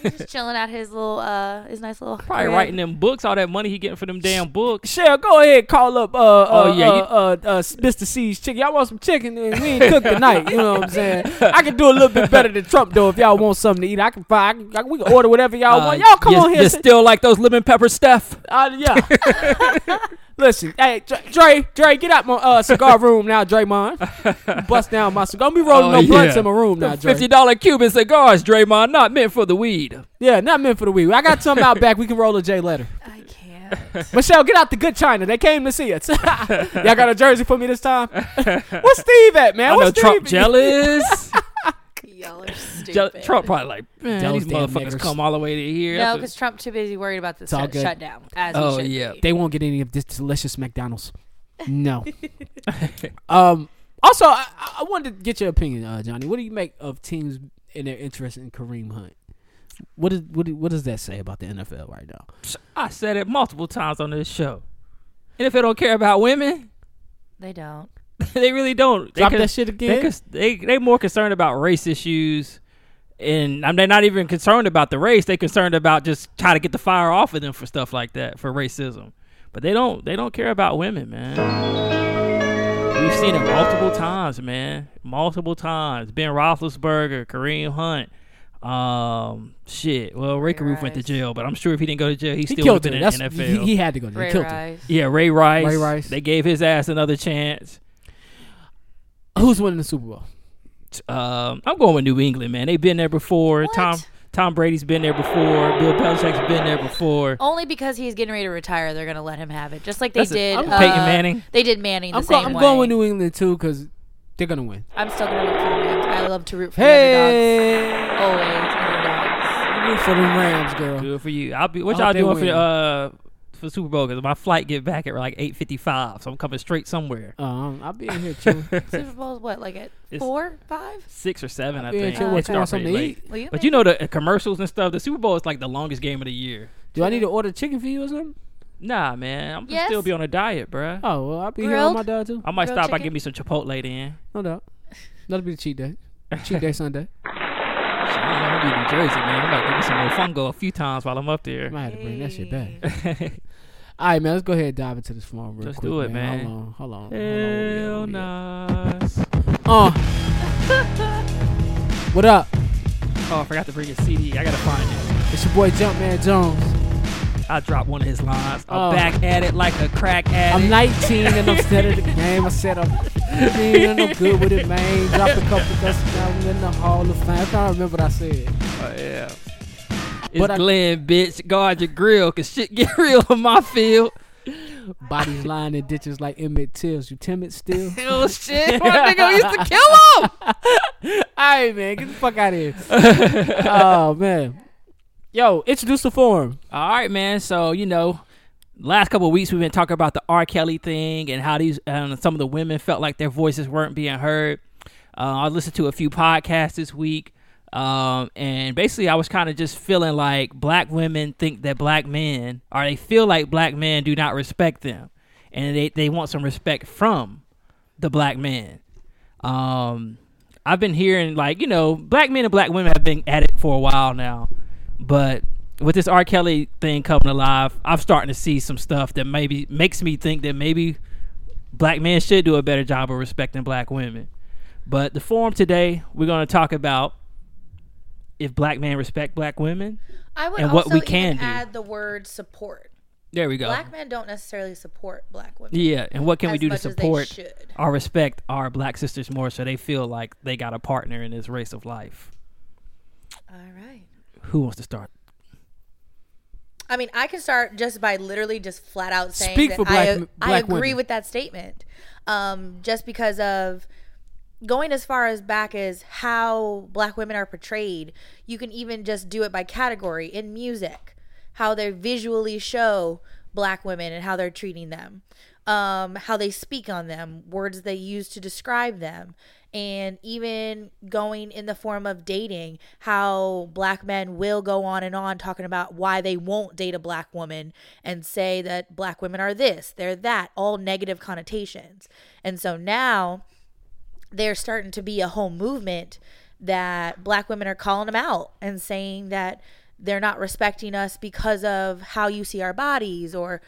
Speaker 5: Just chilling at his little, uh, his nice little.
Speaker 7: Probably
Speaker 5: crib.
Speaker 7: writing them books, all that money he getting for them damn books.
Speaker 1: Shell, go ahead, call up. Uh, oh
Speaker 7: Oh,
Speaker 1: yeah,
Speaker 7: yeah,
Speaker 1: uh,
Speaker 7: you-
Speaker 1: uh, uh, s- Mr. C's chicken. Y'all want some chicken? And we ain't cooked tonight. You know what I'm saying? I can do a little bit better than Trump though. If y'all want something to eat, I can find. I can, I, we can order whatever
Speaker 5: Oh,
Speaker 1: y'all want.
Speaker 7: Uh,
Speaker 1: Y'all come
Speaker 7: you-
Speaker 1: on here.
Speaker 7: You
Speaker 1: sit-
Speaker 7: still like those lemon pepper stuff?
Speaker 1: Uh, yeah. Listen, hey, Dre, Dre, Dre, get out my uh, cigar room now, Draymond. Bust down my cigar. Don't be rolling
Speaker 7: Oh,
Speaker 1: no blunts
Speaker 7: yeah.
Speaker 1: in my room now, Dre.
Speaker 7: Fifty dollar Cuban cigars, Draymond, not meant for the weed.
Speaker 1: yeah, not meant for the weed. I got something out back. We can roll a J letter.
Speaker 5: I can't.
Speaker 1: Michelle, get out the good China. They came to see us. Y'all got a jersey for me this time. Where's Steve at,
Speaker 7: I
Speaker 1: man?
Speaker 7: know
Speaker 1: Where's Steve?
Speaker 7: Trump jealous.
Speaker 3: Y'all are stupid.
Speaker 7: Je- Trump probably like, man,
Speaker 1: Those
Speaker 7: these
Speaker 1: damn
Speaker 7: motherfuckers
Speaker 1: niggers.
Speaker 7: come all the way to here.
Speaker 5: No,
Speaker 7: That's
Speaker 5: because Trump too busy worried about this
Speaker 1: all
Speaker 5: shut-
Speaker 1: good.
Speaker 5: shutdown. As
Speaker 7: Oh,
Speaker 5: he should
Speaker 7: yeah.
Speaker 5: be.
Speaker 1: They won't get any of this delicious McDonald's. No. um. Also, I, I- I wanted to get your opinion, uh, Johnny. What do you make of teams and their interest in Kareem Hunt? What is what, do- what does that say about the NFL right now?
Speaker 7: I said it multiple times on this show. And if they don't care about women,
Speaker 5: They don't.
Speaker 7: they really don't. They
Speaker 1: Drop
Speaker 7: cons-
Speaker 1: that shit
Speaker 7: They,
Speaker 1: again.
Speaker 7: cons- they they more concerned about race issues, and um, they're not even concerned about the race. They concerned about just try to get the fire off of them for stuff like that for racism. But they don't they don't care about women, man. We've seen it multiple times, man. Multiple times. Ben Roethlisberger, Kareem Hunt. Um, shit. Well, Rick Roof went to
Speaker 5: Rice.
Speaker 7: jail, but I'm sure if he didn't go to jail, he,
Speaker 1: he
Speaker 7: still would
Speaker 1: killed
Speaker 7: have
Speaker 1: it.
Speaker 7: been
Speaker 1: That's
Speaker 7: in the NFL.
Speaker 1: he, he had to go. He
Speaker 5: Ray
Speaker 1: killed it.
Speaker 5: Rice.
Speaker 7: Yeah, Ray Rice.
Speaker 1: Ray Rice.
Speaker 7: They gave his ass another chance.
Speaker 1: Who's winning the Super Bowl?
Speaker 7: Um, I'm going with New England, man. They've been there before.
Speaker 5: What?
Speaker 7: Tom Tom Brady's been there before. Bill Belichick's been
Speaker 1: Oh.
Speaker 7: there before.
Speaker 5: Only because he's getting ready to retire, they're gonna let him have it. Just like they
Speaker 7: That's it.
Speaker 5: did
Speaker 7: I'm-
Speaker 5: uh,
Speaker 7: Peyton Manning.
Speaker 5: They did Manning the
Speaker 1: I'm, go-
Speaker 5: same
Speaker 1: I'm
Speaker 5: way.
Speaker 1: going with New England too because they're gonna win.
Speaker 5: I'm still gonna root for the Rams. I love to root for
Speaker 1: Hey,
Speaker 5: the underdogs. Always underdogs.
Speaker 1: You root for the Rams, girl.
Speaker 7: Good for you. I'll be. What
Speaker 1: I
Speaker 7: y'all
Speaker 1: hope they
Speaker 7: doing for
Speaker 1: win.
Speaker 7: uh for Super Bowl? Because my flight get back at like 8:55, so I'm coming straight somewhere.
Speaker 1: Um, I'll be in here too.
Speaker 5: Super Bowl's what, like at
Speaker 7: It's-
Speaker 5: four, five?
Speaker 7: Six or seven, I
Speaker 1: be in
Speaker 7: think.
Speaker 1: here
Speaker 7: It
Speaker 1: with you. Want
Speaker 7: starts
Speaker 1: something
Speaker 7: pretty
Speaker 1: to
Speaker 7: late.
Speaker 1: eat?
Speaker 5: Well,
Speaker 7: But you know the uh, commercials and stuff. The Super Bowl is like the longest game of the year.
Speaker 1: Do I need to order chicken for you or something?
Speaker 7: Nah, man. I'm gonna
Speaker 5: Yes.
Speaker 7: still be on a diet, bruh.
Speaker 1: Oh, well, I'll be here on
Speaker 5: Grilled?
Speaker 1: my dad too.
Speaker 7: I might
Speaker 5: Grilled
Speaker 7: stop by
Speaker 5: chicken?
Speaker 7: give me some Chipotle then.
Speaker 1: No doubt. That'll be the cheat day. Cheat day Sunday.
Speaker 7: Shit, I'm gonna be in New Jersey, man. I'm about to give me some more fungo a few times while I'm up there.
Speaker 1: Might have to bring that shit back. All right, man. Let's go ahead and dive into this form real
Speaker 7: Let's
Speaker 1: quick.
Speaker 7: do it, man.
Speaker 1: Hold on. Hold on.
Speaker 7: Hell
Speaker 1: hold on.
Speaker 7: nice.
Speaker 1: Uh. what up?
Speaker 7: Oh, I forgot to bring his CD. I gotta find it.
Speaker 1: It's your boy Jumpman Jones.
Speaker 7: I dropped one of his lines. I'm
Speaker 1: Oh.
Speaker 7: back at it like a crack addict.
Speaker 1: I'm 19 and I'm still at the game. I said I'm 15 and I'm good with it, man. Dropped a couple dust now I'm in the Hall of Fame. I can't remember what I said.
Speaker 7: Oh, yeah. It's
Speaker 1: But I-
Speaker 7: Glenn, bitch. Guard your grill, cause shit get real on my field.
Speaker 1: Bodies lying in ditches like Emmett Till's. You timid still?
Speaker 7: Oh shit, my nigga used to kill him.
Speaker 1: All right, man, get the fuck out of here. oh man, yo, introduce the forum.
Speaker 7: All right, man. So you know, last couple of weeks we've been talking about the R. Kelly thing and how these um, some of the women felt like their voices weren't being heard. Uh, I listened to a few podcasts this week, um, and basically I was kind of just feeling like black women think that black men, or they feel like black men do not respect them, and they they want some respect from the black man. Um, I've been hearing like you know, black men and black women have been at it for a while now, but with this R. Kelly thing coming alive, I'm starting to see some stuff that maybe makes me think that maybe black men should do a better job of respecting black women. But the forum today, we're going to talk about if black men respect black women.
Speaker 5: I would
Speaker 7: And
Speaker 5: also
Speaker 7: what we can
Speaker 5: even
Speaker 7: do.
Speaker 5: add the word support.
Speaker 7: There we go.
Speaker 5: Black men don't necessarily support black women.
Speaker 7: yeah, and what can we
Speaker 5: as
Speaker 7: do to
Speaker 5: much as they
Speaker 7: support
Speaker 5: should.
Speaker 7: or respect our black sisters more so they feel like they got a partner in this race of life?
Speaker 5: All right.
Speaker 7: Who wants to start?
Speaker 5: I mean, I can start just by literally just flat out saying
Speaker 1: Speak
Speaker 5: that
Speaker 1: for black
Speaker 5: I,
Speaker 1: m-
Speaker 5: I
Speaker 1: black
Speaker 5: agree
Speaker 1: women.
Speaker 5: with that statement. Um, just because of going as far as back as how black women are portrayed, you can even just do it by category in music, how they visually show black women and how they're treating them, um, how they speak on them, words they use to describe them, and even going in the form of dating, how black men will go on and on talking about why they won't date a black woman and say that black women are this, they're that, all negative connotations. And so now, there's starting to be a whole movement that black women are calling them out and saying that they're not respecting us because of how you see our bodies or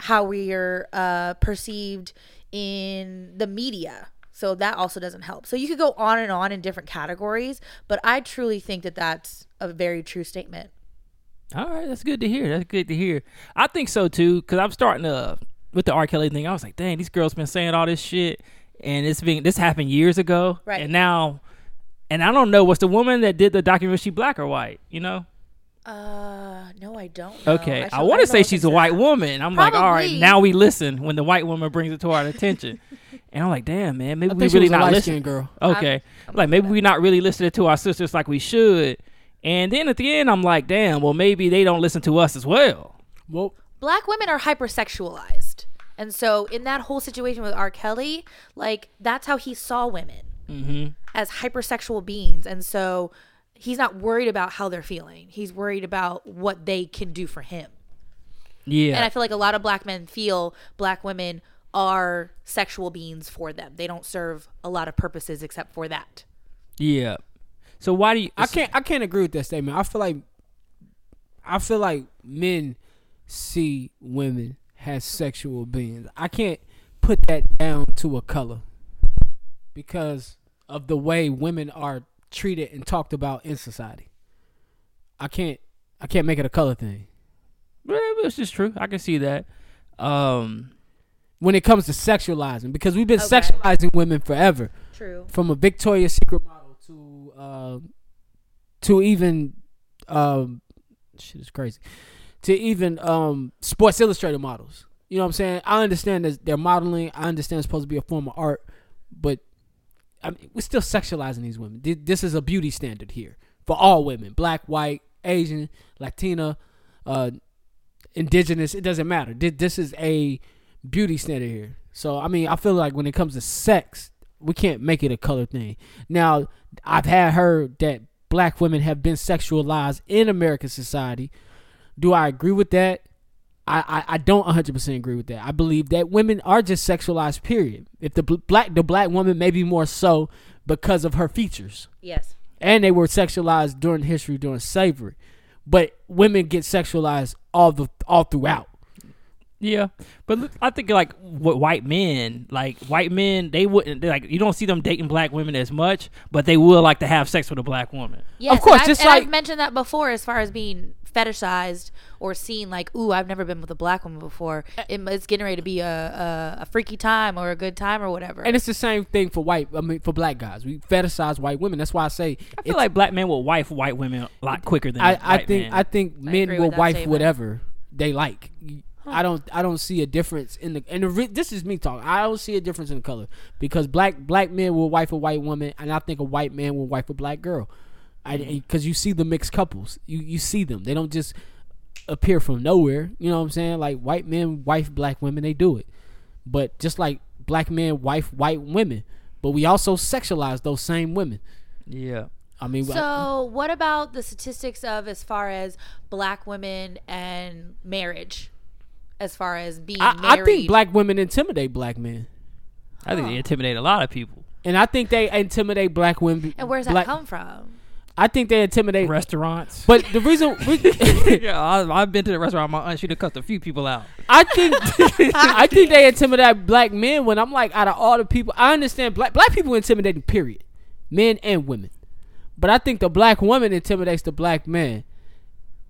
Speaker 5: how we are uh, perceived in the media. So that also doesn't help. So you could go on and on in different categories, but I truly think that that's a very true statement.
Speaker 7: All right, that's good to hear. That's good to hear. I think so too, because I'm starting to uh, with the R. Kelly thing. I was like, dang, these girls been saying all this shit, and it's been this happened years ago,
Speaker 5: Right.
Speaker 7: And now, and I don't know, was the woman that did the documentary she black or white? You know,
Speaker 5: Uh, no, I don't. know.
Speaker 7: Okay,
Speaker 5: should-
Speaker 7: I want to
Speaker 5: don't know
Speaker 7: say
Speaker 5: if
Speaker 7: she's
Speaker 5: it's
Speaker 7: a white woman. I'm like, all right,
Speaker 3: Probably.
Speaker 7: now we listen when the white woman brings it to our attention, and I'm like, damn, man, maybe
Speaker 1: I
Speaker 7: we
Speaker 1: think she
Speaker 7: really
Speaker 1: was a
Speaker 7: not
Speaker 1: light
Speaker 7: listening.
Speaker 1: skinned girl.
Speaker 7: Okay, like maybe we not really listening to our sisters like we should. And then at the end, I'm like, damn, well maybe they don't listen to us as well.
Speaker 1: Well,
Speaker 3: Black women are hypersexualized. And so in that whole situation with R. Kelly, like that's how he saw women as hypersexual beings. And so he's not worried about how they're feeling. He's worried about what they can do for him.
Speaker 7: Yeah,
Speaker 3: And I feel like a lot of black men feel black women are sexual beings for them. They don't serve a lot of purposes except for that.
Speaker 7: yeah. So why do you?
Speaker 1: I can't I can't agree with that statement. I feel like I feel like men see women as sexual beings. I can't put that down to a color because of the way women are treated and talked about in society. I can't I can't make it a color thing.
Speaker 7: It's just true. I can see that. Um,
Speaker 1: When it comes to sexualizing, because we've been sexualizing women forever.
Speaker 5: True.
Speaker 1: from a Victoria's Secret model to uh, to even um, shit is crazy to even um, Sports Illustrated models. You know what I'm saying? I understand that they're modeling. I understand it's supposed to be a form of art, but I mean, we're still sexualizing these women. Th- This is a beauty standard here for all women: black, white, Asian, Latina, uh, indigenous. It doesn't matter. Th- This is a beauty standard here. So I mean, I feel like when it comes to sex, we can't make it a color thing. Now, I've had heard that black women have been sexualized in American society. Do I agree with that? I, I, I don't 100% agree with that. I believe that women are just sexualized. Period. If the bl- black the black woman may be more so because of her features
Speaker 5: Yes.
Speaker 1: and they were sexualized during history during slavery, but women get sexualized all the all throughout.
Speaker 7: yeah, but look, I think like what white men, like white men, they wouldn't they, like you don't see them dating black women as much, but they will like to have sex with a black woman.
Speaker 3: Yes,
Speaker 1: Of course,
Speaker 3: and I've,
Speaker 1: just
Speaker 3: and
Speaker 1: like-
Speaker 3: I've mentioned that before, as far as being fetishized or seen like, ooh, I've never been with a black woman before.
Speaker 1: Eh.
Speaker 3: It, it's getting ready to be a, a a freaky time or a good time or whatever.
Speaker 1: And it's the same thing for white. I mean, for black guys, we fetishize white women. That's why I say
Speaker 7: I feel like black men will wife white women a lot quicker than
Speaker 1: I, I
Speaker 7: white
Speaker 1: think
Speaker 7: men.
Speaker 1: I think men
Speaker 5: agree
Speaker 1: will
Speaker 5: with that
Speaker 1: wife
Speaker 5: statement.
Speaker 1: whatever they like. I don't I don't see a difference in the and the, re- this is me talking. I don't see a difference in the color because black black men will wife a white woman, and I think a white man will wife a black girl.
Speaker 5: Mm-hmm.
Speaker 1: Because you see the mixed couples, you you see them. They don't just appear from nowhere. You know what I'm saying? Like white men wife black women, they do it. But just like black men wife white women, but we also sexualize those same women.
Speaker 7: yeah.
Speaker 1: I mean, I-
Speaker 3: so, what about the statistics of as far as black women and marriage, as far as being
Speaker 1: I,
Speaker 3: married?
Speaker 1: I think black women intimidate black men.
Speaker 7: I think they intimidate a lot of people.
Speaker 1: And I think they intimidate black women.
Speaker 3: and where's that
Speaker 1: black-
Speaker 3: come from?
Speaker 1: I think they intimidate.
Speaker 7: Restaurants.
Speaker 1: But the reason we,
Speaker 7: yeah, I, I've been to the restaurant. My aunt she done cussed a few people out.
Speaker 1: I think I think they intimidate black men when I'm like out of all the people I understand black black people intimidating period, men and women, but I think the black woman intimidates the black man,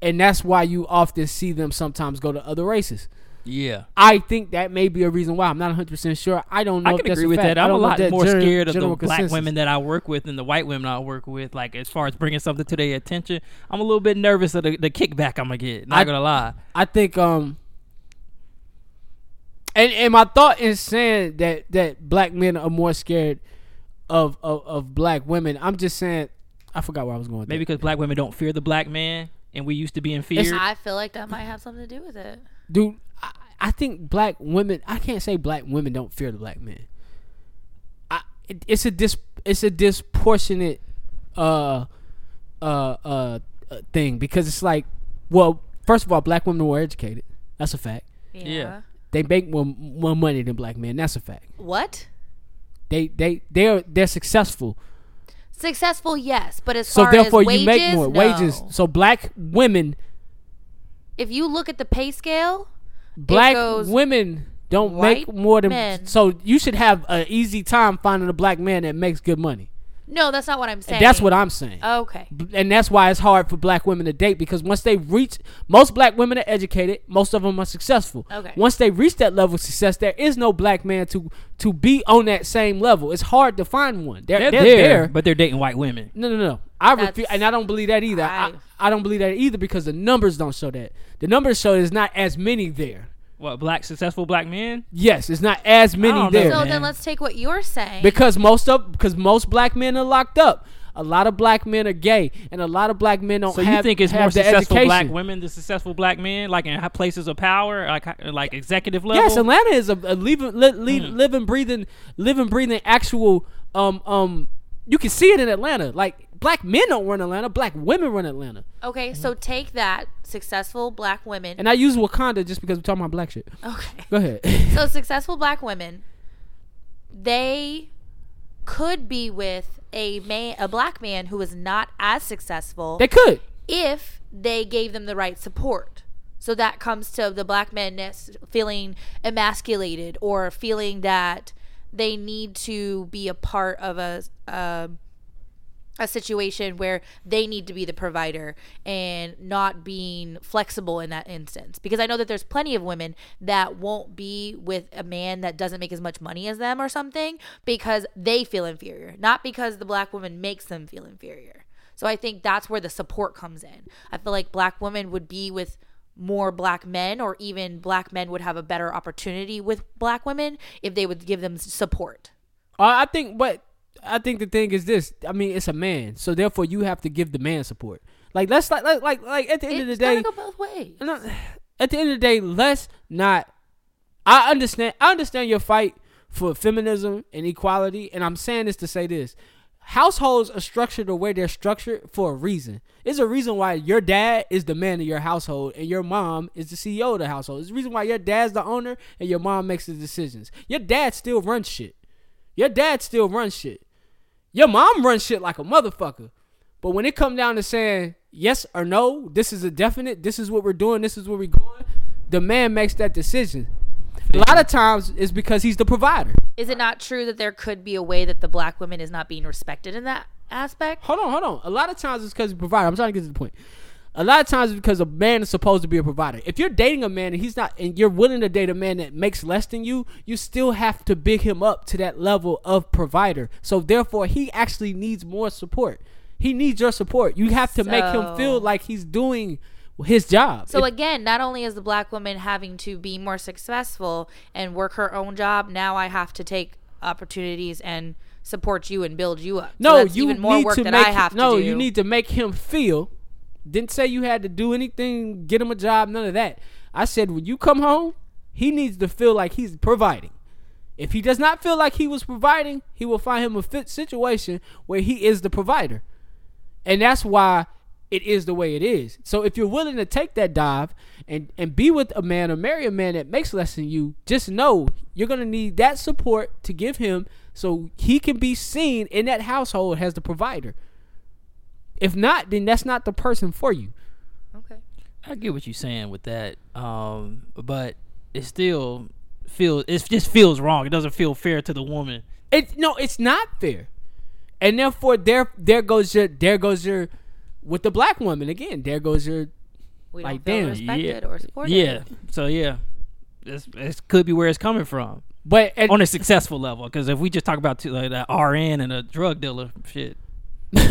Speaker 1: and that's why you often see them sometimes go to other races.
Speaker 7: Yeah.
Speaker 1: I think that may be a reason why I'm not 100 percent sure. I don't know.
Speaker 7: I
Speaker 1: if
Speaker 7: can
Speaker 1: that's
Speaker 7: agree
Speaker 1: a
Speaker 7: with
Speaker 1: fact.
Speaker 7: that.
Speaker 1: I
Speaker 7: I'm a
Speaker 1: don't know if
Speaker 7: lot
Speaker 1: that
Speaker 7: more
Speaker 1: gen-
Speaker 7: scared of the
Speaker 1: general
Speaker 7: black
Speaker 1: consensus.
Speaker 7: women that I work with and the white women I work with. Like as far as bringing something to their attention, I'm a little bit nervous of the, the kickback I'm gonna get. Not
Speaker 1: I-
Speaker 7: gonna lie.
Speaker 1: I think um and and my thought in saying that that black men are more scared of of, of black women. I'm just saying I forgot where I was going. with
Speaker 7: Maybe
Speaker 1: that.
Speaker 7: because black women don't fear the black man, and we used to be in fear.
Speaker 5: I feel like that might have something to do with it.
Speaker 1: dude, I, I think black women. I can't say black women don't fear the black men. I it, it's a dis it's a disproportionate uh uh uh uh, thing because it's like well first of all black women were educated that's a fact
Speaker 5: Yeah.
Speaker 7: Yeah.
Speaker 1: they make more more money than black men that's a fact
Speaker 5: What?
Speaker 1: they they they're they're successful.
Speaker 5: Successful, yes, but as
Speaker 1: So
Speaker 5: far
Speaker 1: therefore,
Speaker 5: as wages,
Speaker 1: you make more
Speaker 5: no.
Speaker 1: wages. So black women,
Speaker 5: if you look at the pay scale,
Speaker 1: black
Speaker 5: goes
Speaker 1: women don't make
Speaker 5: white
Speaker 1: more than.
Speaker 5: men.
Speaker 1: So you should have an easy time finding a black man that makes good money.
Speaker 5: No, that's not what I'm saying.
Speaker 1: That's what I'm saying.
Speaker 5: Okay.
Speaker 1: and that's why it's hard for black women to date because once they reach most black women are educated most of them are successful
Speaker 5: Okay.
Speaker 1: once they reach that level of success there is no black man to to be on that same level it's hard to find one they're,
Speaker 7: They're,
Speaker 1: they're,
Speaker 7: there,
Speaker 1: there
Speaker 7: but they're dating white women.
Speaker 1: no no no i refu-
Speaker 5: That's-
Speaker 1: and i don't believe that either I, I, don't believe that either because the numbers don't show that the numbers show there's not as many there
Speaker 7: What black successful black men?
Speaker 1: yes it's not as many
Speaker 7: don't know,
Speaker 1: there
Speaker 5: So
Speaker 7: man.
Speaker 5: then let's take what you're saying.
Speaker 1: because most of because most black men are locked up a lot of black men are gay and a lot of black men don't
Speaker 7: So
Speaker 1: have,
Speaker 7: you think it's
Speaker 1: have
Speaker 7: more
Speaker 1: the
Speaker 7: successful
Speaker 1: education.
Speaker 7: black women than successful black men, like in hi- places of power, like hi- like executive level? Hmm.
Speaker 1: Yes, Atlanta is a, a living, li, li, living, breathing, living, breathing actual. Um, um, you can see it in Atlanta. Like black men don't run Atlanta, black women run Atlanta.
Speaker 5: okay, so take that successful black women.
Speaker 1: And I use Wakanda just because we're talking about black shit.
Speaker 5: okay.
Speaker 1: Go ahead.
Speaker 5: So successful black women, they could be with a man, a black man who is not as successful
Speaker 1: they could.
Speaker 5: if they gave them the right support. So that comes to the black men nes- feeling emasculated or feeling that they need to be a part of a um a situation where they need to be the provider and not being flexible in that instance. Because I know that there's plenty of women that won't be with a man that doesn't make as much money as them or something because they feel inferior, not because the black woman makes them feel inferior. So I think that's where the support comes in. I feel like black women would be with more black men or even black men would have a better opportunity with black women if they would give them support.
Speaker 1: Uh, I I think, but I think the thing is this. I mean, it's a man, so therefore you have to give the man support. Like let's like like like, like at the end of the
Speaker 5: It's
Speaker 1: day,
Speaker 5: gotta go both ways.
Speaker 1: And I- at the end of the day, let's not. I understand. I understand your fight for feminism and equality, and I'm saying this to say this: households are structured the way they're structured for a reason. There's a reason why your dad is the man of your household and your mom is the CEO of the household. There's a reason why your dad's the owner and your mom makes the decisions. Your dad still runs shit. Your dad still runs shit. Your mom runs shit like a motherfucker. But when it come down to saying yes or no, this is a definite, this is what we're doing, this is where we're going, the man makes that decision. A lot of times it's because he's the provider.
Speaker 5: Is it not true that there could be a way that the black woman is not being respected in that aspect?
Speaker 1: Hold on, hold on. A lot of times it's because he's the provider. I'm trying to get to the point. A lot of times it's because a man is supposed to be a provider. If you're dating a man and he's not and you're willing to date a man that makes less than you, you still have to big him up to that level of provider. So therefore he actually needs more support. He needs your support. You have to make him
Speaker 5: So-
Speaker 1: feel like he's doing his job.
Speaker 5: So
Speaker 1: If-
Speaker 5: again, not only is the black woman having to be more successful and work her own job, now I have to take opportunities and support you and build you up. So
Speaker 1: No,
Speaker 5: that's
Speaker 1: you
Speaker 5: even more
Speaker 1: need
Speaker 5: work
Speaker 1: to
Speaker 5: that
Speaker 1: make,
Speaker 5: I have
Speaker 1: no,
Speaker 5: to do.
Speaker 1: you need to make him feel. Didn't say you had to do anything, get him a job, none of that. I said when you come home, he needs to feel like he's providing. If he does not feel like he was providing, he will find him a fit situation where he is the provider. And that's why it is the way it is. So if you're willing to take that dive and and be with a man or marry a man that makes less than you, just know you're gonna need that support to give him so he can be seen in that household as the provider. If not, then that's not the person for you.
Speaker 5: okay.
Speaker 7: I get what you're saying with that, um, but it still feels it just feels wrong. It doesn't feel fair to the woman.
Speaker 1: It no, it's not fair. And therefore there there goes your there goes your with the black woman again, there goes your
Speaker 5: We
Speaker 1: Like,
Speaker 5: don't feel
Speaker 1: damn,
Speaker 5: respected
Speaker 7: yeah.
Speaker 5: or supported.
Speaker 7: Yeah, so yeah, this this could be where it's coming from
Speaker 1: but and,
Speaker 7: on a successful level. Because if we just talk about two, like, that RN and a drug dealer, shit,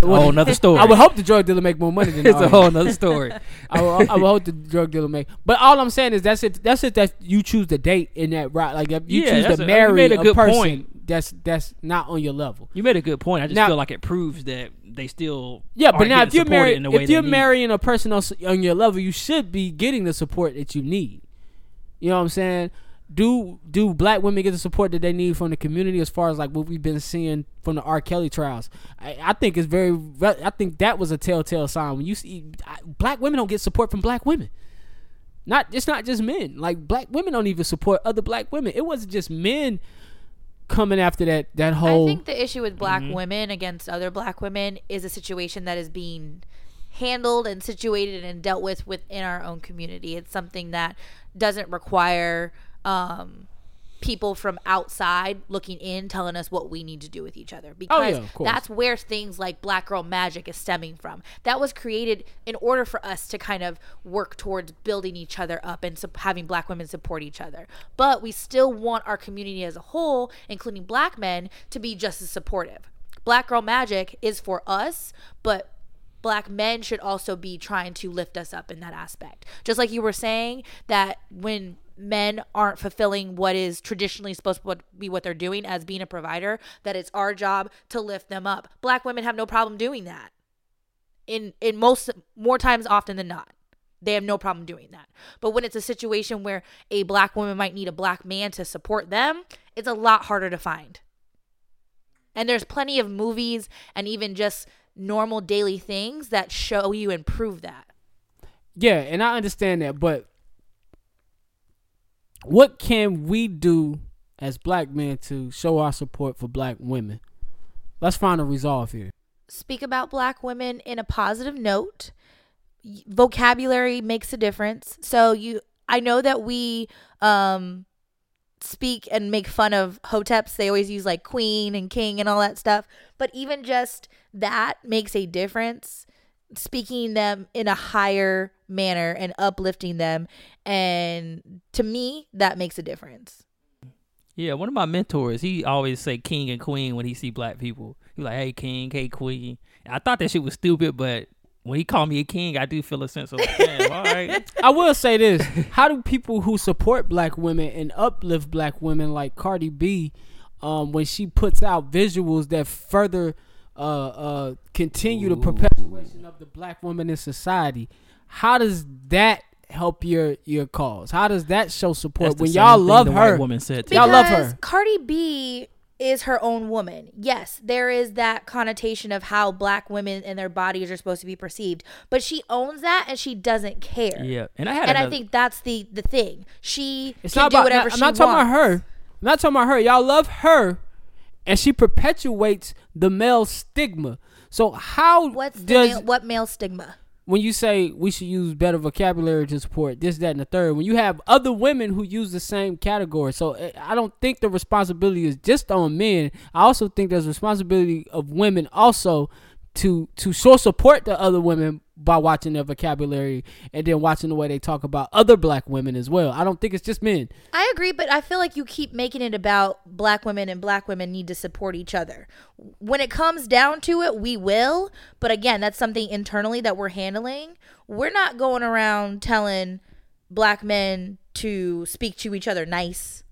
Speaker 7: whole another story.
Speaker 1: I would hope the drug dealer make more money than
Speaker 7: it's
Speaker 1: I
Speaker 7: a
Speaker 1: am.
Speaker 7: whole another story.
Speaker 1: I will, I will hope the drug dealer make. But all I'm saying is that's it. That's it. That you choose to date in that route. Like if you
Speaker 7: Yeah,
Speaker 1: choose
Speaker 7: that's
Speaker 1: to
Speaker 7: a- you
Speaker 1: marry
Speaker 7: made a
Speaker 1: a,
Speaker 7: good
Speaker 1: person
Speaker 7: point.
Speaker 1: that's that's not on your level.
Speaker 7: You made a good point. I just
Speaker 1: Now-
Speaker 7: feel like it proves that they still
Speaker 1: Yeah, but
Speaker 7: aren't
Speaker 1: now
Speaker 7: getting
Speaker 1: if you're
Speaker 7: supported in
Speaker 1: married,
Speaker 7: the way
Speaker 1: if
Speaker 7: they
Speaker 1: you're
Speaker 7: need.
Speaker 1: marrying a person on, s- on your level, you should be getting the support that you need. You know what I'm saying? Do do black women get the support that they need from the community as far as like what we've been seeing from the R. Kelly trials? I, I think it's very. re- I think that was a telltale sign when you see I, black women don't get support from black women. Not it's not just men. Like black women don't even support other black women. It wasn't just men coming after that that
Speaker 5: I
Speaker 1: whole.
Speaker 5: think the issue with black women against other black women is a situation that is being handled and situated and dealt with within our own community. It's something that doesn't require um, people from outside looking in telling us what we need to do with each other because
Speaker 1: Oh, yeah, of course.
Speaker 5: that's where things like black girl magic is stemming from that was created in order for us to kind of work towards building each other up and sup- having black women support each other but we still want our community as a whole including black men to be just as supportive black girl magic is for us but black men should also be trying to lift us up in that aspect. Just like you were saying that when men aren't fulfilling what is traditionally supposed to be what they're doing as being a provider, that it's our job to lift them up. Black women have no problem doing that. In in most more times often than not. They have no problem doing that. But when it's a situation where a black woman might need a black man to support them, it's a lot harder to find. And there's plenty of movies and even just normal daily things that show you and prove that.
Speaker 1: Yeah, and I understand that, but what can we do as black men to show our support for black women? Let's find a resolve here.
Speaker 5: Speak about black women in a positive note. Y- Vocabulary makes a difference. So you I know that we um speak and make fun of hoteps. They always use like queen and king and all that stuff, but even just that makes a difference. Speaking them in a higher manner and uplifting them, and to me, that makes a difference.
Speaker 7: Yeah, one of my mentors, he always say king and queen when he see black people. He like, hey king, hey queen. And I thought that shit was stupid, but when he called me a king, I do feel a sense of damn, all right.
Speaker 1: I will say this: How do people who support black women and uplift black women, like Cardi B, um, when she puts out visuals that further uh, uh, continue the perpetuation of the black woman in society, how does that help your your cause? How does that show support
Speaker 7: That's the
Speaker 1: when
Speaker 7: same
Speaker 1: y'all
Speaker 7: thing
Speaker 1: love
Speaker 7: the
Speaker 1: her?
Speaker 7: White woman said to
Speaker 1: Y'all
Speaker 7: me.
Speaker 1: love
Speaker 5: Because
Speaker 1: her.
Speaker 5: Cardi B is her own woman. Yes, there is that connotation of how black women and their bodies are supposed to be perceived, but she owns that and she doesn't care.
Speaker 7: Yeah, and I had
Speaker 5: And I
Speaker 7: another-
Speaker 5: think that's the the thing. She
Speaker 1: It's
Speaker 5: can
Speaker 1: not
Speaker 5: do
Speaker 1: about.
Speaker 5: whatever
Speaker 1: I'm
Speaker 5: she
Speaker 1: not talking
Speaker 5: wants.
Speaker 1: about her. I'm not talking about her. Y'all love her, and she perpetuates the male stigma. So how
Speaker 5: What's the
Speaker 1: does
Speaker 5: male, what male stigma?
Speaker 1: when you say we should use better vocabulary to support this, that, and the third, when you have other women who use the same category, so eh, I don't think the responsibility is just on men. I also think there's responsibility of women also to to show support to other women by watching their vocabulary and then watching the way they talk about other black women as well. I don't think it's just men.
Speaker 5: I agree, but I feel like you keep making it about black women and black women need to support each other. When it comes down to it, we will. But again, that's something internally that we're handling. We're not going around telling black men to speak to each other nice.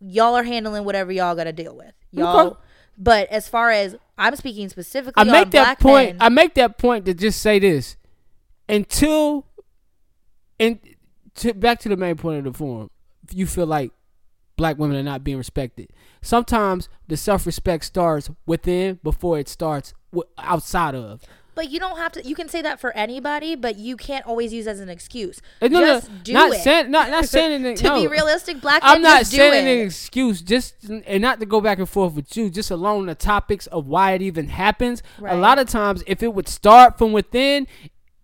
Speaker 5: Y'all are handling whatever y'all got to deal with. Y'all.
Speaker 1: Okay.
Speaker 5: But as far as I'm speaking specifically,
Speaker 1: I make
Speaker 5: on
Speaker 1: that
Speaker 5: black
Speaker 1: point.
Speaker 5: men,
Speaker 1: I make that point to just say this: until and to, back to the main point of the forum, you feel like black women are not being respected. Sometimes the self-respect starts within before it starts w- outside of.
Speaker 5: but you don't have to. You can say that for anybody, but you can't always use as an excuse.
Speaker 1: And no, no,
Speaker 5: Just do
Speaker 1: not
Speaker 5: it.
Speaker 1: saying not not saying it,
Speaker 5: to
Speaker 1: no.
Speaker 5: be realistic, black men
Speaker 1: I'm not
Speaker 5: just do
Speaker 1: saying
Speaker 5: it.
Speaker 1: an excuse, just and not to go back and forth with you, just alone the topics of why it even happens. A
Speaker 5: Right.
Speaker 1: lot of times, if it would start from within,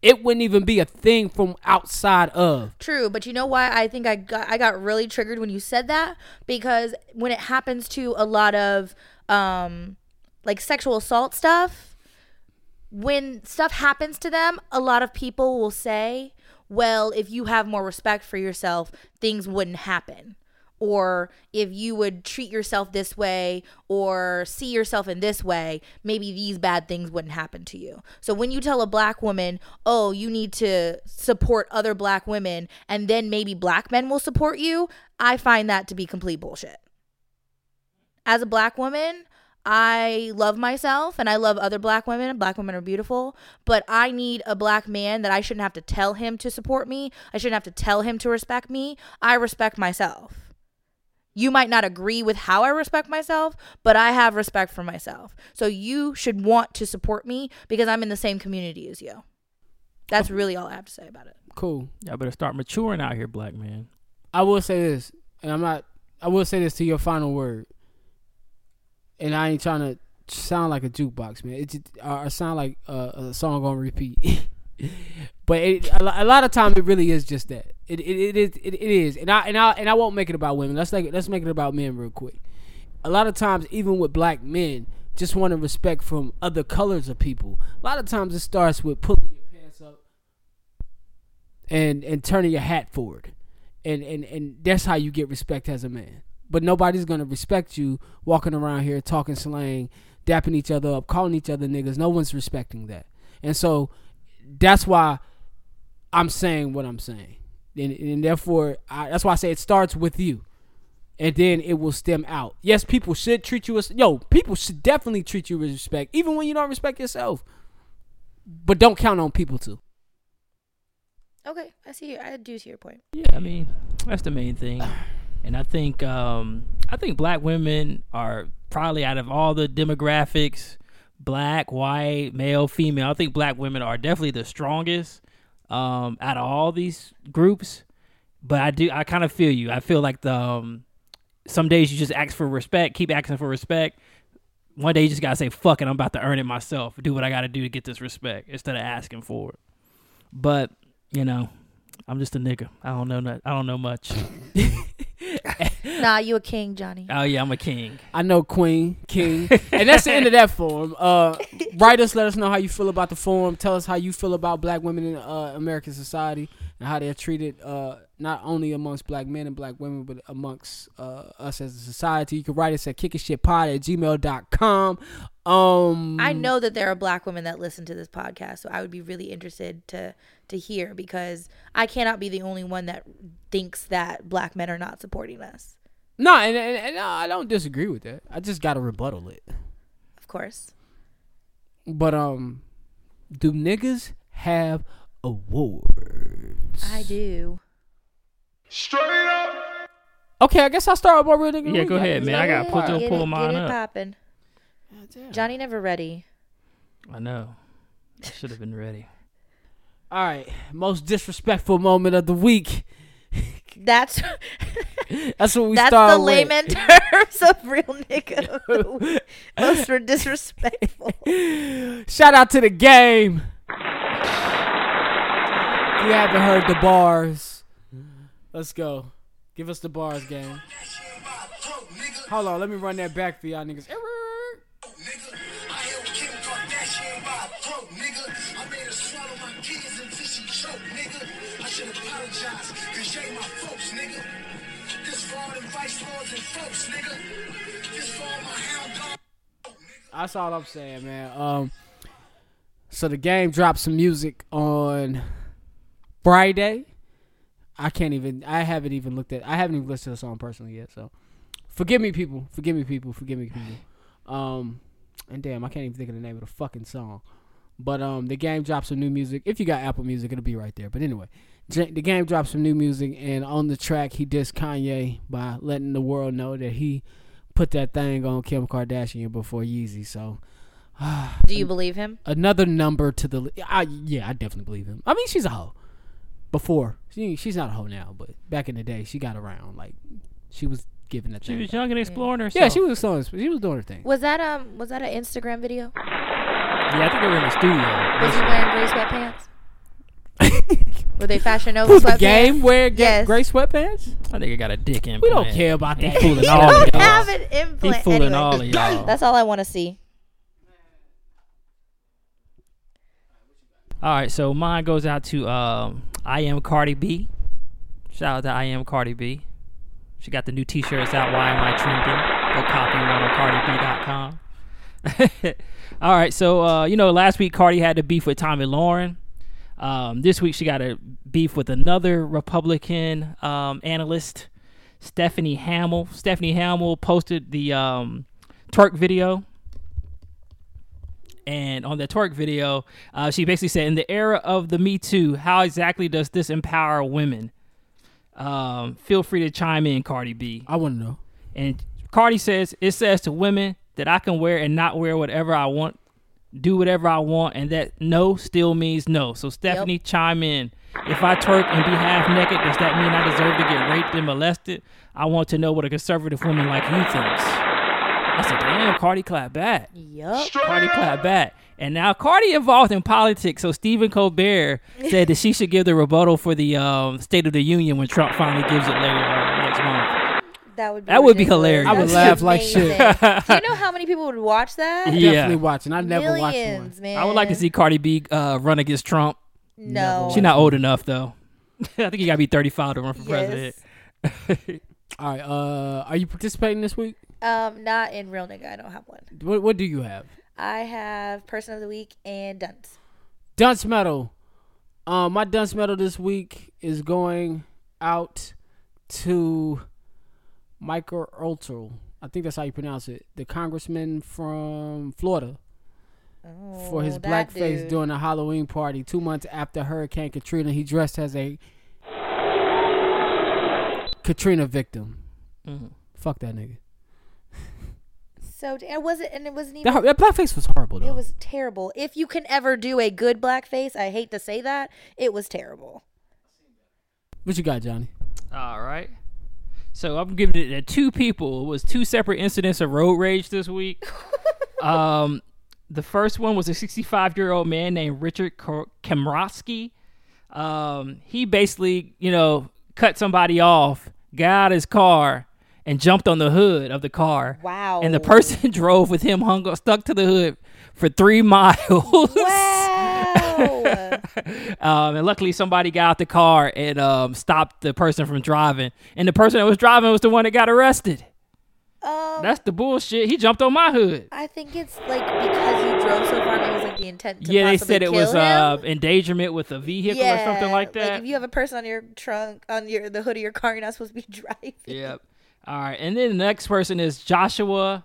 Speaker 1: it wouldn't even be a thing from outside of.
Speaker 5: True, but you know why I think I got I got really triggered when you said that because when it happens to a lot of um like sexual assault stuff, when stuff happens to them, a lot of people will say, "Well, if you have more respect for yourself, things wouldn't happen." Or if you would treat yourself this way or see yourself in this way, maybe these bad things wouldn't happen to you. So when you tell a black woman, oh, you need to support other black women and then maybe black men will support you, I find that to be complete bullshit as a black woman, I love myself and I love other black women. Black women are beautiful, but I need a black man that I shouldn't have to tell him to support me. I shouldn't have to tell him to respect me. I respect myself. You might not agree with how I respect myself, but I have respect for myself. So you should want to support me because I'm in the same community as you. That's really all I have to say about it.
Speaker 1: Cool.
Speaker 7: Y'all better start maturing out here, black man.
Speaker 1: I will say this, and I'm not. I will say this to your final word, and I ain't trying to sound like a jukebox man. It just, or or sound like a, a song on repeat. but it, a, lo- a lot of times, it really is just that. It it, it is it, it is, and I and I and I won't make it about women. Let's make it, let's make it about men real quick. A lot of times, even with black men, just want to respect from other colors of people. A lot of times, it starts with pulling your pants up and and turning your hat forward, and and and that's how you get respect as a man. But nobody's gonna respect you walking around here talking slang, dapping each other up, calling each other niggas. No one's respecting that, and so that's why I'm saying what I'm saying, and, and therefore I, that's why I say it starts with you, and then it will stem out. Yes, people should treat you as yo. People should definitely treat you with respect, even when you don't respect yourself. But don't count on people to.
Speaker 5: Okay, I see. I do see your point.
Speaker 7: Yeah, I mean, that's the main thing. And I think um I think black women are probably out of all the demographics, black, white, male, female, I think black women are definitely the strongest um out of all these groups. But I do I kind of feel you. I feel like the um, some days you just ask for respect, keep asking for respect. One day you just gotta say, fuck it, I'm about to earn it myself. Do what I gotta do to get this respect instead of asking for it. But, you know, I'm just a nigga. I don't know no, I don't know much.
Speaker 5: Nah, you a king, Johnny.
Speaker 7: Oh yeah, I'm a king.
Speaker 1: I know Queen, King. and that's the end of that form. Uh, write us, let us know how you feel about the form. Tell us how you feel about black women in uh, American society and how they're treated, uh, not only amongst black men and black women, but amongst uh, us as a society. You can write us at kickingshitpod at gmail.com. Um,
Speaker 7: Mm.
Speaker 5: I know that there are black women that listen to this podcast, so I would be really interested to to hear because I cannot be the only one that thinks that black men are not supporting us.
Speaker 1: no, and, and, and I don't disagree with that. I just got to rebuttal it.
Speaker 5: Of course.
Speaker 1: But um, do niggas have awards?
Speaker 5: I do.
Speaker 2: Straight up.
Speaker 1: Okay, I guess I'll start with my real nigga.
Speaker 7: Yeah,
Speaker 1: recap.
Speaker 7: go ahead, man. I gotta
Speaker 5: Get
Speaker 7: pull,
Speaker 5: it,
Speaker 7: to
Speaker 5: get
Speaker 7: pull
Speaker 5: it,
Speaker 7: mine
Speaker 5: get it
Speaker 7: up.
Speaker 5: poppin'. Johnny never ready.
Speaker 7: I know. I should have been ready.
Speaker 1: All right, most disrespectful moment of the week.
Speaker 5: That's
Speaker 1: That's what we
Speaker 5: that's
Speaker 1: start
Speaker 5: the
Speaker 1: with.
Speaker 5: layman terms of real nigga of the week. most were disrespectful.
Speaker 1: Shout out to the game. If you haven't heard the bars, let's go. Give us the bars, game. Hold on, let me run that back for y'all niggas. That's all I'm saying, man. Um, so the game dropped some music on Friday. I can't even. I haven't even looked at. I haven't even listened to the song personally yet. So, forgive me, people. Forgive me, people. Forgive me, people. Um, and damn, I can't even think of the name of the fucking song. But um, the game dropped some new music. If you got Apple Music, it'll be right there. But anyway, J- the game dropped some new music, and on the track, he dissed Kanye by letting the world know that he put that thing on Kim Kardashian before Yeezy. So
Speaker 5: Do you believe him?
Speaker 1: another number to the. li- I, yeah, I definitely believe him. I mean, she's a hoe. Before she, she's not a hoe now, but back in the day, she got around. Like she was giving that
Speaker 7: She
Speaker 1: thing.
Speaker 7: was young and exploring herself.
Speaker 1: yeah, she was doing. She was doing her thing.
Speaker 5: Was that um was that an Instagram video?
Speaker 7: Yeah, I think they were in the studio.
Speaker 5: Was he wearing gray sweatpants? Were they fashion over
Speaker 1: Who's
Speaker 5: sweatpants?
Speaker 1: the game wearing ga-
Speaker 5: Yes.
Speaker 1: gray sweatpants?
Speaker 7: I think it got a dick in.
Speaker 1: We don't care about
Speaker 7: He
Speaker 1: that.
Speaker 7: fooling all of y'all.
Speaker 5: Have an
Speaker 7: He
Speaker 5: implant.
Speaker 7: fooling
Speaker 5: anyway,
Speaker 7: all of y'all.
Speaker 5: That's all I want to see.
Speaker 7: all right, so mine goes out to um, I am Cardi B. Shout out to I am Cardi B. She got the new T-shirts out. Why am I trending? Go copy one on CardiB.com. All right, so uh, you know, last week Cardi had the beef with Tommy Lauren. Um, this week she got a beef with another Republican um, analyst, Stephanie Hamill. Stephanie Hamill posted the um, twerk video, and on the twerk video, uh, she basically said, "In the era of the Me Too, how exactly does this empower women?" Um, feel free to chime in, Cardi B.
Speaker 1: I want to know.
Speaker 7: And Cardi says, it says to women that I can wear and not wear whatever I want, do whatever I want, and that no still means no. So Stephanie, chime in. If I twerk and be half naked, does that mean I deserve to get raped and molested? I want to know what a conservative woman like you thinks. I said, damn, Cardi clap back.
Speaker 5: Yup.
Speaker 7: Cardi clap back. And now Cardi involved in politics, so Stephen Colbert said that she should give the rebuttal for the um, State of the Union when Trump finally gives it later uh, next month.
Speaker 5: That would be
Speaker 7: That would be
Speaker 5: ridiculous.
Speaker 7: hilarious. I would
Speaker 5: That's
Speaker 1: laugh like shit.
Speaker 5: amazing. Do you know how many people would watch that?
Speaker 7: Yeah.
Speaker 1: Definitely watching. I never watched
Speaker 5: Millions,
Speaker 1: one.
Speaker 5: man.
Speaker 7: I would like to see Cardi B uh, run against Trump.
Speaker 5: No.
Speaker 7: She's not old enough though. I think you gotta be 35 to run for president.
Speaker 5: Yes.
Speaker 1: All right. Uh, are you participating this week?
Speaker 5: Um, not in real nigga. I don't have one.
Speaker 1: What What do you have?
Speaker 5: I have person of the week and dunce.
Speaker 1: Dunce medal. Um, my dunce medal this week is going out to Michael Ultrell. I think that's how you pronounce it. The congressman from Florida for his
Speaker 5: Oh, that
Speaker 1: blackface
Speaker 5: dude.
Speaker 1: during a Halloween party two months after Hurricane Katrina. He dressed as a Katrina victim. Fuck that nigga.
Speaker 5: So and was it? And it wasn't even.
Speaker 1: That, that blackface was horrible though.
Speaker 5: It was terrible. If you can ever do a good blackface, I hate to say that, it was terrible.
Speaker 1: what you got, Johnny?
Speaker 7: All right. So I'm giving it to two people. It was two separate incidents of road rage this week. um, the first one was a 65 year old man named Richard Ko- Kamrowski. Um, he basically, you know, cut somebody off, got out his car, and jumped on the hood of the car.
Speaker 5: Wow.
Speaker 7: And the person drove with him hung stuck to the hood for three miles.
Speaker 5: Wow.
Speaker 7: Um, and luckily, somebody got out the car and um, stopped the person from driving. And the person that was driving was the one that got arrested.
Speaker 5: um,
Speaker 7: That's the bullshit. He jumped on my hood.
Speaker 5: I think it's like because you drove so far, maybe it was like the intent to
Speaker 7: yeah, they
Speaker 5: possibly
Speaker 7: said it
Speaker 5: kill
Speaker 7: was uh,
Speaker 5: him.
Speaker 7: endangerment with a vehicle or something like that.
Speaker 5: if you have a person on your trunk, on your the hood of your car, you're not supposed to be driving.
Speaker 7: Yep. All right. And then the next person is Joshua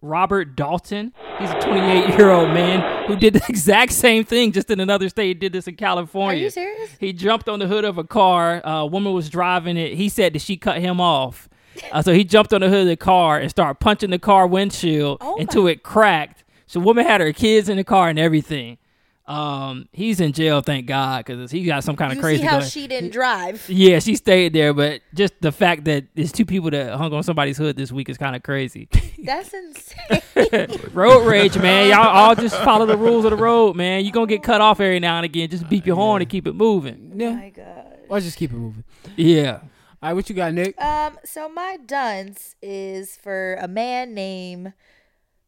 Speaker 7: Robert Dalton. He's a 28 year old man who did the exact same thing, just in another state. He did this in California.
Speaker 5: Are you serious?
Speaker 7: He jumped on the hood of a car. Uh, a woman was driving it. He said that she cut him off. Uh, so he jumped on the hood of the car and started punching the car windshield
Speaker 5: Oh
Speaker 7: until it cracked. So woman had her kids in the car and everything. Um, he's in jail, thank God, because he got some kind of
Speaker 5: You
Speaker 7: crazy.
Speaker 5: see how
Speaker 7: gun.
Speaker 5: she didn't drive.
Speaker 7: Yeah, she stayed there, but just the fact that there's two people that hung on somebody's hood this week is kind of crazy.
Speaker 5: That's insane.
Speaker 7: road rage, man. Y'all all just follow the rules of the road, man. you going to get cut off every now and again. Just beep your horn and keep it moving.
Speaker 1: Yeah. Or just keep it moving.
Speaker 7: Yeah.
Speaker 1: All right, what you got, Nick?
Speaker 5: um, so my dunce is for a man named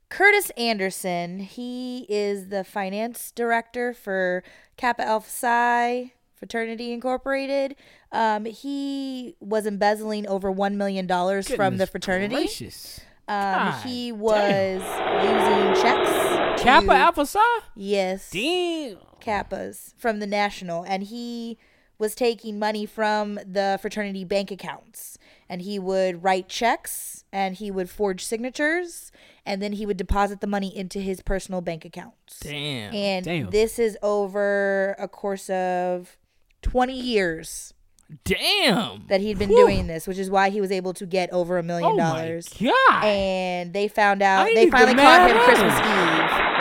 Speaker 5: Curtis Anderson. He is the finance director for Kappa Alpha Psi Fraternity Incorporated. Um, he was embezzling over one million dollars from the
Speaker 1: Goodness
Speaker 5: fraternity.
Speaker 1: Gracious.
Speaker 5: Um,
Speaker 7: God
Speaker 5: he was using checks.
Speaker 1: Kappa
Speaker 5: to-
Speaker 1: Alpha Psi?
Speaker 5: Yes.
Speaker 1: Damn.
Speaker 5: Kappas from the National, and he was taking money from the fraternity bank accounts. And he would write checks and he would forge signatures, and then he would deposit the money into his personal bank accounts.
Speaker 7: Damn.
Speaker 5: And
Speaker 1: Damn.
Speaker 5: this is over a course of 20 years
Speaker 7: Damn.
Speaker 5: that he'd been doing this, which is why he was able to get over a million
Speaker 7: Oh, my
Speaker 5: dollars.
Speaker 7: God.
Speaker 5: And they found out, they
Speaker 1: I need to
Speaker 5: finally caught
Speaker 1: mad
Speaker 5: him
Speaker 1: at
Speaker 5: Christmas
Speaker 1: him.
Speaker 5: Eve.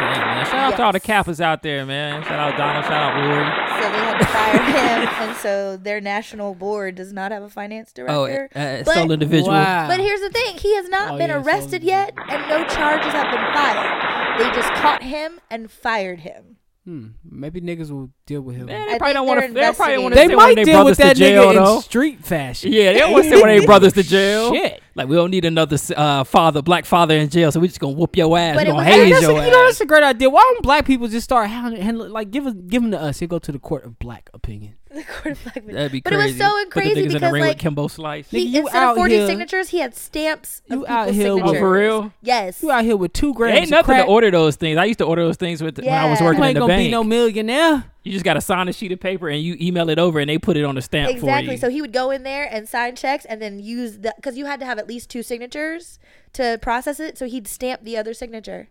Speaker 7: Damn, man. Shout out to all the Kappas out there, man. Shout out Donald. Shout out Ward.
Speaker 5: So they had to fire him, and so their national board does not have a finance
Speaker 7: Oh,
Speaker 1: eh,
Speaker 5: director.
Speaker 7: uh, uh,
Speaker 5: but,
Speaker 7: sole individual.
Speaker 1: Wow.
Speaker 5: but here's the thing: he has not
Speaker 1: Oh,
Speaker 5: been
Speaker 1: yeah, sole
Speaker 5: arrested
Speaker 1: individual.
Speaker 5: yet, and no charges have been filed. They just caught him and fired him.
Speaker 1: Hmm. Maybe niggas will deal with him.
Speaker 7: Man,
Speaker 5: I
Speaker 7: they probably
Speaker 5: think
Speaker 7: don't want to.
Speaker 5: they're
Speaker 7: They probably want to
Speaker 5: investigating.
Speaker 1: they
Speaker 7: send one
Speaker 1: might
Speaker 7: of their
Speaker 1: deal
Speaker 7: brothers
Speaker 1: with that
Speaker 7: to jail,
Speaker 1: nigga
Speaker 7: though.
Speaker 1: in street fashion.
Speaker 7: Yeah, they don't want to send one of their brothers to jail.
Speaker 1: Shit.
Speaker 7: Like we don't need another uh, father, black father in jail, so we just gonna whoop your ass.
Speaker 5: But
Speaker 7: we
Speaker 5: it
Speaker 7: gonna
Speaker 5: was-
Speaker 7: haze
Speaker 1: That's a,
Speaker 7: your
Speaker 1: you
Speaker 7: ass.
Speaker 1: know, that's a great idea. Why don't black people just start handling, handling like give them, give them to us? He'll go to the court of black opinion.
Speaker 5: The court of black men.
Speaker 7: That'd be
Speaker 5: But it
Speaker 7: crazy.
Speaker 5: was so
Speaker 7: Put the
Speaker 5: crazy
Speaker 7: niggas in the
Speaker 5: because
Speaker 7: ring
Speaker 5: like
Speaker 7: with Kimbo Slice.
Speaker 5: he
Speaker 1: Nigga, you
Speaker 5: instead
Speaker 1: out
Speaker 5: of forging
Speaker 1: here-
Speaker 5: signatures, he had stamps
Speaker 1: You
Speaker 5: of
Speaker 1: out
Speaker 5: people's
Speaker 1: here with-
Speaker 5: signatures.
Speaker 7: Oh, for real?
Speaker 5: Yes.
Speaker 1: You out here with two grams
Speaker 7: Ain't
Speaker 1: of
Speaker 7: nothing
Speaker 1: crack.
Speaker 7: to order those things. I used to order those things with when I
Speaker 5: Yeah.
Speaker 7: was
Speaker 1: You
Speaker 7: working in
Speaker 1: ain't
Speaker 7: the
Speaker 1: gonna be
Speaker 7: bank.
Speaker 1: no millionaire.
Speaker 7: you just got to sign a sheet of paper and you email it over, and they put it on a stamp for
Speaker 5: Exactly.
Speaker 7: you.
Speaker 5: So he would go in there and sign checks and then use the because you had to have at least two signatures to process it. So he'd stamp the other signature.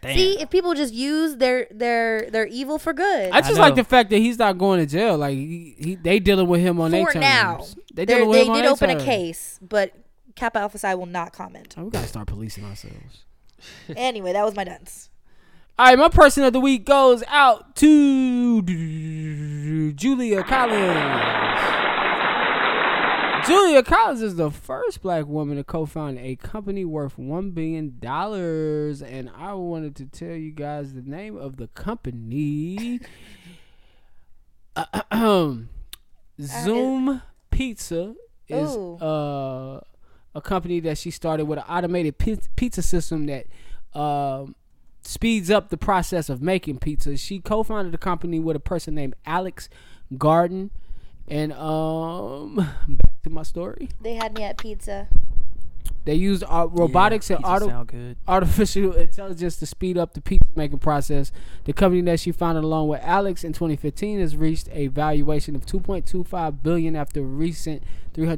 Speaker 7: Damn.
Speaker 5: See if people just use their their their evil for good.
Speaker 1: I just
Speaker 7: know.
Speaker 1: like the fact that he's not going to jail. Like he, he, they dealing with him on their
Speaker 5: for
Speaker 1: terms.
Speaker 5: now,
Speaker 1: they
Speaker 5: they,
Speaker 1: dealing with
Speaker 5: they
Speaker 1: him on
Speaker 5: did
Speaker 1: their
Speaker 5: open a
Speaker 1: terms.
Speaker 5: case, but Kappa Alpha Psi will not comment.
Speaker 1: Oh, we gotta start policing ourselves.
Speaker 5: anyway, that was my dunce.
Speaker 1: All right, my person of the week goes out to Julia Collins. Julia Collins is the first black woman to co-found a company worth one billion dollars, and I wanted to tell you guys the name of the company. Ahem. Zoom Pizza is
Speaker 5: Ooh.
Speaker 1: uh, a company that she started with an automated piz- pizza system that um, speeds up the process of making pizza. She co-founded the company with a person named Alex Garden. And um, back to my story.
Speaker 5: They had me at pizza.
Speaker 1: They used uh, robotics and
Speaker 7: pizza
Speaker 1: auto
Speaker 7: sound good.
Speaker 1: artificial intelligence to speed up the pizza making process. The company that she founded along with Alex in 2015 has reached a valuation of 2.25 billion after a recent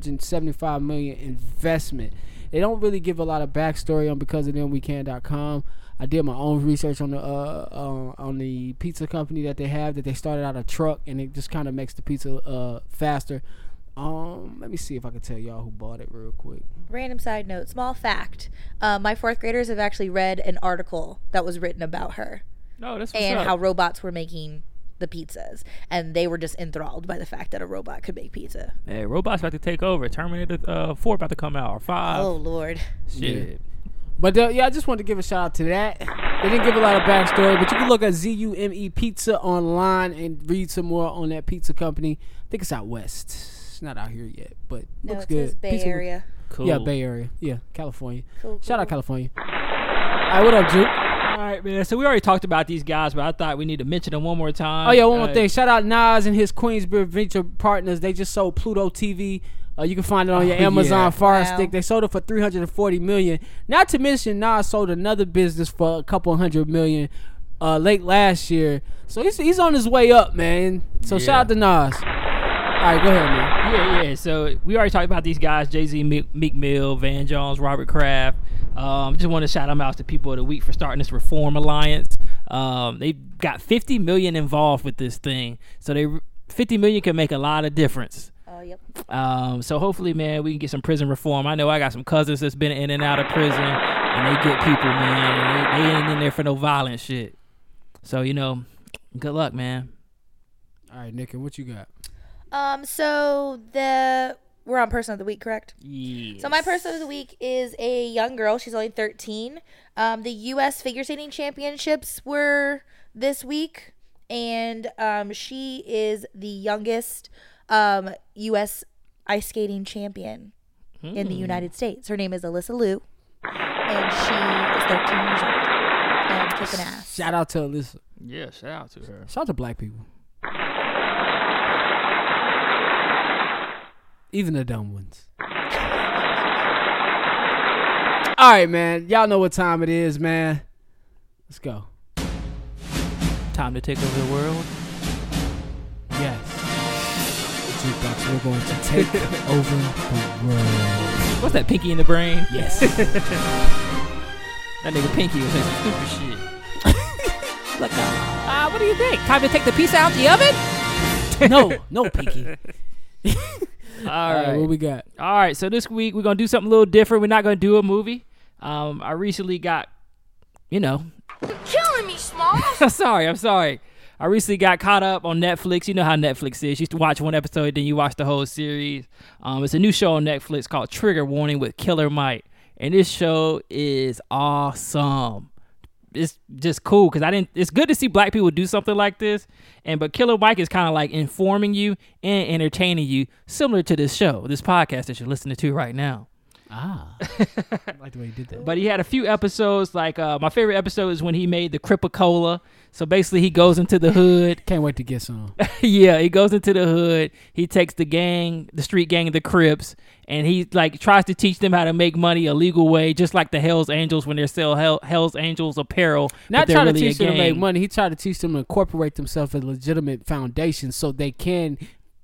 Speaker 1: 375 million investment. They don't really give a lot of backstory on because of them we can.com. I did my own research on the uh, uh, on the pizza company that they have that they started out a truck and it just kind of makes the pizza uh, faster. Um, let me see if I can tell y'all who bought it real quick.
Speaker 5: Random side note, small fact. Uh, my fourth graders have actually read an article that was written about her
Speaker 7: No, that's what's
Speaker 5: and
Speaker 7: up.
Speaker 5: how robots were making the pizzas. And they were just enthralled by the fact that a robot could make pizza.
Speaker 7: Hey, robots about to take over. Terminator uh, four about to come out or five.
Speaker 5: Oh, Lord.
Speaker 7: Shit.
Speaker 1: But uh, yeah, I just wanted to give a shout out to that. They didn't give a lot of backstory, but you can look at ZUME E Pizza online and read some more on that pizza company. I think it's out west. It's not out here yet, but
Speaker 5: No,
Speaker 1: looks
Speaker 5: it
Speaker 1: good.
Speaker 5: says Bay
Speaker 1: Pizza-
Speaker 5: Area.
Speaker 7: Cool.
Speaker 1: Yeah, Bay Area. Yeah, California.
Speaker 5: Cool,
Speaker 1: Shout
Speaker 5: cool,
Speaker 1: out California. All right, what up, Juke?
Speaker 7: All right, man. So we already talked about these guys, but I thought we need to mention them one more time.
Speaker 1: Oh yeah, one more
Speaker 7: Uh,
Speaker 1: thing. Shout out Nas and his Queensbridge Venture partners. They just sold Pluto TV. Uh, you can find it on your
Speaker 7: Oh,
Speaker 1: Amazon
Speaker 7: yeah.
Speaker 1: Fire
Speaker 5: Wow.
Speaker 1: Stick. They sold it for 340 million. Not to mention Nas sold another business for a couple hundred million uh, late last year. So he's he's on his way up, man. So
Speaker 7: Yeah.
Speaker 1: shout out to Nas. All right, go ahead, man.
Speaker 7: Yeah, yeah. So we already talked about these guys: Jay Z, Meek, Meek Mill, Van Jones, Robert Kraft. Um, just want to shout them out to People of the Week for starting this Reform Alliance. Um, they got 50 million involved with this thing, so they 50 million can make a lot of difference.
Speaker 5: Oh, yep.
Speaker 7: Um, so hopefully, man, we can get some prison reform. I know I got some cousins that's been in and out of prison, and they get people, man. And they, they ain't in there for no violent shit. So you know, good luck, man.
Speaker 1: All right, Nick, and what you got?
Speaker 5: Um, so the we're on person of the week, correct?
Speaker 7: Yeah.
Speaker 5: So my person of the week is a young girl. She's only 13. Um, the U.S. Figure Skating Championships were this week, and um, she is the youngest um, U.S. ice skating champion in the United States. Her name is Alyssa Liu, and she is 13 years old and kicking ass.
Speaker 1: Shout out to Alyssa.
Speaker 7: Yeah. Shout out to her.
Speaker 1: Shout out to black people. Even the dumb ones. All right, man. Y'all know what time it is, man. Let's go.
Speaker 7: Time to take over the world.
Speaker 1: Yes. Jukebox, we're going to take over the world.
Speaker 7: What's that? Pinky in the brain.
Speaker 1: Yes.
Speaker 7: That nigga Pinky was saying some stupid shit. Look up. Uh, what do you think? Time to take the piece out the oven.
Speaker 1: no, no, Pinky. Uh,
Speaker 7: All
Speaker 1: All right,
Speaker 7: right.
Speaker 1: what we got?
Speaker 7: All right, so this week we're gonna do something a little different. We're not gonna do a movie. Um, I recently got, you know,
Speaker 6: Killing me, small.
Speaker 7: I'm sorry, I'm sorry. I recently got caught up on Netflix. You know how Netflix is. You used to watch one episode, then you watch the whole series. Um, it's a new show on Netflix called Trigger Warning with Killer Mike, and this show is awesome. It's just cool because I didn't. It's good to see black people do something like this, and but Killer Mike is kind of like informing you and entertaining you, similar to this show, this podcast that you're listening to right now.
Speaker 1: Ah. I like the way you did that.
Speaker 7: But he had a few episodes. Like uh, my favorite episode is when he made the Crippa Cola. So basically, he goes into the hood.
Speaker 1: Can't wait to get some.
Speaker 7: yeah, he goes into the hood. He takes the gang, the street gang, of the Crips, and he like tries to teach them how to make money a legal way, just like the Hell's Angels when they sell Hell, Hell's Angels apparel. but
Speaker 1: Not
Speaker 7: they're
Speaker 1: trying
Speaker 7: really
Speaker 1: to
Speaker 7: a
Speaker 1: teach them to make
Speaker 7: gang.
Speaker 1: money. He tried to teach them to incorporate themselves in legitimate foundations so they can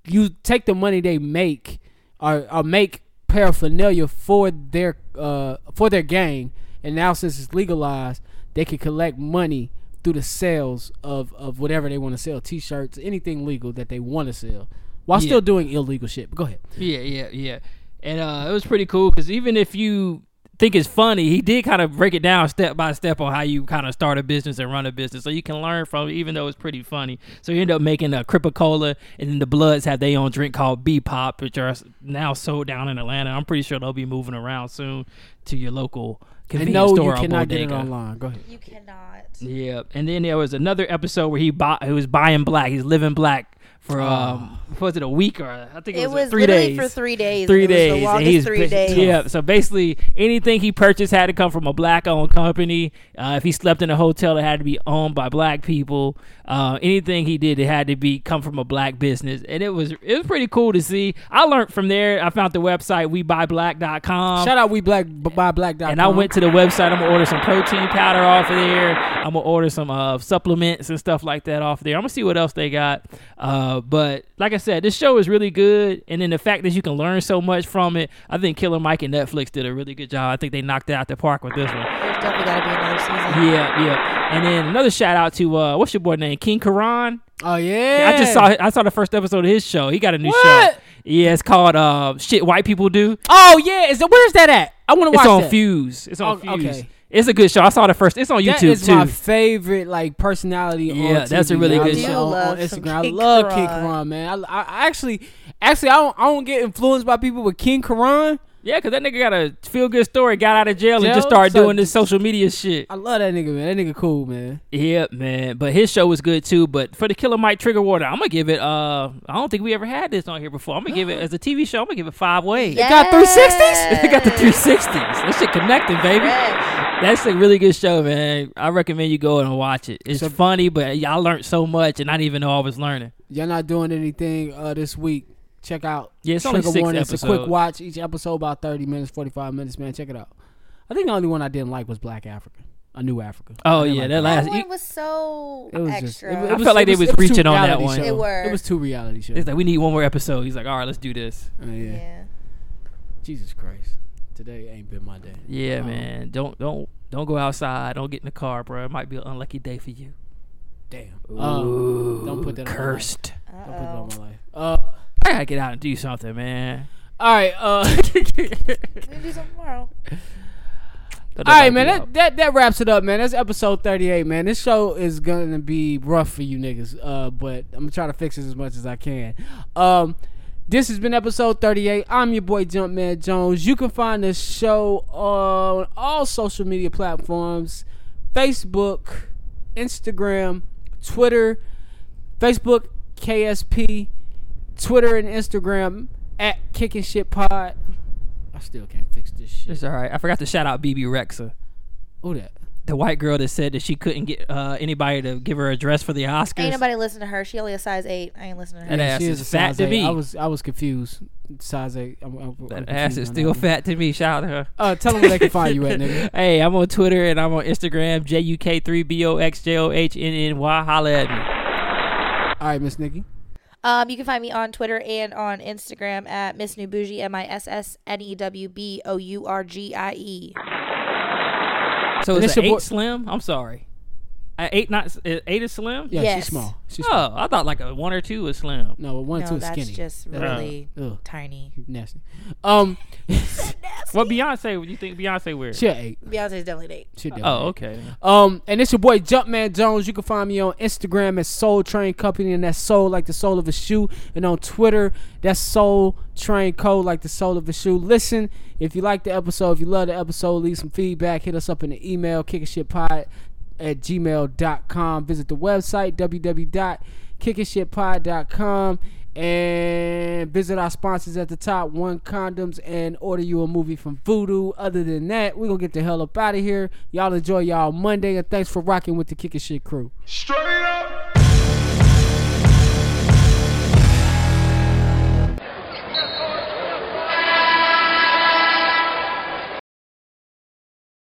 Speaker 1: you take the money they make or, or make paraphernalia for their uh for their gang and now since it's legalized they can collect money through the sales of of whatever they want to sell t-shirts anything legal that they want to sell while
Speaker 7: Yeah.
Speaker 1: still doing illegal shit but go ahead
Speaker 7: Yeah, yeah, yeah. And uh, it was pretty cool because even if you think it's funny, he did kind of break it down step by step on how you kind of start a business and run a business, so you can learn from it, even though it's pretty funny. So you end up making a Cripa Cola, and then the Bloods have their own drink called B Pop, which are now sold down in Atlanta. I'm pretty sure they'll be moving around soon to your local
Speaker 1: And
Speaker 7: convenience
Speaker 1: no,
Speaker 7: store
Speaker 1: you
Speaker 7: or
Speaker 1: cannot get it
Speaker 7: bodega.
Speaker 1: online. Go ahead.
Speaker 5: You cannot.
Speaker 7: Yeah, and then there was another episode where he bought, he was buying black. He's living black for
Speaker 1: Ah.
Speaker 7: um, was it a week or I think it,
Speaker 5: It
Speaker 7: was, uh,
Speaker 5: was
Speaker 7: three
Speaker 5: literally
Speaker 7: days.
Speaker 5: for three days.
Speaker 7: Three
Speaker 5: It was
Speaker 7: days.
Speaker 5: The
Speaker 7: and
Speaker 5: longest
Speaker 7: he's
Speaker 5: three
Speaker 7: pissed-
Speaker 5: days.
Speaker 7: Yeah. So basically, anything he purchased had to come from a black-owned company. Uh, if he slept in a hotel, it had to be owned by black people. Uh, anything he did, it had to be come from a black business, and it was it was pretty cool to see. I learned from there. I found the website WeBuyBlack.com.
Speaker 1: Shout out we black by black dot.
Speaker 7: Um, And I went to the website. I'm gonna order some protein powder off of there. I'm gonna order some uh, supplements and stuff like that off there. I'm gonna see what else they got. Uh, but like I said, this show is really good. And then the fact that you can learn so much from it, I think Killer Mike and Netflix did a really good job. I think they knocked it out the park with this one.
Speaker 5: There's definitely got to be another season.
Speaker 7: Yeah, yeah. And then another shout out to uh, what's your boy name? King Karan.
Speaker 1: Oh yeah.
Speaker 7: I just saw I saw the first episode of his show. He got a new
Speaker 1: What?
Speaker 7: show. Yeah, it's called uh, "Shit White People Do."
Speaker 1: Oh yeah. Is it, where's that at? I want to watch
Speaker 7: It's on
Speaker 1: that.
Speaker 7: Fuse. It's on
Speaker 1: Oh,
Speaker 7: Fuse.
Speaker 1: okay.
Speaker 7: It's a good show. I saw the first. It's on
Speaker 1: That
Speaker 7: YouTube
Speaker 1: is
Speaker 7: too.
Speaker 1: my favorite like personality. on
Speaker 7: Yeah, that's a
Speaker 1: TV.
Speaker 7: really
Speaker 1: I
Speaker 7: good
Speaker 1: do
Speaker 7: show.
Speaker 1: on- on
Speaker 5: love some
Speaker 1: Instagram. I
Speaker 5: King
Speaker 1: love King
Speaker 5: Karan.
Speaker 1: Karan, man. I, I I actually, actually, I don't, I don't get influenced by people with King Karan.
Speaker 7: yeah, because that nigga got a feel good story. Got out of jail, and just
Speaker 1: Jail?
Speaker 7: started
Speaker 1: So-
Speaker 7: doing this social media shit.
Speaker 1: I love that nigga, man. That nigga cool, man.
Speaker 7: Yeah, man. But his show was good too. But for the Killer Mike Trigger Warning, I'm gonna give it. Uh, I don't think we ever had this on here before. I'm gonna give it as a TV show. I'm gonna give it five ways.
Speaker 1: It got 360s.
Speaker 7: They got the 360s. That shit connected, baby. That's a really good show, man. I recommend you go and watch it. It's funny, but I learned so much, and I didn't even know I was learning.
Speaker 1: Y'all not doing anything uh, this week. Check out.
Speaker 7: Yeah, it's only
Speaker 1: Trigger
Speaker 7: six
Speaker 1: Warning. It's a quick
Speaker 7: episodes.
Speaker 1: watch. Each episode about thirty minutes, forty five minutes, man. Check it out. I think the only one I didn't like was Black Africa. A New Africa.
Speaker 7: Oh
Speaker 1: I didn't
Speaker 7: yeah,
Speaker 1: like
Speaker 7: that
Speaker 5: That
Speaker 7: last.
Speaker 5: one was so
Speaker 1: It was just.
Speaker 5: extra.
Speaker 1: It,
Speaker 7: I felt like they was
Speaker 1: it too
Speaker 7: reaching on that
Speaker 1: reality
Speaker 7: one.
Speaker 1: show.
Speaker 5: They were.
Speaker 1: It was two reality shows.
Speaker 7: It's like we need one more episode. He's like, all right, let's do this.
Speaker 1: Oh, yeah.
Speaker 5: yeah.
Speaker 1: Jesus Christ. Today ain't been my day.
Speaker 7: Yeah,
Speaker 1: Um,
Speaker 7: man. Don't don't don't go outside. Don't get in the car, bro. It might be an unlucky day for you.
Speaker 1: Damn. Um, don't put that
Speaker 7: Cursed.
Speaker 1: On my life. Don't put that on my life. Uh,
Speaker 7: I gotta get out and do something, man.
Speaker 1: all right. Uh,
Speaker 5: We can do something tomorrow.
Speaker 7: Don't
Speaker 1: all
Speaker 7: nobody
Speaker 1: right,
Speaker 7: be
Speaker 1: man. That,
Speaker 7: out.
Speaker 1: that that wraps it up, man. That's episode thirty-eight, man. This show is gonna be rough for you niggas. Uh, but I'm gonna try to fix it as much as I can. Um. This has been episode 38. I'm your boy Jumpman Jones. You can find this show on all social media platforms Facebook, Instagram, Twitter, Facebook, KSP, Twitter, and Instagram at Kicking Shit Pod. I still can't fix this shit.
Speaker 7: It's all right. I forgot to shout out BB Rexa,
Speaker 1: Who that?
Speaker 7: the white girl that said that she couldn't get uh, anybody to give her a dress for the
Speaker 5: Ain't
Speaker 7: Oscars.
Speaker 5: nobody listen to her. She only a size eight. I ain't listening to her.
Speaker 7: And ass
Speaker 1: she
Speaker 7: is
Speaker 1: a
Speaker 7: fat
Speaker 1: size
Speaker 7: to
Speaker 1: eight.
Speaker 7: me.
Speaker 1: I was I was confused. Size eight. I'm, I'm, I'm
Speaker 7: That ass
Speaker 1: confused
Speaker 7: is
Speaker 1: on
Speaker 7: still
Speaker 1: that one.
Speaker 7: fat to me. Shout out to her.
Speaker 1: Uh, tell them where they can find you at, nigga.
Speaker 7: Hey, I'm on Twitter and I'm on Instagram. J U K three B O X J O H N N Y. Holla at me.
Speaker 1: All right, Miss Nikki.
Speaker 5: Um, you can find me on Twitter and on Instagram at Miss New Bougie, M I S S N E W B O U R G I E.
Speaker 7: So
Speaker 1: And
Speaker 7: it's
Speaker 1: it's your
Speaker 7: eight
Speaker 1: boy-
Speaker 7: slim. I'm sorry, Uh, eight not uh, eight is slim.
Speaker 1: Yeah, she's
Speaker 5: Yes.
Speaker 1: small. She's
Speaker 7: Oh, I thought like a one or two was slim.
Speaker 1: no, but one
Speaker 5: No,
Speaker 1: two is
Speaker 5: that's
Speaker 1: skinny.
Speaker 5: just
Speaker 1: That's-
Speaker 5: really
Speaker 1: Ugh,
Speaker 5: tiny.
Speaker 1: nasty. Um,
Speaker 7: What Beyonce? What do you think Beyonce wears?
Speaker 1: she a eight.
Speaker 5: Beyonce's definitely an eight.
Speaker 1: She definitely
Speaker 7: Oh, okay.
Speaker 1: Um, and it's your boy Jumpman Jones. You can find me on Instagram at Soul Train Company, and that's Soul like the soul of a shoe. And on Twitter, that's Soul Train Co like the soul of a shoe. Listen, if you like the episode, if you love the episode, leave some feedback. Hit us up in the email, kickingshitpod at gmail.com. Visit the website, www.kickingshitpod.com. And visit our sponsors at the top, One Condoms, and order you a movie from Voodoo. Other than that, we're going to get the hell up out of here. Y'all enjoy y'all Monday, and thanks for rocking with the Kickin' Shit crew.
Speaker 2: Straight up.